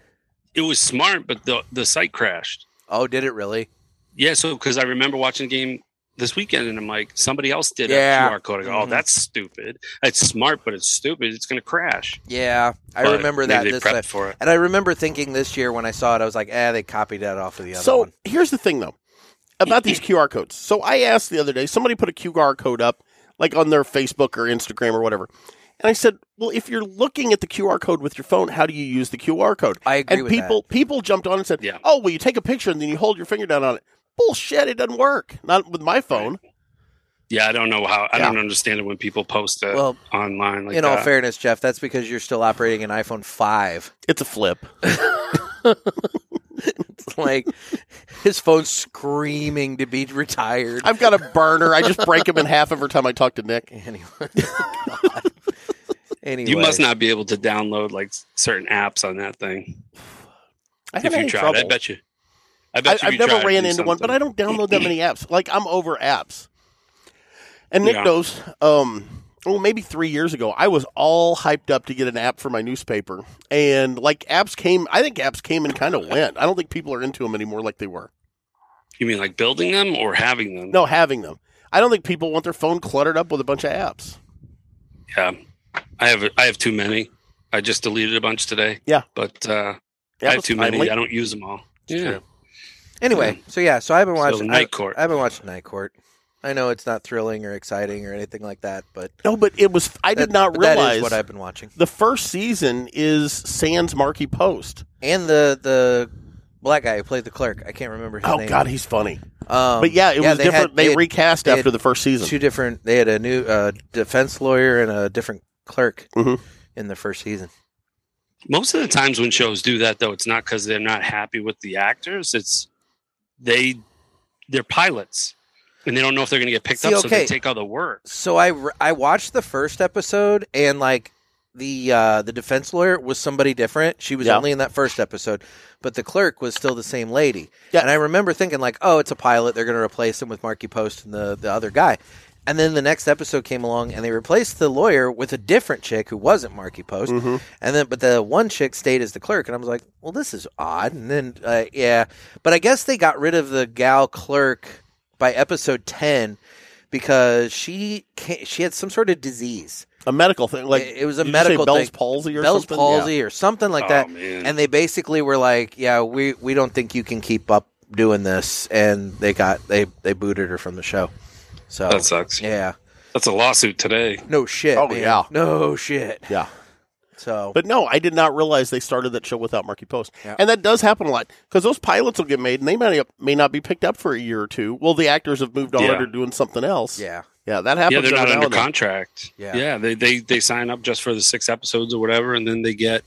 [SPEAKER 4] It was smart, but the the site crashed.
[SPEAKER 3] Oh, did it really?
[SPEAKER 4] Yeah, so because I remember watching the game this weekend, and I'm like, somebody else did
[SPEAKER 3] Yeah.
[SPEAKER 4] a QR code. I go, oh,
[SPEAKER 3] Mhm.
[SPEAKER 4] that's stupid. It's smart, but it's stupid. It's going to crash.
[SPEAKER 3] Yeah, I
[SPEAKER 4] But
[SPEAKER 3] remember
[SPEAKER 4] maybe
[SPEAKER 3] that.
[SPEAKER 4] They
[SPEAKER 3] This
[SPEAKER 4] prepped
[SPEAKER 3] way.
[SPEAKER 4] for it.
[SPEAKER 3] and I remember thinking this year when I saw it, I was like, "Eh, they copied that off of the other
[SPEAKER 1] so
[SPEAKER 3] one."
[SPEAKER 1] here's the thing, though, about these QR codes. So I asked the other day, somebody put a QR code up, like on their Facebook or Instagram or whatever. And I said, well, if you're looking at the QR code with your phone, how do you use the QR code?
[SPEAKER 3] I agree
[SPEAKER 1] and
[SPEAKER 3] with that.
[SPEAKER 1] people people jumped on and said,
[SPEAKER 4] Yeah.
[SPEAKER 1] oh, well, you take a picture and then you hold your finger down on it. Bullshit, it doesn't work. Not with my phone.
[SPEAKER 4] Yeah, I don't know how. I don't understand it when people post it
[SPEAKER 3] Well,
[SPEAKER 4] online like
[SPEAKER 3] in all
[SPEAKER 4] that.
[SPEAKER 3] fairness, Jeff, that's because you're still operating an iPhone 5.
[SPEAKER 1] It's a flip.
[SPEAKER 3] It's like his phone's screaming to be retired.
[SPEAKER 1] I've got a burner. I just break them in half every time I talk to Nick.
[SPEAKER 3] Anyway. anyway.
[SPEAKER 4] you must not be able to download like certain apps on that thing.
[SPEAKER 1] I
[SPEAKER 4] if
[SPEAKER 1] haven't
[SPEAKER 4] you
[SPEAKER 1] had
[SPEAKER 4] tried,
[SPEAKER 1] trouble.
[SPEAKER 4] I bet you. I
[SPEAKER 1] I,
[SPEAKER 4] bet you if
[SPEAKER 1] I've
[SPEAKER 4] you
[SPEAKER 1] never
[SPEAKER 4] tried,
[SPEAKER 1] ran
[SPEAKER 4] it'd
[SPEAKER 1] into
[SPEAKER 4] do
[SPEAKER 1] one, but I
[SPEAKER 4] something.
[SPEAKER 1] don't download that many apps. Like I'm over apps. And Nick
[SPEAKER 4] Yeah.
[SPEAKER 1] knows. Um, well, maybe three years ago, I was all hyped up to get an app for my newspaper, and like apps came. I think apps came and kind of went. I don't think people are into them anymore like they were.
[SPEAKER 4] You mean like building them or having them?
[SPEAKER 1] No, having them. I don't think people want their phone cluttered up with a bunch of apps.
[SPEAKER 4] Yeah, I have. I have too many. I just deleted a bunch today.
[SPEAKER 1] Yeah.
[SPEAKER 4] but uh,
[SPEAKER 1] Yeah,
[SPEAKER 4] I have
[SPEAKER 1] that's
[SPEAKER 4] too many.
[SPEAKER 1] timely.
[SPEAKER 4] I don't use them all. yeah.
[SPEAKER 3] Anyway, so yeah, so I've been
[SPEAKER 4] So,
[SPEAKER 3] watching
[SPEAKER 4] Night Court.
[SPEAKER 3] I, have been watching Night Court. I know it's not thrilling or exciting or anything like that, but
[SPEAKER 1] No, but it was. I did
[SPEAKER 3] that-
[SPEAKER 1] not
[SPEAKER 3] but that is
[SPEAKER 1] realize
[SPEAKER 3] what I've been watching.
[SPEAKER 1] the first season is Sans Marky Post.
[SPEAKER 3] And the the black guy who played the clerk, I can't remember his
[SPEAKER 1] Oh
[SPEAKER 3] name.
[SPEAKER 1] God, he's funny.
[SPEAKER 3] Um,
[SPEAKER 1] but yeah, it was
[SPEAKER 3] they
[SPEAKER 1] different.
[SPEAKER 3] had-
[SPEAKER 1] they
[SPEAKER 3] had
[SPEAKER 1] recast
[SPEAKER 3] they
[SPEAKER 1] after
[SPEAKER 3] had
[SPEAKER 1] the first season.
[SPEAKER 3] two different. They had a new uh, defense lawyer and a different clerk
[SPEAKER 1] Mhm.
[SPEAKER 3] in the first season.
[SPEAKER 4] Most of the times when shows do that, though, it's not because they're not happy with the actors. It's they they're pilots, and they don't know if they're going to get picked
[SPEAKER 3] See,
[SPEAKER 4] up, so
[SPEAKER 3] okay.
[SPEAKER 4] they take all the work.
[SPEAKER 3] So I re- I watched the first episode and like the uh, the defense lawyer was somebody different. She was
[SPEAKER 1] Yeah.
[SPEAKER 3] only in that first episode, but the clerk was still the same lady.
[SPEAKER 1] Yeah.
[SPEAKER 3] And I remember thinking like, oh, it's a pilot. They're going to replace him with Marky Post and the the other guy. And then the next episode came along, and they replaced the lawyer with a different chick who wasn't Marky Post.
[SPEAKER 1] Mm-hmm.
[SPEAKER 3] And then, but the one chick stayed as the clerk, and I was like, "Well, this is odd." And then, uh, yeah, but I guess they got rid of the gal clerk by episode ten because she ca she had some sort of disease,
[SPEAKER 1] A medical thing, like
[SPEAKER 3] It- it was a
[SPEAKER 1] did you say
[SPEAKER 3] medical
[SPEAKER 1] Bell's
[SPEAKER 3] thing.
[SPEAKER 1] palsy or
[SPEAKER 3] Bell's
[SPEAKER 1] something?
[SPEAKER 3] palsy or something like
[SPEAKER 4] Oh,
[SPEAKER 3] that.
[SPEAKER 4] man.
[SPEAKER 3] And they basically were like, "Yeah, we we don't think you can keep up doing this," and they got they they booted her from the show. So
[SPEAKER 4] That sucks.
[SPEAKER 3] yeah.
[SPEAKER 4] That's a lawsuit today.
[SPEAKER 3] No shit.
[SPEAKER 1] Oh,
[SPEAKER 3] man.
[SPEAKER 1] yeah.
[SPEAKER 3] No shit.
[SPEAKER 1] Yeah. yeah.
[SPEAKER 3] So
[SPEAKER 1] But no, I did not realize they started that show without Marky Post.
[SPEAKER 3] Yeah.
[SPEAKER 1] And that does happen a lot because those pilots will get made and they may, may not be picked up for a year or two. Well, the actors have moved on
[SPEAKER 4] Yeah.
[SPEAKER 1] and are doing something else.
[SPEAKER 3] yeah,
[SPEAKER 1] Yeah, that happens.
[SPEAKER 4] Yeah, they're
[SPEAKER 1] every
[SPEAKER 4] not
[SPEAKER 1] now
[SPEAKER 4] under
[SPEAKER 1] and then.
[SPEAKER 4] contract.
[SPEAKER 3] Yeah.
[SPEAKER 4] Yeah, they, they they sign up just for the six episodes or whatever, and then they get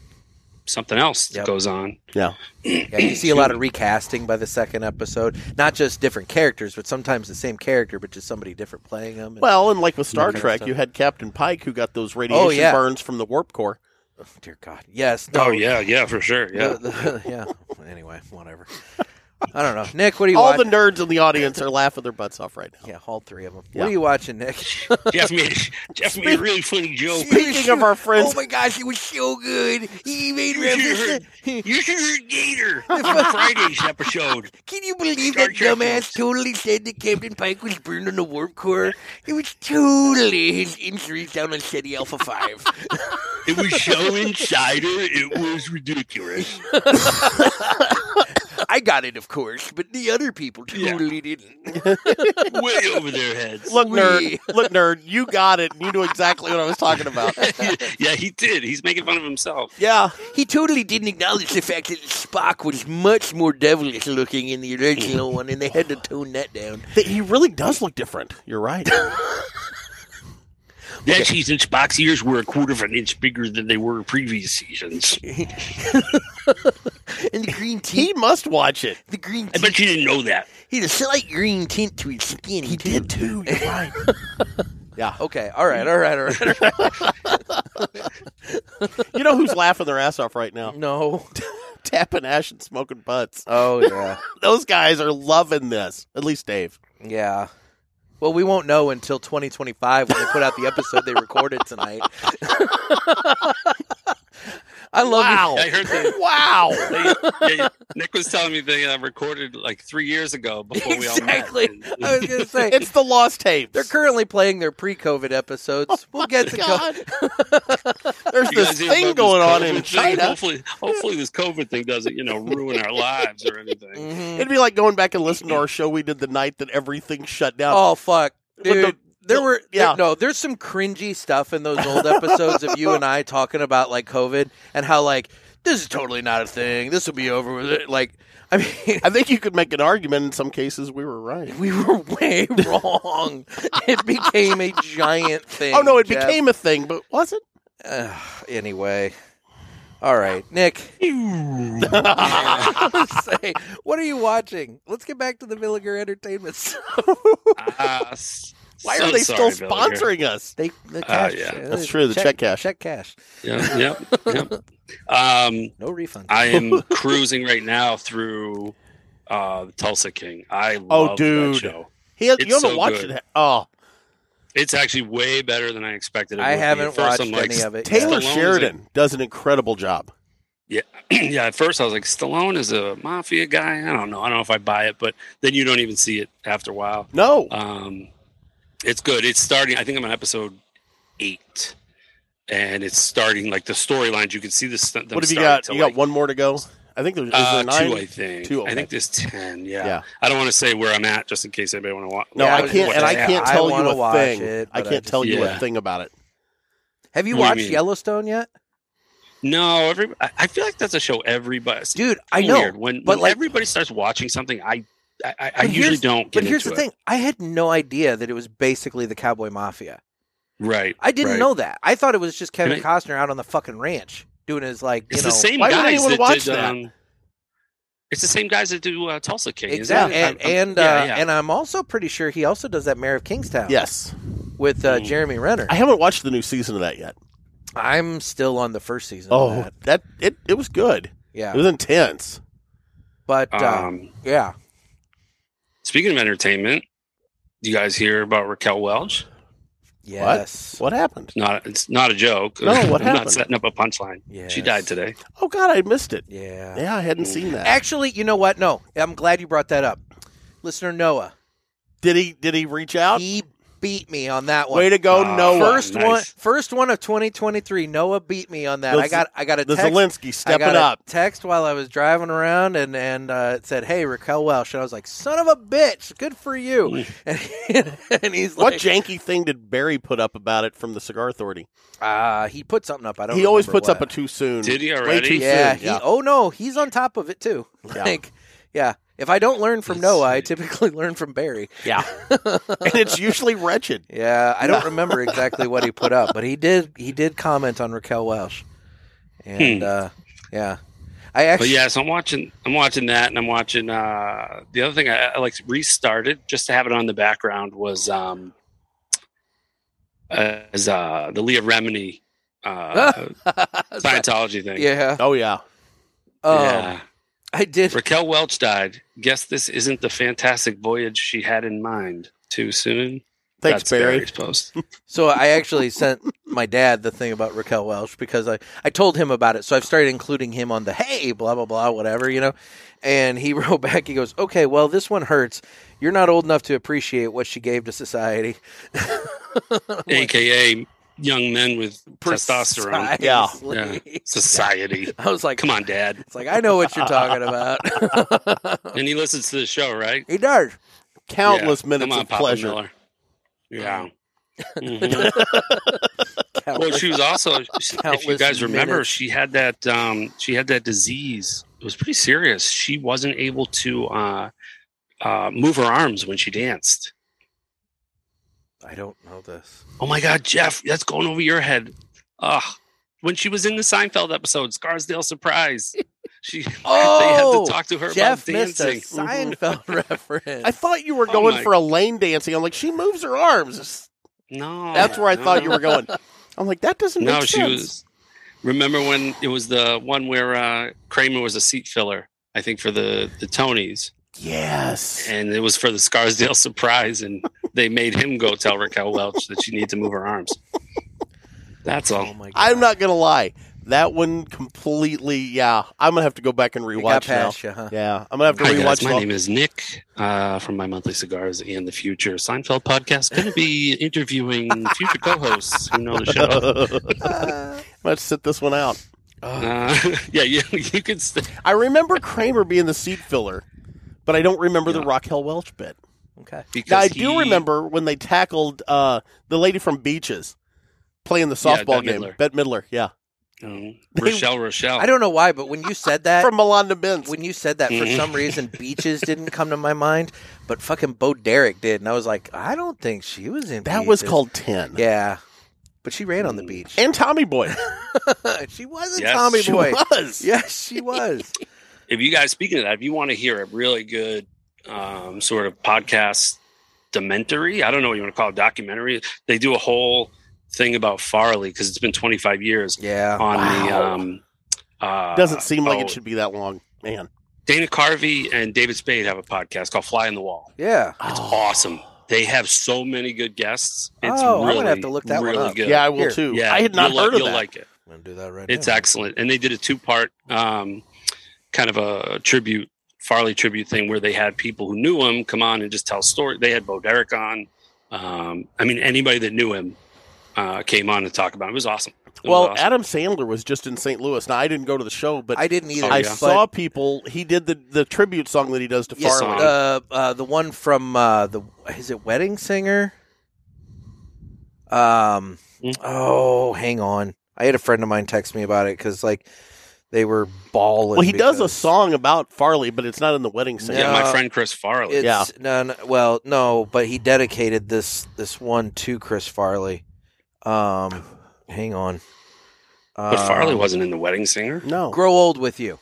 [SPEAKER 4] something else
[SPEAKER 3] Yep.
[SPEAKER 4] that goes on.
[SPEAKER 1] Yeah.
[SPEAKER 3] yeah. You see a lot of recasting by the second episode. Not just different characters, but sometimes the same character, but just somebody different playing them. And,
[SPEAKER 1] Well, and like with Star
[SPEAKER 3] That kind of
[SPEAKER 1] Trek,
[SPEAKER 3] stuff. Oh,
[SPEAKER 1] you had Captain Pike who got those radiation
[SPEAKER 3] yeah.
[SPEAKER 1] burns from the warp core.
[SPEAKER 3] dear God, yes. No,
[SPEAKER 4] Oh yeah, yeah, for sure. Yeah,
[SPEAKER 3] The- the- yeah. Anyway, whatever. I don't know, Nick. What are you
[SPEAKER 1] All the
[SPEAKER 3] watching?
[SPEAKER 1] nerds in the audience are laughing their butts off right now.
[SPEAKER 3] yeah, all three of them.
[SPEAKER 1] Yeah.
[SPEAKER 3] What are you watching, Nick?
[SPEAKER 4] Jeff made Jeff made a really funny joke.
[SPEAKER 1] Speaking of our friends,
[SPEAKER 3] Oh my gosh, he was so good. He made
[SPEAKER 4] You should have
[SPEAKER 3] reference.
[SPEAKER 4] heard, you should have heard Gator on Friday's episode.
[SPEAKER 3] Can you believe
[SPEAKER 4] Star
[SPEAKER 3] that
[SPEAKER 4] Trek
[SPEAKER 3] dumbass
[SPEAKER 4] is-
[SPEAKER 3] totally said that Captain Pike was burned on the warp core? It was totally his injuries down on SETI Alpha 5.
[SPEAKER 4] It was so insider. It was ridiculous.
[SPEAKER 3] I got it, of course, but the other people
[SPEAKER 4] Yeah.
[SPEAKER 3] totally didn't.
[SPEAKER 4] Way over their heads.
[SPEAKER 1] look, nerd,
[SPEAKER 3] Wee.
[SPEAKER 1] look, nerd, you got it. You knew exactly what I was talking about.
[SPEAKER 4] yeah, he did. He's making fun of himself.
[SPEAKER 1] Yeah,
[SPEAKER 3] He totally didn't acknowledge the fact that Spock was much more devilish looking in the original one, and they had to tone that down.
[SPEAKER 1] Th- he really does look different. You're right.
[SPEAKER 4] That season, Spock's ears were a quarter of an inch bigger than they were previous seasons.
[SPEAKER 3] And the green
[SPEAKER 1] he
[SPEAKER 3] tint,
[SPEAKER 1] must watch it.
[SPEAKER 3] the green
[SPEAKER 4] I
[SPEAKER 3] tint,
[SPEAKER 4] bet you didn't know that.
[SPEAKER 3] he had a slight green tint to his skin. He did too.
[SPEAKER 1] You're right. yeah.
[SPEAKER 3] Okay, all right, all right, all right. All right.
[SPEAKER 1] You know who's laughing their ass off right now?
[SPEAKER 3] no.
[SPEAKER 1] Tapping ash and smoking butts.
[SPEAKER 3] Oh yeah.
[SPEAKER 1] Those guys are loving this. At least Dave.
[SPEAKER 3] Yeah. Well, we won't know until 2025 when they put out the episode they recorded tonight. I love
[SPEAKER 1] Wow.
[SPEAKER 4] I heard that.
[SPEAKER 1] Wow.
[SPEAKER 4] They- they- Nick was telling me they uh, recorded like three years ago before we all met.
[SPEAKER 3] Exactly. I was going to say
[SPEAKER 1] It's the lost tapes.
[SPEAKER 3] they're currently playing their pre-COVID episodes. We'll get to
[SPEAKER 1] Oh God. There's
[SPEAKER 4] You guys
[SPEAKER 1] this
[SPEAKER 4] hear
[SPEAKER 1] thing
[SPEAKER 4] about
[SPEAKER 1] going on
[SPEAKER 4] COVID
[SPEAKER 1] in
[SPEAKER 4] thing?
[SPEAKER 1] China.
[SPEAKER 4] Hopefully, hopefully this COVID thing doesn't, you know, ruin our lives or anything.
[SPEAKER 3] Mhm.
[SPEAKER 1] It'd be like going back and listening to our show we did the night that everything shut down.
[SPEAKER 3] Oh fuck,
[SPEAKER 1] the-
[SPEAKER 3] dude. there were
[SPEAKER 1] yeah.
[SPEAKER 3] there- no. There's some cringy stuff in those old episodes of you and I talking about like COVID and how like this is totally not a thing. This will be over with. It. Like I mean,
[SPEAKER 1] I think you could make an argument in some cases we were right.
[SPEAKER 3] We were way wrong. it became a giant thing.
[SPEAKER 1] Oh no, it
[SPEAKER 3] Jeff.
[SPEAKER 1] became a thing, but was it?
[SPEAKER 3] Ugh, anyway. All right, Nick. Say, what are you watching? Let's get back to the Villiger Entertainment. stuff.
[SPEAKER 4] Uh, s-
[SPEAKER 1] Why
[SPEAKER 4] so
[SPEAKER 1] are they
[SPEAKER 4] sorry,
[SPEAKER 1] still
[SPEAKER 4] Bill, here.
[SPEAKER 1] sponsoring us?
[SPEAKER 3] they the cash.
[SPEAKER 4] Ah,
[SPEAKER 3] uh,
[SPEAKER 4] yeah.
[SPEAKER 1] That's true, the check cash.
[SPEAKER 3] Check cash.
[SPEAKER 4] Yeah, yep, yep. Um,
[SPEAKER 3] No refund.
[SPEAKER 4] I am cruising right now through uh, Tulsa King. I love
[SPEAKER 1] Oh, dude.
[SPEAKER 4] that show.
[SPEAKER 1] He has,
[SPEAKER 4] It's
[SPEAKER 1] you haven't
[SPEAKER 4] so
[SPEAKER 1] watched
[SPEAKER 4] good.
[SPEAKER 1] it. Oh,
[SPEAKER 4] It's actually way better than I expected. It
[SPEAKER 3] I
[SPEAKER 4] would be.
[SPEAKER 3] haven't
[SPEAKER 4] At
[SPEAKER 3] watched
[SPEAKER 4] first, I'm like,
[SPEAKER 3] any of it.
[SPEAKER 1] Taylor
[SPEAKER 4] Stallone's
[SPEAKER 1] Sheridan does an incredible job.
[SPEAKER 4] yeah, at first I was like, Stallone is a mafia guy. I don't know. I don't know if I buy it, but then you don't even see it after a while.
[SPEAKER 1] No,
[SPEAKER 4] Um, it's good. It's starting. I think I'm on episode eight, and it's starting like the storylines. You can see the. st- them
[SPEAKER 1] what have you
[SPEAKER 4] starting
[SPEAKER 1] got?
[SPEAKER 4] to,
[SPEAKER 1] You got
[SPEAKER 4] like,
[SPEAKER 1] one more to go. I think there's is
[SPEAKER 4] Uh,
[SPEAKER 1] there nine.
[SPEAKER 4] two, I think.
[SPEAKER 1] Two, okay.
[SPEAKER 4] I think there's ten. Yeah.
[SPEAKER 1] Yeah.
[SPEAKER 4] I don't want to say where I'm at, just in case anybody want to watch.
[SPEAKER 1] no,
[SPEAKER 3] Yeah,
[SPEAKER 1] I can't,
[SPEAKER 3] what
[SPEAKER 1] and I
[SPEAKER 3] I-
[SPEAKER 1] can't
[SPEAKER 3] I
[SPEAKER 1] tell
[SPEAKER 3] wanna
[SPEAKER 1] you a
[SPEAKER 3] watch
[SPEAKER 1] thing.
[SPEAKER 3] it,
[SPEAKER 1] I
[SPEAKER 3] but I
[SPEAKER 1] can't
[SPEAKER 3] just-
[SPEAKER 1] tell you
[SPEAKER 4] Yeah.
[SPEAKER 1] a thing about it.
[SPEAKER 3] Have you
[SPEAKER 4] What do you
[SPEAKER 3] watched
[SPEAKER 4] mean?
[SPEAKER 3] Yellowstone yet?
[SPEAKER 4] No, every. I- I feel like that's a show everybody.
[SPEAKER 3] Dude, I know.
[SPEAKER 4] Weird. When,
[SPEAKER 3] but
[SPEAKER 4] when
[SPEAKER 3] like,
[SPEAKER 4] everybody starts watching something, I I, I, I
[SPEAKER 3] But
[SPEAKER 4] usually
[SPEAKER 3] here's-
[SPEAKER 4] don't. Get
[SPEAKER 3] but here's the
[SPEAKER 4] into it.
[SPEAKER 3] thing: I had no idea that it was basically the Cowboy Mafia.
[SPEAKER 4] Right.
[SPEAKER 3] I didn't
[SPEAKER 4] right.
[SPEAKER 3] know that. I thought it was just Kevin
[SPEAKER 4] And
[SPEAKER 3] Costner out on the fucking ranch doing his like you
[SPEAKER 4] It's
[SPEAKER 3] know
[SPEAKER 4] the same
[SPEAKER 1] why would
[SPEAKER 4] guys
[SPEAKER 1] anyone
[SPEAKER 4] that
[SPEAKER 1] watch
[SPEAKER 4] did.
[SPEAKER 1] that?
[SPEAKER 4] Um, it's the same guys that do uh, Tulsa King. isn't
[SPEAKER 3] exactly.
[SPEAKER 4] it?
[SPEAKER 3] And
[SPEAKER 4] I'm- I'm-
[SPEAKER 3] and uh,
[SPEAKER 4] yeah, yeah.
[SPEAKER 3] and I'm also pretty sure he also does that Mayor of Kingstown.
[SPEAKER 1] Yes,
[SPEAKER 3] with uh,
[SPEAKER 4] Mm.
[SPEAKER 3] Jeremy Renner.
[SPEAKER 1] I haven't watched the new season of that yet.
[SPEAKER 3] I'm still on the first season. of
[SPEAKER 1] Oh,
[SPEAKER 3] that.
[SPEAKER 1] that it it was good. It
[SPEAKER 3] yeah.
[SPEAKER 1] was intense.
[SPEAKER 3] But uh,
[SPEAKER 4] um,
[SPEAKER 3] yeah,
[SPEAKER 4] Speaking of entertainment, do you guys hear about Raquel Welch?
[SPEAKER 3] Yes.
[SPEAKER 1] What happened?
[SPEAKER 4] Not it's not a joke.
[SPEAKER 1] No, what
[SPEAKER 4] I'm
[SPEAKER 1] happened?
[SPEAKER 4] Not setting up a punchline. She
[SPEAKER 3] Yes.
[SPEAKER 4] died today.
[SPEAKER 1] Oh God, I missed it.
[SPEAKER 3] Yeah.
[SPEAKER 1] Yeah, I hadn't seen that.
[SPEAKER 3] Actually, you know what? No, I'm glad you brought that up. Listener Noah,
[SPEAKER 1] Did he? Did he reach out?
[SPEAKER 3] he beat me on that one.
[SPEAKER 1] Way to go,
[SPEAKER 4] Ah,
[SPEAKER 1] Noah.
[SPEAKER 3] First
[SPEAKER 4] Nice.
[SPEAKER 3] one, first one of 2023. Noah beat me on that.
[SPEAKER 1] The
[SPEAKER 3] I got, I got a
[SPEAKER 1] the
[SPEAKER 3] text.
[SPEAKER 1] Zelensky
[SPEAKER 3] I
[SPEAKER 1] stepping
[SPEAKER 3] got a
[SPEAKER 1] up.
[SPEAKER 3] text while I was driving around, and and uh, it said, "Hey, Raquel Welsh," and I was like, "Son of a bitch, good for you." And, and he's
[SPEAKER 1] What
[SPEAKER 3] like,
[SPEAKER 1] janky thing did Barry put up about it from the Cigar Authority?
[SPEAKER 3] uh, he put something up. I don't.
[SPEAKER 1] He always
[SPEAKER 3] remember
[SPEAKER 1] puts
[SPEAKER 3] what.
[SPEAKER 1] up a too soon.
[SPEAKER 4] Did he
[SPEAKER 1] Way
[SPEAKER 4] already?
[SPEAKER 1] too
[SPEAKER 3] yeah,
[SPEAKER 1] soon.
[SPEAKER 3] he, Oh no, he's on top of it too.
[SPEAKER 1] Yeah.
[SPEAKER 3] Like, yeah. If I don't learn from
[SPEAKER 4] Let's
[SPEAKER 3] Noah, I
[SPEAKER 4] see.
[SPEAKER 3] typically learn from Barry.
[SPEAKER 1] Yeah. and it's usually wretched.
[SPEAKER 3] Yeah, I don't remember exactly what he put up, but he did. He did comment on Raquel Welsh,
[SPEAKER 1] Hmm.
[SPEAKER 3] and uh, yeah, I
[SPEAKER 4] But
[SPEAKER 3] actually
[SPEAKER 4] yeah, so I'm watching. I'm watching that, and I'm watching. Uh, the other thing I, I like restarted just to have it on the background was um, uh, is uh, the Leah Remini uh, Scientology thing.
[SPEAKER 3] yeah.
[SPEAKER 1] Oh yeah.
[SPEAKER 3] Um,
[SPEAKER 4] yeah.
[SPEAKER 3] I did.
[SPEAKER 4] Raquel Welch died. Guess this isn't the fantastic voyage she had in mind. Too soon.
[SPEAKER 1] Thanks,
[SPEAKER 4] That's
[SPEAKER 1] Barry.
[SPEAKER 4] Barry's post.
[SPEAKER 3] So I actually sent my dad the thing about Raquel Welch because I, I told him about it. So I've started including him on the hey, blah, blah, blah, whatever, you know. And he wrote back, he goes, okay, well, this one hurts. You're not old enough to appreciate what she gave to society.
[SPEAKER 4] AKA young men with testosterone.
[SPEAKER 1] Yeah.
[SPEAKER 4] Yeah.
[SPEAKER 3] Precisely.
[SPEAKER 4] Society.
[SPEAKER 3] I was like,
[SPEAKER 4] Come on, Dad.
[SPEAKER 3] It's like, I know what you're talking about.
[SPEAKER 4] And he listens to the show, right?
[SPEAKER 3] he does.
[SPEAKER 1] Countless
[SPEAKER 4] Yeah.
[SPEAKER 1] minutes
[SPEAKER 4] Come on,
[SPEAKER 1] of
[SPEAKER 4] Papa
[SPEAKER 1] pleasure.
[SPEAKER 4] Miller. Yeah. Mhm. well, she was also. she- if you
[SPEAKER 3] Countless
[SPEAKER 4] guys remember,
[SPEAKER 3] minutes.
[SPEAKER 4] she had that. Um, she had that disease. It was pretty serious. She wasn't able to uh, uh, move her arms when she danced.
[SPEAKER 3] I don't know this.
[SPEAKER 4] Oh my God, Jeff, that's going over your head. Ugh. When she was in the Seinfeld episode, Scarsdale Surprise, she
[SPEAKER 3] Oh,
[SPEAKER 4] they had to talk to her
[SPEAKER 3] Jeff
[SPEAKER 4] about
[SPEAKER 3] missed a
[SPEAKER 4] dancing. Mm-hmm.
[SPEAKER 3] Seinfeld reference.
[SPEAKER 1] I thought you were
[SPEAKER 4] Oh,
[SPEAKER 1] going
[SPEAKER 4] my-
[SPEAKER 1] for a lane dancing. I'm like, she moves her arms.
[SPEAKER 4] No,
[SPEAKER 1] That's where I
[SPEAKER 4] no,
[SPEAKER 1] thought you
[SPEAKER 4] no.
[SPEAKER 1] were going. I'm like, that doesn't
[SPEAKER 4] Oh No,
[SPEAKER 1] make
[SPEAKER 4] she
[SPEAKER 1] sense.
[SPEAKER 4] was. Remember when it was the one where uh, Kramer was a seat filler? I think for the the Tonys,
[SPEAKER 1] Yes.
[SPEAKER 4] and it was for the Scarsdale surprise, and they made him go tell Raquel Welch that she needed to move her arms. That's all.
[SPEAKER 3] Oh my God.
[SPEAKER 1] I'm not gonna lie. That one completely yeah. I'm gonna have to go back and
[SPEAKER 3] You got
[SPEAKER 1] rewatch now.
[SPEAKER 3] past you, huh?
[SPEAKER 1] Yeah. I'm gonna have to
[SPEAKER 4] Hi guys,
[SPEAKER 1] rewatch
[SPEAKER 4] my
[SPEAKER 1] Lo-
[SPEAKER 4] name is Nick uh, from my monthly cigars and the future Seinfeld podcast. Going to be interviewing future co-hosts who know the show.
[SPEAKER 1] Let's sit this one out.
[SPEAKER 4] Uh, yeah, you, you can stay.
[SPEAKER 1] I remember Kramer being the seat filler, but I don't remember the
[SPEAKER 4] Yeah.
[SPEAKER 1] Raquel Welch bit.
[SPEAKER 3] Okay.
[SPEAKER 1] Now I
[SPEAKER 4] because
[SPEAKER 1] do
[SPEAKER 4] he-
[SPEAKER 1] remember when they tackled uh, the lady from Beaches playing the
[SPEAKER 4] Yeah,
[SPEAKER 1] softball
[SPEAKER 4] Bette
[SPEAKER 1] game.
[SPEAKER 4] Midler.
[SPEAKER 1] Bette Midler, yeah,
[SPEAKER 4] um, Rochelle Rochelle.
[SPEAKER 3] I don't know why, but when you said that,
[SPEAKER 1] from Milan to Benz.
[SPEAKER 3] when you said that, for
[SPEAKER 4] Mhm.
[SPEAKER 3] some reason, beaches didn't come to my mind, but fucking Bo Derek did, and I was like, I don't think she was in.
[SPEAKER 1] that was
[SPEAKER 3] Beaches.
[SPEAKER 1] called Ten.
[SPEAKER 3] Yeah, but she ran on the beach.
[SPEAKER 1] And Tommy Boy,
[SPEAKER 3] she wasn't
[SPEAKER 4] Yes,
[SPEAKER 3] Tommy
[SPEAKER 4] she
[SPEAKER 3] Boy.
[SPEAKER 1] was.
[SPEAKER 3] Yes, she was.
[SPEAKER 4] if you guys speaking of that, if you want to hear a really good um, sort of podcast documentary, I don't know what you want to call it, documentary. They do a whole thing about Farley because it's been 25 years
[SPEAKER 3] Yeah.
[SPEAKER 4] on the.
[SPEAKER 1] Oh, Wow.
[SPEAKER 4] Um, uh,
[SPEAKER 1] Doesn't seem like
[SPEAKER 4] oh,
[SPEAKER 1] it should be that long, man.
[SPEAKER 4] Dana Carvey and David Spade have a podcast called Fly in the Wall.
[SPEAKER 3] Yeah.
[SPEAKER 4] It's awesome. They have so many good guests. It's
[SPEAKER 3] Oh, I'm
[SPEAKER 4] really,
[SPEAKER 3] gonna have to look that one
[SPEAKER 4] really
[SPEAKER 3] up.
[SPEAKER 4] Good.
[SPEAKER 1] Yeah, I will
[SPEAKER 3] Here.
[SPEAKER 1] too.
[SPEAKER 4] Yeah,
[SPEAKER 1] I had not
[SPEAKER 4] you'll li-
[SPEAKER 1] heard of
[SPEAKER 4] you'll
[SPEAKER 1] that.
[SPEAKER 4] like it.
[SPEAKER 3] I'm gonna do that right
[SPEAKER 4] It's
[SPEAKER 3] now.
[SPEAKER 4] excellent. And they did a two part um, kind of a tribute, Farley tribute thing where they had people who knew him come on and just tell story. They had Bo Derek on. Um, I mean, anybody that knew him uh, came on to talk about him. It was awesome. It was
[SPEAKER 1] well,
[SPEAKER 4] awesome.
[SPEAKER 1] Adam Sandler was just in St. Louis. Now I didn't go to the show, but
[SPEAKER 3] I didn't either.
[SPEAKER 4] Oh,
[SPEAKER 1] I
[SPEAKER 4] yeah.
[SPEAKER 3] but-
[SPEAKER 1] saw people. He did the, the tribute song that he does to
[SPEAKER 3] yes,
[SPEAKER 1] Farley.
[SPEAKER 4] uh,
[SPEAKER 3] the uh, the one from uh, the is it Wedding Singer? Um.
[SPEAKER 4] Mm.
[SPEAKER 3] Oh, hang on. I had a friend of mine text me about it because like they were balling.
[SPEAKER 1] well, he does a
[SPEAKER 3] because-
[SPEAKER 1] song about Farley, but it's not in the wedding singer.
[SPEAKER 4] yeah, my
[SPEAKER 3] no.
[SPEAKER 4] friend Chris Farley.
[SPEAKER 3] It's,
[SPEAKER 1] Yeah.
[SPEAKER 3] No, no, well, no, but he dedicated this this one to Chris Farley. Um, hang on.
[SPEAKER 4] but
[SPEAKER 3] Um,
[SPEAKER 4] Farley wasn't in The Wedding Singer.
[SPEAKER 1] No.
[SPEAKER 3] Grow old with you.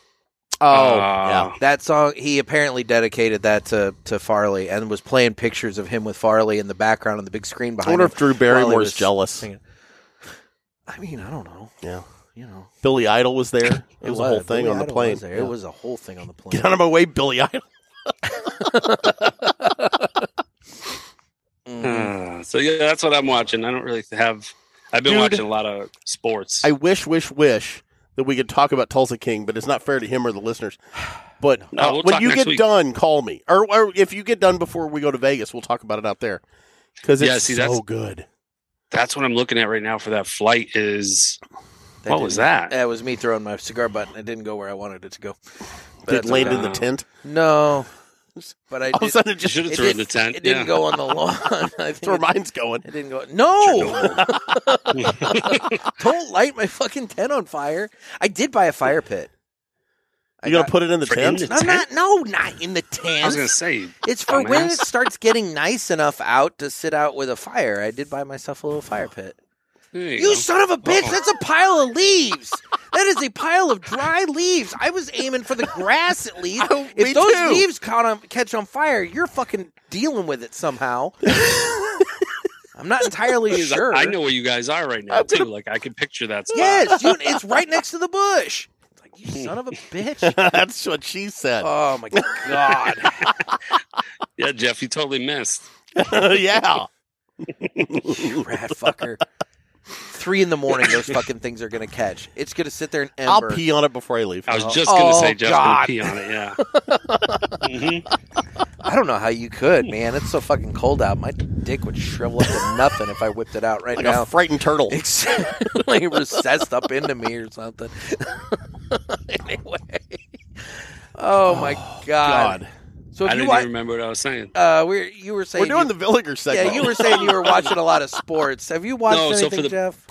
[SPEAKER 1] oh,
[SPEAKER 4] Uh,
[SPEAKER 1] yeah.
[SPEAKER 3] That song he apparently dedicated that to to Farley and was playing pictures of him with Farley in the background on the big screen
[SPEAKER 1] I
[SPEAKER 3] behind
[SPEAKER 1] wonder
[SPEAKER 3] him.
[SPEAKER 1] if Drew
[SPEAKER 3] while he
[SPEAKER 1] Barrymore's
[SPEAKER 3] was
[SPEAKER 1] jealous.
[SPEAKER 3] singing. I mean, I don't know.
[SPEAKER 1] Yeah.
[SPEAKER 3] You know,
[SPEAKER 1] Billy Idol was there. It, was, a whole thing
[SPEAKER 3] Billy
[SPEAKER 1] on the
[SPEAKER 3] Idol
[SPEAKER 1] plane.
[SPEAKER 3] was there.
[SPEAKER 1] Yeah.
[SPEAKER 3] It was a whole thing on the plane.
[SPEAKER 1] Get out of my way, Billy Idol.
[SPEAKER 3] Mhm.
[SPEAKER 4] Uh, So yeah, that's what I'm watching. I don't really have. I've been
[SPEAKER 1] Dude.
[SPEAKER 4] watching a lot of sports.
[SPEAKER 1] I wish, wish, wish that we could talk about Tulsa King, but it's not fair to him or the listeners. But
[SPEAKER 4] No,
[SPEAKER 1] uh,
[SPEAKER 4] we'll
[SPEAKER 1] when
[SPEAKER 4] talk
[SPEAKER 1] you
[SPEAKER 4] next
[SPEAKER 1] get
[SPEAKER 4] week.
[SPEAKER 1] done, call me, or, or if you get done before we go to Vegas, we'll talk about it out there because it's
[SPEAKER 4] Yeah, see,
[SPEAKER 1] so
[SPEAKER 4] that's-
[SPEAKER 1] good.
[SPEAKER 4] that's what I'm looking at right now for that flight. Is what was
[SPEAKER 3] didn't-
[SPEAKER 4] that?
[SPEAKER 3] That was me throwing my cigar butt. and It didn't go where I wanted it to go. But
[SPEAKER 1] Did
[SPEAKER 3] that's
[SPEAKER 1] land
[SPEAKER 3] okay.
[SPEAKER 1] in the
[SPEAKER 4] Uh,
[SPEAKER 1] tent?
[SPEAKER 3] No, but I
[SPEAKER 1] All of a
[SPEAKER 3] did,
[SPEAKER 1] sudden, it
[SPEAKER 4] you
[SPEAKER 1] just
[SPEAKER 4] should have
[SPEAKER 3] it,
[SPEAKER 4] thrown
[SPEAKER 3] did,
[SPEAKER 4] the tent.
[SPEAKER 3] it didn't
[SPEAKER 4] yeah.
[SPEAKER 3] go on the lawn. I
[SPEAKER 1] that's where
[SPEAKER 3] think it,
[SPEAKER 1] mine's going.
[SPEAKER 3] it didn't go. No, don't light my fucking tent on fire. I did buy a fire pit.
[SPEAKER 1] You gonna put it in the
[SPEAKER 4] For
[SPEAKER 1] tent?
[SPEAKER 4] in
[SPEAKER 3] I'm not. No, not in the tent.
[SPEAKER 4] I was gonna say
[SPEAKER 3] It's for when it
[SPEAKER 4] Dumbass.
[SPEAKER 3] starts getting nice enough out to sit out with a fire. I did buy myself a little fire pit.
[SPEAKER 4] there
[SPEAKER 3] You,
[SPEAKER 4] you go.
[SPEAKER 3] son of a bitch!
[SPEAKER 4] Uh-oh.
[SPEAKER 3] That's a pile of leaves. that is a pile of dry leaves. I was aiming for the grass at least.
[SPEAKER 1] Oh, me
[SPEAKER 3] if those
[SPEAKER 1] too.
[SPEAKER 3] leaves caught on, catch on fire, you're fucking dealing with it somehow. I'm not entirely
[SPEAKER 4] Because I-
[SPEAKER 3] sure.
[SPEAKER 4] I know where you guys are right now too. Like I can picture that. Spot.
[SPEAKER 3] Yes, you, it's right next to the bush. It's like you son of a bitch.
[SPEAKER 1] that's what she said.
[SPEAKER 3] Oh my god.
[SPEAKER 4] Yeah, Jeff, you totally missed.
[SPEAKER 3] Oh.
[SPEAKER 1] yeah.
[SPEAKER 3] rat fucker. Three in the morning, those fucking things are gonna catch. It's gonna sit there and
[SPEAKER 1] I'll
[SPEAKER 3] ember.
[SPEAKER 1] pee on it before I leave.
[SPEAKER 4] I was
[SPEAKER 3] Oh.
[SPEAKER 4] just gonna
[SPEAKER 3] Oh,
[SPEAKER 4] say Jeff's
[SPEAKER 3] God.
[SPEAKER 4] gonna pee on it. Yeah.
[SPEAKER 3] I don't know how you could, man. It's so fucking cold out. My dick would shrivel up to nothing if I whipped it out right
[SPEAKER 1] like
[SPEAKER 3] now.
[SPEAKER 1] a frightened turtle.
[SPEAKER 3] Except like recessed up into me or something. anyway. Oh my god.
[SPEAKER 1] God,
[SPEAKER 3] So
[SPEAKER 4] I
[SPEAKER 3] if you
[SPEAKER 4] didn't
[SPEAKER 3] watch,
[SPEAKER 4] even remember what I was saying.
[SPEAKER 3] uh, we you were saying
[SPEAKER 1] we're doing
[SPEAKER 3] you,
[SPEAKER 1] the Villiger segment.
[SPEAKER 3] yeah, you were saying you were watching a lot of sports. Have you watched
[SPEAKER 4] No, so
[SPEAKER 3] anything,
[SPEAKER 4] for the-
[SPEAKER 3] Jeff?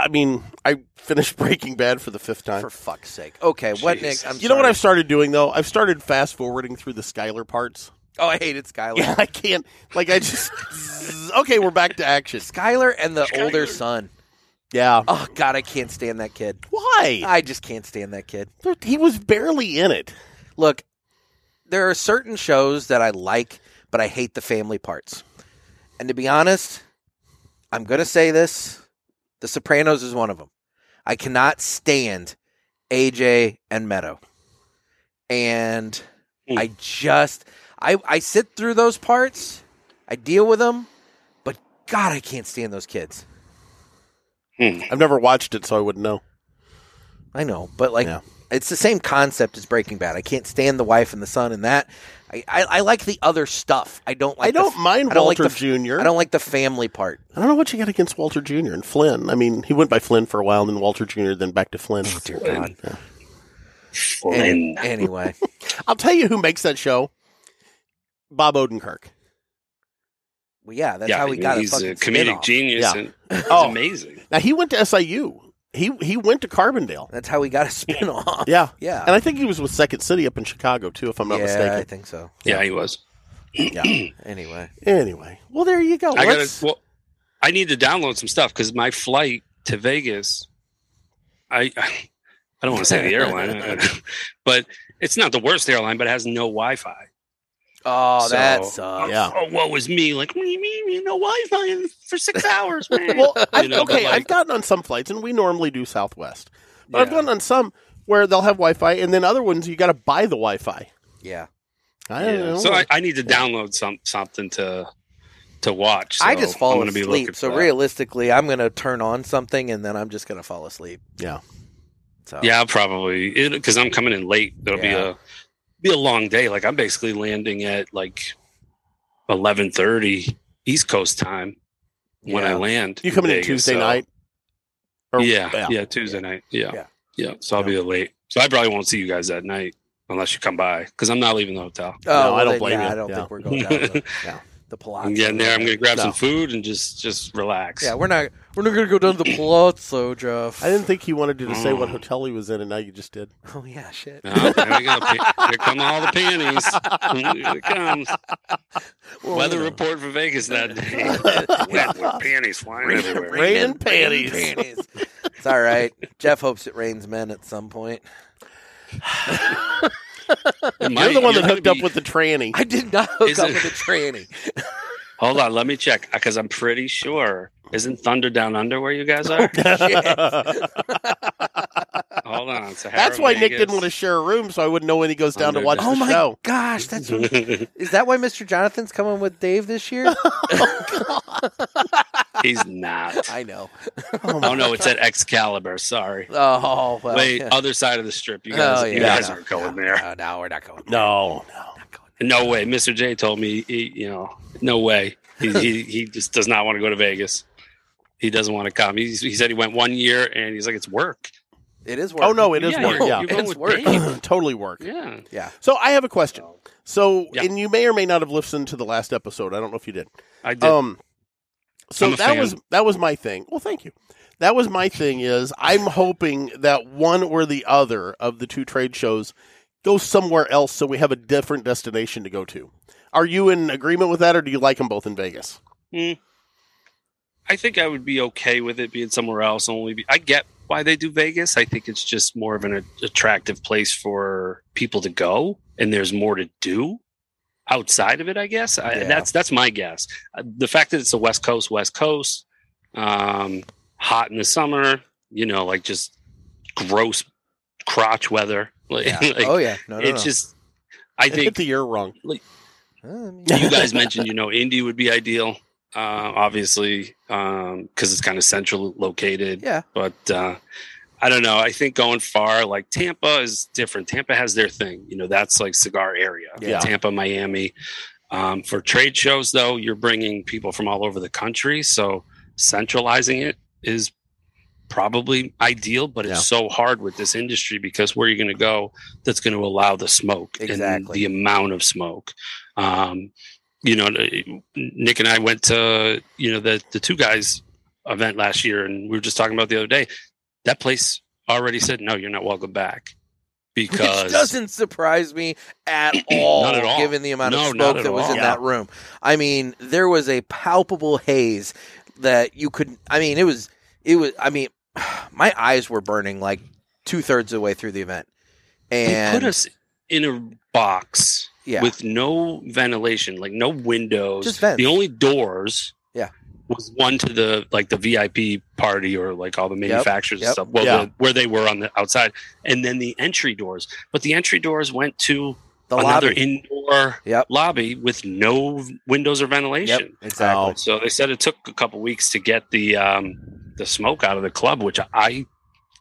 [SPEAKER 1] I mean, I finished Breaking Bad for the fifth time.
[SPEAKER 3] For fuck's sake. Okay, what Nick?
[SPEAKER 4] Jesus.
[SPEAKER 3] I'm
[SPEAKER 1] you know what
[SPEAKER 3] sorry.
[SPEAKER 1] I've started doing though? I've started fast forwarding through the Skylar parts.
[SPEAKER 3] Oh, I hated Skylar.
[SPEAKER 1] Yeah, I can't. Like I just. okay, we're back to action.
[SPEAKER 3] Skylar and the older
[SPEAKER 4] Skylar.
[SPEAKER 3] son.
[SPEAKER 1] Yeah.
[SPEAKER 3] Oh God, I can't stand that kid.
[SPEAKER 1] Why?
[SPEAKER 3] I just can't stand that kid.
[SPEAKER 1] He was barely in it.
[SPEAKER 3] Look, there are certain shows that I like, but I hate the family parts. And to be honest, I'm going to say this: The Sopranos is one of them. I cannot stand AJ and Meadow, and
[SPEAKER 4] Mm.
[SPEAKER 3] I just I I sit through those parts. I deal with them, but God, I can't stand those kids.
[SPEAKER 1] I've never watched it, so I wouldn't know.
[SPEAKER 3] I know, but like
[SPEAKER 1] Yeah.
[SPEAKER 3] it's the same concept as Breaking Bad. I can't stand the wife and the son and that. I, I, I like the other stuff. I don't like.
[SPEAKER 1] I don't
[SPEAKER 3] the,
[SPEAKER 1] mind
[SPEAKER 3] I don't
[SPEAKER 1] Walter
[SPEAKER 3] like the,
[SPEAKER 1] Jr.
[SPEAKER 3] I don't like the family part.
[SPEAKER 1] I don't know what you got against Walter Jr. and Flynn. I mean, he went by Flynn for a while, and then Walter Jr., then back to Flynn. Oh, dear
[SPEAKER 4] God.
[SPEAKER 3] Any-
[SPEAKER 4] Flynn.
[SPEAKER 3] anyway,
[SPEAKER 1] I'll tell you who makes that show Bob Odenkirk.
[SPEAKER 3] well, yeah, that's
[SPEAKER 4] yeah,
[SPEAKER 3] how
[SPEAKER 4] I
[SPEAKER 3] we
[SPEAKER 4] mean,
[SPEAKER 3] got
[SPEAKER 4] he's
[SPEAKER 3] a fucking
[SPEAKER 4] a comedic
[SPEAKER 3] spin-off.
[SPEAKER 4] genius.
[SPEAKER 1] Yeah.
[SPEAKER 4] And he's
[SPEAKER 1] Oh.
[SPEAKER 4] amazing.
[SPEAKER 1] Now, he went to SIU, he, he went to Carbondale.
[SPEAKER 3] That's how we got a spin off.
[SPEAKER 1] Yeah.
[SPEAKER 3] Yeah.
[SPEAKER 1] And I think he was with Second City up in Chicago, too, if I'm not
[SPEAKER 3] yeah, I
[SPEAKER 1] mistaken.
[SPEAKER 3] think so.
[SPEAKER 4] Yeah, he was.
[SPEAKER 3] Anyway,
[SPEAKER 1] Anyway, well, there you go.
[SPEAKER 4] I gotta.
[SPEAKER 1] Oh, Let's-
[SPEAKER 4] Well, I need to download some stuff because my flight to Vegas. I I don't want to say the airline, but it's not the worst airline, but it has no Wi-Fi.
[SPEAKER 3] oh,
[SPEAKER 4] So-
[SPEAKER 3] that sucks.
[SPEAKER 1] yeah.
[SPEAKER 4] Oh, woe is me! Like, what do you mean you no Wi-Fi for six hours, man?
[SPEAKER 1] Well, I,
[SPEAKER 4] You know, but
[SPEAKER 1] okay,
[SPEAKER 4] like-
[SPEAKER 1] I've gotten on some flights, and we normally do Southwest, but I've
[SPEAKER 4] Yeah.
[SPEAKER 1] gotten on some where they'll have Wi-Fi, and then other ones you got to buy the Wi-Fi.
[SPEAKER 3] Yeah,
[SPEAKER 1] I don't
[SPEAKER 4] Yeah.
[SPEAKER 1] know.
[SPEAKER 4] So I, I need to download some something to to watch.
[SPEAKER 3] I
[SPEAKER 4] so
[SPEAKER 3] just
[SPEAKER 4] I'm
[SPEAKER 3] fall
[SPEAKER 4] gonna be
[SPEAKER 3] asleep.
[SPEAKER 4] looking
[SPEAKER 3] So
[SPEAKER 4] for that.
[SPEAKER 3] realistically, I'm going to turn on something and then I'm just going to fall asleep.
[SPEAKER 1] yeah,
[SPEAKER 3] So
[SPEAKER 4] Yeah, I'll probably because I'm coming in late. It'll be
[SPEAKER 3] Yeah.
[SPEAKER 4] a be a long day. Like I'm basically landing at like eleven thirty East Coast time when I
[SPEAKER 3] Yeah.
[SPEAKER 4] land.
[SPEAKER 1] you coming in
[SPEAKER 4] Vegas,
[SPEAKER 1] Tuesday
[SPEAKER 4] so-
[SPEAKER 1] night? Or-
[SPEAKER 4] yeah, yeah, Tuesday night. Yeah,
[SPEAKER 3] Yeah.
[SPEAKER 4] yeah. so I'll be late. So I probably won't see you guys that night unless you come by because I'm not leaving the hotel.
[SPEAKER 3] Oh,
[SPEAKER 1] No, I
[SPEAKER 3] well,
[SPEAKER 1] don't
[SPEAKER 3] then,
[SPEAKER 1] blame
[SPEAKER 3] yeah,
[SPEAKER 1] you.
[SPEAKER 3] I don't
[SPEAKER 1] Yeah.
[SPEAKER 3] think we're going down the, yeah, the Palazzo.
[SPEAKER 4] I'm getting there. I'm going to grab
[SPEAKER 1] No.
[SPEAKER 4] some food and just just relax.
[SPEAKER 3] Yeah, we're not we're not gonna go down to the Palazzo, Jeff.
[SPEAKER 1] I didn't think he wanted you to say what
[SPEAKER 4] Mm.
[SPEAKER 1] hotel he was in, and now you just did.
[SPEAKER 3] Oh yeah, shit.
[SPEAKER 4] Oh, there we go. Pa- Here come all the panties. Here it comes.
[SPEAKER 3] Well,
[SPEAKER 4] Weather
[SPEAKER 3] you know.
[SPEAKER 4] report for Vegas that day. Wet with panties flying everywhere.
[SPEAKER 1] rain and panties.
[SPEAKER 3] panties. it's all right. Jeff hopes it rains men at some point.
[SPEAKER 4] It
[SPEAKER 1] You're
[SPEAKER 4] might-
[SPEAKER 1] the one that
[SPEAKER 4] you're gonna
[SPEAKER 1] hooked up
[SPEAKER 4] be-
[SPEAKER 1] with the tranny.
[SPEAKER 3] I did not hook
[SPEAKER 4] Is
[SPEAKER 3] up
[SPEAKER 4] it-
[SPEAKER 3] with a tranny.
[SPEAKER 4] Hold on, let me check because I'm pretty sure. Isn't Thunder Down Under where you guys are? Hold on. Sahara,
[SPEAKER 1] That's why Nick
[SPEAKER 4] Vegas.
[SPEAKER 1] didn't want to share a room, so I wouldn't know when he goes down to
[SPEAKER 4] Under-
[SPEAKER 1] watch
[SPEAKER 3] oh
[SPEAKER 1] the
[SPEAKER 3] my
[SPEAKER 1] show.
[SPEAKER 3] gosh, that's is that why Mr. Jonathan's coming with Dave this year?
[SPEAKER 4] He's not.
[SPEAKER 3] I know.
[SPEAKER 4] Oh no, it's at Excalibur. Sorry.
[SPEAKER 3] Oh well.
[SPEAKER 4] Wait,
[SPEAKER 3] yeah.
[SPEAKER 4] other side of the strip. You guys,
[SPEAKER 3] Oh,
[SPEAKER 4] you
[SPEAKER 3] yeah,
[SPEAKER 4] guys
[SPEAKER 3] no,
[SPEAKER 4] aren't going
[SPEAKER 3] no,
[SPEAKER 4] there.
[SPEAKER 3] No, no, we're not going.
[SPEAKER 1] No, no.
[SPEAKER 4] No way. Mr. J told me, he, you know, no way. He, he, he just does not want to go to Vegas. He doesn't want to come. He, he said he went one year and he's like, it's work.
[SPEAKER 3] It is work.
[SPEAKER 1] Oh no, it is
[SPEAKER 4] Yeah,
[SPEAKER 1] work.
[SPEAKER 4] you're-
[SPEAKER 1] Yeah,
[SPEAKER 4] you're going
[SPEAKER 3] It's
[SPEAKER 4] with
[SPEAKER 3] work.
[SPEAKER 4] Dave.
[SPEAKER 1] totally work.
[SPEAKER 4] Yeah.
[SPEAKER 1] So I have a question. So,
[SPEAKER 4] Yeah.
[SPEAKER 1] and you may or may not have listened to the last episode. I don't know if you did.
[SPEAKER 4] I did.
[SPEAKER 1] Um, so
[SPEAKER 4] I'm a
[SPEAKER 1] that
[SPEAKER 4] fan.
[SPEAKER 1] was that was my thing. Well, thank you. That was my thing. Is I'm hoping that one or the other of the two trade shows goes somewhere else, so we have a different destination to go to. Are you in agreement with that, or do you like them both in Vegas?
[SPEAKER 4] I think I would be okay with it being somewhere else. Only be, I get why they do Vegas. I think it's just more of an a- attractive place for people to go, and there's more to do outside of it. I guess I,
[SPEAKER 3] Yeah.
[SPEAKER 4] that's that's my guess. Uh, The fact that it's the West Coast, West Coast, um, hot in the summer, you know, like just gross crotch weather. Like,
[SPEAKER 3] Yeah.
[SPEAKER 4] like,
[SPEAKER 3] oh yeah. No, no,
[SPEAKER 4] it's
[SPEAKER 3] no.
[SPEAKER 4] just. I
[SPEAKER 1] I hit
[SPEAKER 4] think
[SPEAKER 1] the year wrong.
[SPEAKER 3] Oh, I mean-
[SPEAKER 4] you guys mentioned you know Indy would be ideal, uh, obviously, because it's kind of central located.
[SPEAKER 3] Yeah.
[SPEAKER 4] But uh, I don't know. I think going far like Tampa is different. Tampa has their thing. You know, that's like cigar area.
[SPEAKER 1] Yeah.
[SPEAKER 4] Tampa, Miami. Um, for trade shows, though, you're bringing people from all over the country, so centralizing it is probably ideal. But it's so hard with this industry because where are you going to go that's going to allow the smoke and
[SPEAKER 3] Exactly.
[SPEAKER 4] the amount of smoke? Um, you know, Nick and I went to you know the the two guys event last year, and we were just talking about the other day. That place already said no, you're not welcome back because
[SPEAKER 3] Which doesn't surprise me at all,
[SPEAKER 4] Not at all.
[SPEAKER 3] given the amount
[SPEAKER 4] No,
[SPEAKER 3] of
[SPEAKER 4] not
[SPEAKER 3] smoke
[SPEAKER 4] at
[SPEAKER 3] that was
[SPEAKER 4] all.
[SPEAKER 3] in that room. I mean, there was a palpable haze that you could. I mean, it was. It was. I mean, my eyes were burning like two thirds of the way through the event,
[SPEAKER 4] they
[SPEAKER 3] and
[SPEAKER 4] put us in a box
[SPEAKER 3] yeah,
[SPEAKER 4] with no ventilation, like no windows.
[SPEAKER 3] Just vents.
[SPEAKER 4] The only doors,
[SPEAKER 3] Yeah.
[SPEAKER 4] was one to the like the VIP party or like all the manufacturers
[SPEAKER 3] yep,
[SPEAKER 4] and stuff. Well,
[SPEAKER 1] yeah.
[SPEAKER 4] the, where they were on the outside, and then the entry doors. But the entry doors went to
[SPEAKER 3] the
[SPEAKER 4] another
[SPEAKER 3] lobby.
[SPEAKER 4] indoor
[SPEAKER 3] Yep.
[SPEAKER 4] lobby with no windows or
[SPEAKER 3] Yep.
[SPEAKER 4] ventilation.
[SPEAKER 1] Oh,
[SPEAKER 3] Exactly.
[SPEAKER 4] So they said it took a couple weeks to get the um, the smoke out of the club, which I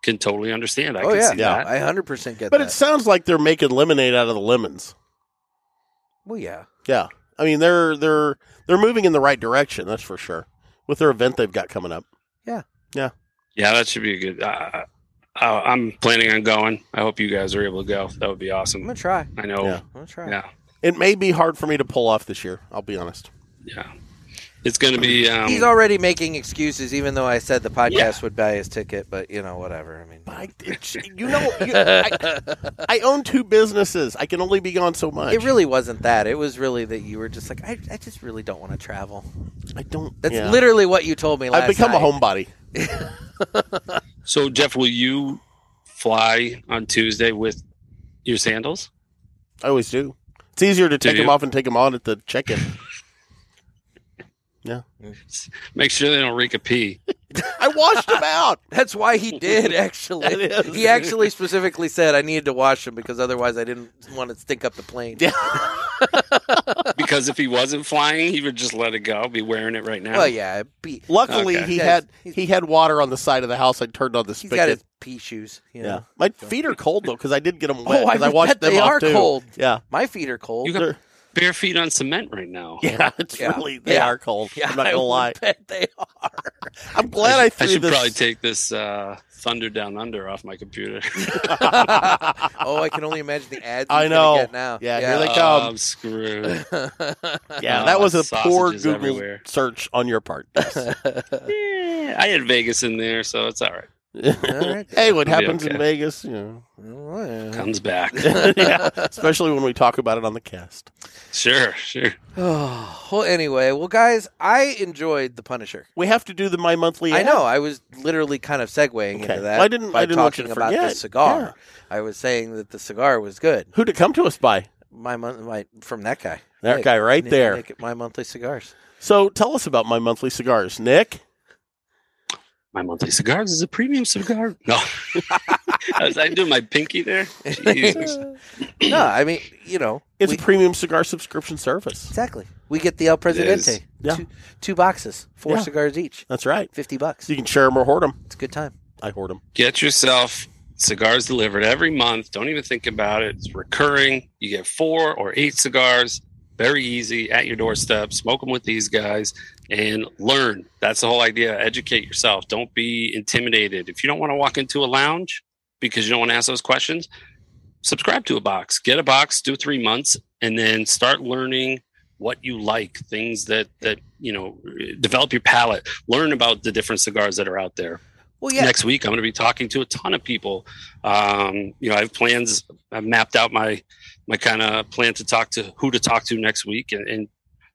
[SPEAKER 4] can totally understand. I
[SPEAKER 3] oh
[SPEAKER 4] can
[SPEAKER 3] yeah.
[SPEAKER 4] see
[SPEAKER 1] Yeah.
[SPEAKER 4] that.
[SPEAKER 3] I hundred percent get
[SPEAKER 1] But
[SPEAKER 3] that.
[SPEAKER 1] it sounds like they're making lemonade out of the lemons.
[SPEAKER 3] well, yeah.
[SPEAKER 1] Yeah, I mean they're they're they're moving in the right direction. That's for sure. With their event they've got coming up.
[SPEAKER 4] Yeah, that should be a good. Uh, uh, I'm planning on going. I hope you guys are able to go. That would be
[SPEAKER 3] I'm
[SPEAKER 4] awesome.
[SPEAKER 3] gonna try. I'm
[SPEAKER 4] I know.
[SPEAKER 1] Yeah.
[SPEAKER 4] Yeah.
[SPEAKER 3] gonna try.
[SPEAKER 1] It may be hard for me to pull off this year. I'll be honest.
[SPEAKER 4] It's going to be. Um,
[SPEAKER 3] He's already making excuses, even though I said the podcast
[SPEAKER 4] Yeah.
[SPEAKER 3] would buy his ticket. But you know, whatever. I mean,
[SPEAKER 1] But I, it, you know, you, I, I own two businesses. I can only be gone so much.
[SPEAKER 3] It really wasn't that. It was really that you were just like, I, I just really don't want to travel.
[SPEAKER 1] I don't.
[SPEAKER 3] That's
[SPEAKER 1] yeah.
[SPEAKER 3] literally what you told me last
[SPEAKER 1] I've become
[SPEAKER 3] night.
[SPEAKER 1] a homebody.
[SPEAKER 4] so, Jeff, will you fly on Tuesday with your sandals?
[SPEAKER 1] I always do. It's easier to take
[SPEAKER 4] you?
[SPEAKER 1] them off and take them on at the check-in.
[SPEAKER 4] Make sure they don't reek a pee.
[SPEAKER 1] I washed them out.
[SPEAKER 3] That's why he did,
[SPEAKER 1] That
[SPEAKER 3] actually.
[SPEAKER 1] is.
[SPEAKER 3] he actually specifically said I needed to wash them because otherwise I didn't want to stink up the plane.
[SPEAKER 1] Yeah.
[SPEAKER 4] because if he wasn't flying, he would just let it go. Be wearing it right now.
[SPEAKER 3] Well, yeah. it'd Be,
[SPEAKER 1] Luckily,
[SPEAKER 4] Okay.
[SPEAKER 1] he
[SPEAKER 3] Yeah,
[SPEAKER 1] had
[SPEAKER 3] he's-
[SPEAKER 1] he had water on the side of the house. I turned on the
[SPEAKER 3] he's
[SPEAKER 1] spigot.
[SPEAKER 3] got his pee shoes. You
[SPEAKER 1] yeah.
[SPEAKER 3] know.
[SPEAKER 1] my feet are cold though because I did get them wet.
[SPEAKER 3] Oh, I
[SPEAKER 1] 'cause I washed
[SPEAKER 3] bet
[SPEAKER 1] them
[SPEAKER 3] they
[SPEAKER 1] off
[SPEAKER 3] are
[SPEAKER 1] too.
[SPEAKER 3] cold.
[SPEAKER 1] Yeah,
[SPEAKER 3] My feet are cold.
[SPEAKER 4] You got-
[SPEAKER 1] They're-
[SPEAKER 4] Bare feet on cement right now.
[SPEAKER 1] yeah, it's
[SPEAKER 3] Yeah.
[SPEAKER 1] really they
[SPEAKER 3] Yeah.
[SPEAKER 1] are cold.
[SPEAKER 3] yeah,
[SPEAKER 1] I'm not
[SPEAKER 3] I
[SPEAKER 1] gonna
[SPEAKER 3] would
[SPEAKER 1] lie.
[SPEAKER 3] bet they are.
[SPEAKER 1] I'm glad I,
[SPEAKER 4] I
[SPEAKER 1] threw
[SPEAKER 4] should
[SPEAKER 1] this.
[SPEAKER 4] probably take this uh, Thunder Down Under off my computer.
[SPEAKER 3] Oh, I can only imagine the ads.
[SPEAKER 1] I
[SPEAKER 3] he's gonna
[SPEAKER 1] know.
[SPEAKER 3] Get now.
[SPEAKER 1] Yeah, here they
[SPEAKER 4] Oh,
[SPEAKER 1] come.
[SPEAKER 4] I'm screwed.
[SPEAKER 1] Yeah,
[SPEAKER 4] Oh,
[SPEAKER 1] that was a
[SPEAKER 4] sausages
[SPEAKER 1] poor Google
[SPEAKER 4] everywhere.
[SPEAKER 1] search on your part. Yes.
[SPEAKER 4] Yeah, I had Vegas in there, so it's all right.
[SPEAKER 3] All right.
[SPEAKER 1] hey, what
[SPEAKER 4] It'll be
[SPEAKER 1] happens in
[SPEAKER 4] okay.
[SPEAKER 1] Vegas? You know.
[SPEAKER 4] Comes back.
[SPEAKER 1] yeah, especially when we talk about it on the cast.
[SPEAKER 4] sure, sure.
[SPEAKER 3] Oh, well, anyway, well, guys, I enjoyed The Punisher.
[SPEAKER 1] We have to do the my monthly.
[SPEAKER 3] I
[SPEAKER 1] ad.
[SPEAKER 3] know. I was literally kind of
[SPEAKER 1] Okay.
[SPEAKER 3] segueing into that.
[SPEAKER 1] Well, I didn't-
[SPEAKER 3] By
[SPEAKER 1] I didn't want you
[SPEAKER 3] talking
[SPEAKER 1] to
[SPEAKER 3] about the
[SPEAKER 1] forget.
[SPEAKER 3] cigar.
[SPEAKER 1] Yeah.
[SPEAKER 3] I was saying that the cigar was good.
[SPEAKER 1] who to come to us by.
[SPEAKER 3] My month, my from that guy.
[SPEAKER 1] That guy right
[SPEAKER 3] Nick-
[SPEAKER 1] there.
[SPEAKER 3] Nick at my monthly cigars.
[SPEAKER 1] So tell us about my monthly cigars, Nick.
[SPEAKER 4] My monthly cigars is a premium cigar. No, I was I doing my pinky there. Jesus.
[SPEAKER 3] no, I mean, you know,
[SPEAKER 1] It's
[SPEAKER 3] we-
[SPEAKER 1] a premium cigar subscription service.
[SPEAKER 3] exactly. We get the El Presidente,
[SPEAKER 1] Yeah.
[SPEAKER 3] two, two boxes, four
[SPEAKER 1] Yeah.
[SPEAKER 3] cigars each,
[SPEAKER 1] That's right.
[SPEAKER 3] fifty bucks.
[SPEAKER 1] So you can share them or hoard them.
[SPEAKER 3] It's a good time.
[SPEAKER 1] I hoard them.
[SPEAKER 4] Get yourself cigars delivered every month. Don't even think about it. It's recurring. You get four or eight cigars, very easy at your doorstep. Smoke them with these guys and learn. That's the whole idea. Educate yourself. Don't be intimidated. If you don't want to walk into a lounge because you don't want to ask those questions, subscribe to a box. Get a box, do three months, and then start learning what you like things that that you know develop your palate learn about the different cigars that are out there
[SPEAKER 3] Well, yeah,
[SPEAKER 4] next week i'm going to be talking to a ton of people um, you know i have plans i've mapped out my my kind of plan to talk to who to talk to next week and, and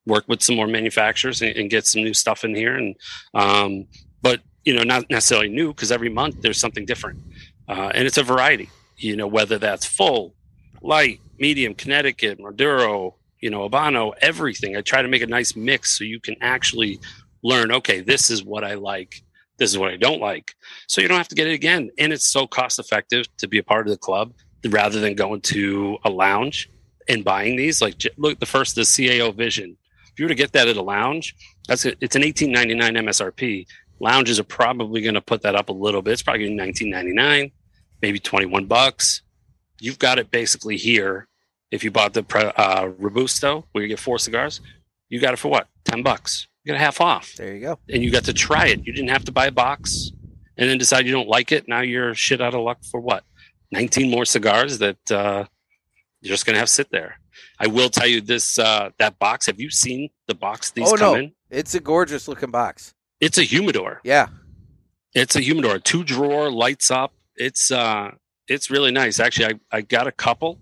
[SPEAKER 4] work with some more manufacturers and, and get some new stuff in here and um, but you know not necessarily new because every month there's something different uh, and it's a variety you know whether that's full light medium connecticut maduro you know habano everything i try to make a nice mix so you can actually learn okay this is what i like this is what i don't like so you don't have to get it again. And it's so cost effective to be a part of the club rather than going to a lounge and buying these. Like j- look, the first the CAO Vision. If you were to get that at a lounge, that's a, it's an eighteen ninety nine MSRP. Lounges are probably going to put that up a little bit. It's probably nineteen ninety nine, maybe twenty one bucks. You've got it basically here. If you bought the pre- uh, Robusto, where you get four cigars, you got it for what ten bucks. You got a half off
[SPEAKER 3] there you go.
[SPEAKER 4] and you got to try it. You didn't have to buy a box and then decide you don't like it. Now you're shit out of luck for what? 19 more cigars that uh, you're just going to have sit there. I will tell you this uh, that box. Have you seen the box these
[SPEAKER 3] Oh,
[SPEAKER 4] come
[SPEAKER 3] no.
[SPEAKER 4] in?
[SPEAKER 3] It's a gorgeous looking box.
[SPEAKER 4] It's a humidor.
[SPEAKER 3] Yeah,
[SPEAKER 4] It's a humidor, two drawer, lights up. It's uh, it's really nice. Actually, I, I got a couple,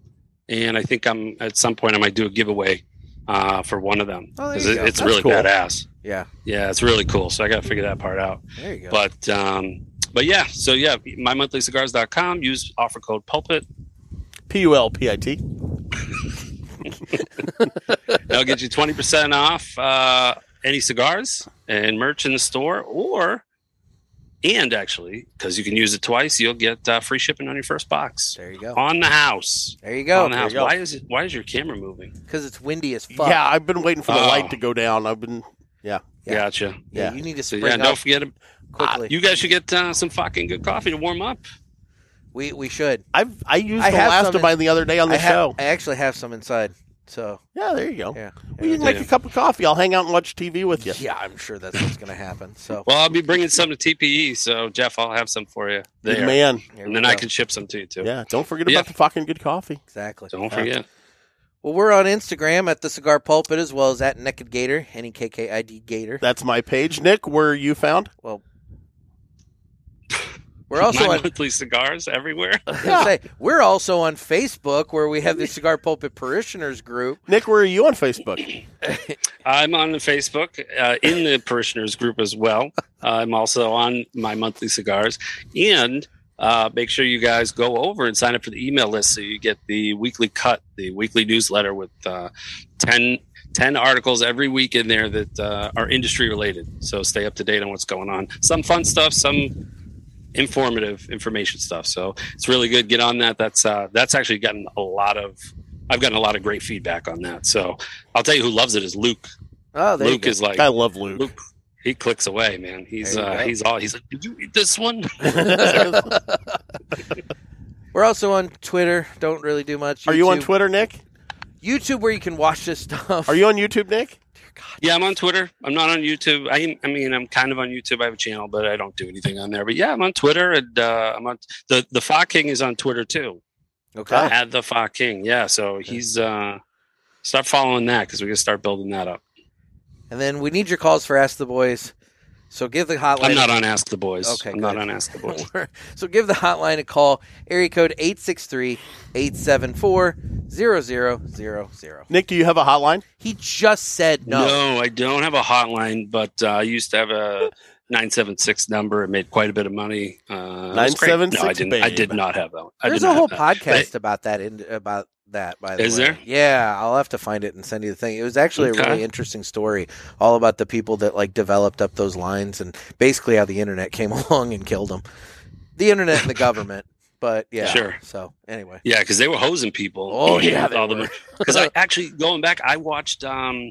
[SPEAKER 4] and I think I'm at some point I might do a giveaway uh, for one of them.
[SPEAKER 3] Oh, there
[SPEAKER 4] 'Cause
[SPEAKER 3] you
[SPEAKER 4] it-
[SPEAKER 3] go.
[SPEAKER 4] it's
[SPEAKER 3] That's
[SPEAKER 4] really
[SPEAKER 1] cool.
[SPEAKER 4] badass.
[SPEAKER 3] yeah.
[SPEAKER 4] Yeah, it's really cool. So I got to figure that part out.
[SPEAKER 3] There you go.
[SPEAKER 4] But um, but yeah, so yeah, mymonthlycigars.com. Use offer code pulpit.
[SPEAKER 1] P U L P I T.
[SPEAKER 4] That'll get you twenty percent off uh, any cigars and merch in the store, or and actually because you can use it twice, you'll get uh, free shipping on your first box
[SPEAKER 3] there you go.
[SPEAKER 4] on the house.
[SPEAKER 3] There you
[SPEAKER 4] on the
[SPEAKER 3] go.
[SPEAKER 4] house.
[SPEAKER 1] you go.
[SPEAKER 4] Why is it? Why is your camera moving?
[SPEAKER 3] Because it's windy as fuck.
[SPEAKER 1] Yeah, I've been waiting for the
[SPEAKER 4] Oh.
[SPEAKER 1] light to go down. I've been
[SPEAKER 3] Yeah.
[SPEAKER 4] Gotcha.
[SPEAKER 3] Yeah,
[SPEAKER 1] Yeah.
[SPEAKER 3] You need to
[SPEAKER 4] So
[SPEAKER 3] spring
[SPEAKER 4] yeah,
[SPEAKER 3] up
[SPEAKER 4] don't forget.
[SPEAKER 3] quickly.
[SPEAKER 4] You guys should get uh, some fucking good coffee to warm up.
[SPEAKER 3] we we should.
[SPEAKER 1] I've I used
[SPEAKER 3] I
[SPEAKER 1] the
[SPEAKER 3] have
[SPEAKER 1] last
[SPEAKER 3] some
[SPEAKER 1] of
[SPEAKER 3] in-
[SPEAKER 1] mine the other day on
[SPEAKER 3] I
[SPEAKER 1] the
[SPEAKER 3] have.
[SPEAKER 1] show.
[SPEAKER 3] I actually have some inside. So
[SPEAKER 1] Yeah, there you go.
[SPEAKER 3] yeah.
[SPEAKER 1] Well, you can
[SPEAKER 4] Yeah.
[SPEAKER 1] make a cup of coffee. I'll hang out and watch TV with you.
[SPEAKER 3] Yeah, I'm sure that's what's going to happen. So
[SPEAKER 4] Well, I'll be bringing some to TPE, so Jeff, I'll have some for you
[SPEAKER 1] Good
[SPEAKER 4] there,
[SPEAKER 1] man.
[SPEAKER 3] here
[SPEAKER 4] and
[SPEAKER 3] we
[SPEAKER 4] then I
[SPEAKER 3] go.
[SPEAKER 4] can ship some to you too.
[SPEAKER 1] Yeah, don't forget
[SPEAKER 4] Yeah.
[SPEAKER 1] about the fucking good coffee.
[SPEAKER 3] exactly.
[SPEAKER 4] Don't
[SPEAKER 1] Yeah.
[SPEAKER 4] forget.
[SPEAKER 3] Well, we're on Instagram at the Cigar Pulpit as well as at Naked Gator, N E K K I D Gator.
[SPEAKER 1] That's my
[SPEAKER 4] Mm-hmm.
[SPEAKER 1] page. Nick, where are you found?
[SPEAKER 3] We're also
[SPEAKER 4] my
[SPEAKER 3] on.
[SPEAKER 4] monthly cigars everywhere.
[SPEAKER 3] I was gonna say, we're also on Facebook where we have the Cigar Pulpit Parishioners group.
[SPEAKER 1] Nick, where are you on Facebook?
[SPEAKER 4] I'm on the Facebook uh, in the parishioners group as well. Uh, I'm also on my monthly cigars, and uh, make sure you guys go over and sign up for the email list so you get the weekly cut, the weekly newsletter with uh, 10, 10 articles every week in there that uh, are industry related. So stay up to date on what's going on. Some fun stuff, some informative information stuff. So it's really good. Get on that. That's uh, that's actually gotten a lot of. I've gotten a lot of great feedback on that. So I'll tell you who loves it is Luke.
[SPEAKER 3] Oh, there
[SPEAKER 4] Luke
[SPEAKER 3] you go.
[SPEAKER 4] is like
[SPEAKER 1] I love Luke.
[SPEAKER 4] Luke. He clicks away, man. He's
[SPEAKER 3] There you
[SPEAKER 4] uh,
[SPEAKER 3] go.
[SPEAKER 4] he's all he's like, did you eat this one?
[SPEAKER 3] We're also on Twitter. Don't really do much.
[SPEAKER 1] Are you on
[SPEAKER 3] YouTube-
[SPEAKER 1] Twitter, Nick?
[SPEAKER 3] YouTube where you can watch this stuff.
[SPEAKER 1] Are you on YouTube, Nick?
[SPEAKER 4] yeah, I'm on Twitter. I'm not on YouTube. I am- I mean, I'm kind of on YouTube. I have a channel, but I don't do anything on there. But yeah, I'm on Twitter, and uh, I'm on the the Fa King is on Twitter too.
[SPEAKER 3] okay?
[SPEAKER 4] At the Fa King, yeah. So he's uh, start following that because we're gonna start building that up.
[SPEAKER 3] And then we need your calls for Ask the Boys. So give the hotline.
[SPEAKER 4] I'm not on Ask the Boys.
[SPEAKER 3] Okay,
[SPEAKER 4] I'm not
[SPEAKER 3] good.
[SPEAKER 4] on Ask the Boys.
[SPEAKER 3] so give the hotline a call. Area code 863-874-0000.
[SPEAKER 1] Nick, do you have a hotline?
[SPEAKER 3] He just said no.
[SPEAKER 4] No. I don't have a hotline, but uh, I used to have a 976 number. I made quite a bit of money. Uh, it was great. No, I
[SPEAKER 1] 976,
[SPEAKER 4] didn't. I
[SPEAKER 1] babe.
[SPEAKER 4] did not have that one. I
[SPEAKER 3] There's
[SPEAKER 4] did
[SPEAKER 3] a
[SPEAKER 4] not
[SPEAKER 3] whole
[SPEAKER 4] have that.
[SPEAKER 3] podcast about that in, about that by the
[SPEAKER 4] Is
[SPEAKER 3] way.
[SPEAKER 4] there?
[SPEAKER 3] Yeah, I'll have to find it and send you the thing. It was actually a
[SPEAKER 4] Okay.
[SPEAKER 3] really interesting story all about the people that like developed up those lines and basically how the internet came along and killed them. The internet and the government, but yeah.
[SPEAKER 4] Sure.
[SPEAKER 3] So, anyway.
[SPEAKER 4] Yeah, because they were hosing people.
[SPEAKER 3] Oh, yeah, they
[SPEAKER 4] all the
[SPEAKER 3] were.
[SPEAKER 4] because I actually going back, I watched. um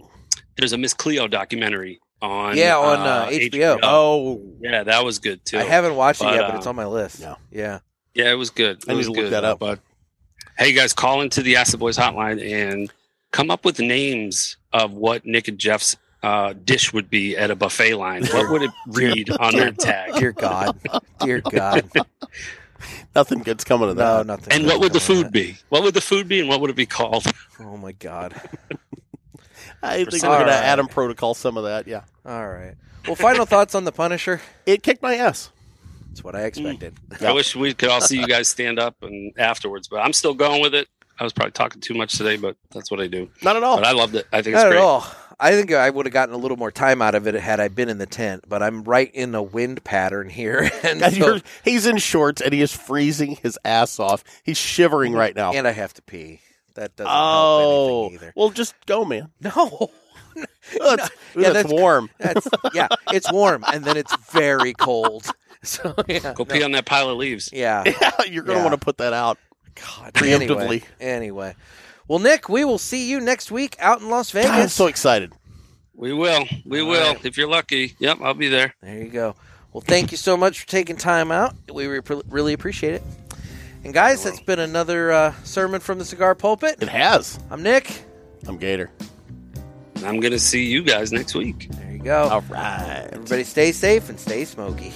[SPEAKER 4] There's a Miss Cleo documentary on.
[SPEAKER 3] yeah, on uh, HBO. Oh.
[SPEAKER 4] yeah, that was good too.
[SPEAKER 3] I haven't watched it
[SPEAKER 4] But,
[SPEAKER 3] yet, but
[SPEAKER 4] um,
[SPEAKER 3] it's on my list.
[SPEAKER 1] yeah.
[SPEAKER 3] Yeah.
[SPEAKER 4] Yeah, it was good.
[SPEAKER 1] I
[SPEAKER 4] It
[SPEAKER 1] need
[SPEAKER 4] was
[SPEAKER 1] to look
[SPEAKER 4] good,
[SPEAKER 1] that up.
[SPEAKER 4] But hey, guys, call into the Acid Boys hotline and come up with names of what Nick and Jeff's uh, dish would be at a buffet line. What would it read on that tag?
[SPEAKER 3] Dear God. Dear God.
[SPEAKER 1] Nothing good's coming of
[SPEAKER 3] No,
[SPEAKER 1] that.
[SPEAKER 3] nothing.
[SPEAKER 4] And what would the
[SPEAKER 3] Nothing
[SPEAKER 4] food
[SPEAKER 3] like
[SPEAKER 4] be? What would the food be, and what would it be called?
[SPEAKER 3] that. Oh, my God.
[SPEAKER 1] I think we're
[SPEAKER 4] All
[SPEAKER 1] going to
[SPEAKER 3] right.
[SPEAKER 1] Adam protocol some of that. Yeah.
[SPEAKER 3] All right. Well, final thoughts on The Punisher?
[SPEAKER 1] It kicked my ass.
[SPEAKER 3] That's what I expected.
[SPEAKER 4] I wish we could all see you guys stand up and afterwards, but I'm still going with it. I was probably talking too much today, but that's what I do.
[SPEAKER 1] Not at all.
[SPEAKER 4] But I loved it. I think it's
[SPEAKER 3] Oh. Not
[SPEAKER 4] great.
[SPEAKER 3] at all. I think I would have gotten a little more time out of it had I been in the tent, but I'm right in a wind pattern here. And,
[SPEAKER 1] And
[SPEAKER 3] so,
[SPEAKER 1] you're- he's in shorts and he is freezing his ass off. He's shivering right now.
[SPEAKER 3] and I have to pee. That doesn't help
[SPEAKER 1] oh,
[SPEAKER 3] anything either.
[SPEAKER 1] well, just go, man.
[SPEAKER 3] No.
[SPEAKER 1] Oh, it's,
[SPEAKER 3] No. Yeah,
[SPEAKER 1] ooh, that's
[SPEAKER 3] that's-
[SPEAKER 1] warm.
[SPEAKER 3] That's, yeah, it's warm and then it's very cold. So, yeah. no.
[SPEAKER 4] Go pee on that pile of leaves.
[SPEAKER 3] Yeah.
[SPEAKER 1] You're going to
[SPEAKER 3] Yeah.
[SPEAKER 1] want to put that out.
[SPEAKER 3] God,
[SPEAKER 1] Preemptively.
[SPEAKER 3] Anyway, anyway. Well, Nick, we will see you next week out in Las Vegas.
[SPEAKER 1] God, I'm so excited.
[SPEAKER 4] We will. We
[SPEAKER 3] All
[SPEAKER 4] will.
[SPEAKER 3] right.
[SPEAKER 4] If you're lucky. Yep, I'll be there.
[SPEAKER 3] There you go. Well, thank you so much for taking time out. We re- really appreciate it. And guys, that's been another uh, sermon from the cigar pulpit.
[SPEAKER 1] It has.
[SPEAKER 3] I'm Nick.
[SPEAKER 1] I'm Gator.
[SPEAKER 4] I'm going to see you guys next week.
[SPEAKER 3] There you go.
[SPEAKER 1] All right.
[SPEAKER 3] Everybody, stay safe and stay smoky.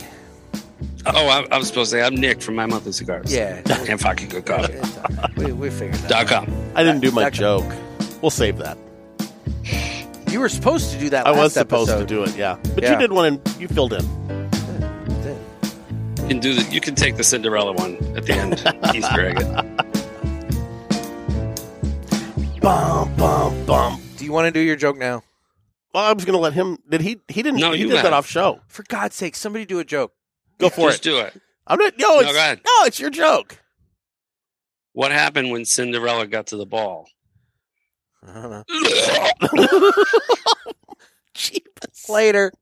[SPEAKER 4] Oh, I, I was supposed to say I'm Nick from My Monthly Cigars.
[SPEAKER 3] Yeah.
[SPEAKER 4] And fucking good coffee.
[SPEAKER 3] It's all right. we, we figured that.
[SPEAKER 4] Dot com.
[SPEAKER 1] I didn't do my
[SPEAKER 3] Second.
[SPEAKER 1] joke. We'll save that.
[SPEAKER 3] out. You were supposed to do that.
[SPEAKER 1] I
[SPEAKER 3] last
[SPEAKER 1] was supposed
[SPEAKER 3] episode.
[SPEAKER 1] to do it, yeah. But
[SPEAKER 3] Yeah.
[SPEAKER 1] you did one and you filled in.
[SPEAKER 4] You can do the, You can take the Cinderella one at the end. Easter egg. it.
[SPEAKER 1] Bum, bum, bum.
[SPEAKER 3] Do you want to do your joke now?
[SPEAKER 1] Well, I was going to let him. Did he? He didn't.
[SPEAKER 4] No,
[SPEAKER 1] he
[SPEAKER 4] you
[SPEAKER 1] did that
[SPEAKER 4] have.
[SPEAKER 1] off show.
[SPEAKER 3] For God's sake, somebody do a joke.
[SPEAKER 1] Go for
[SPEAKER 4] Just
[SPEAKER 1] it.
[SPEAKER 4] do it.
[SPEAKER 1] I'm not. No, it's,
[SPEAKER 4] go ahead.
[SPEAKER 1] no, it's your joke.
[SPEAKER 4] What happened when Cinderella got to the ball?
[SPEAKER 3] I don't know.
[SPEAKER 1] Jeepers.
[SPEAKER 3] Later.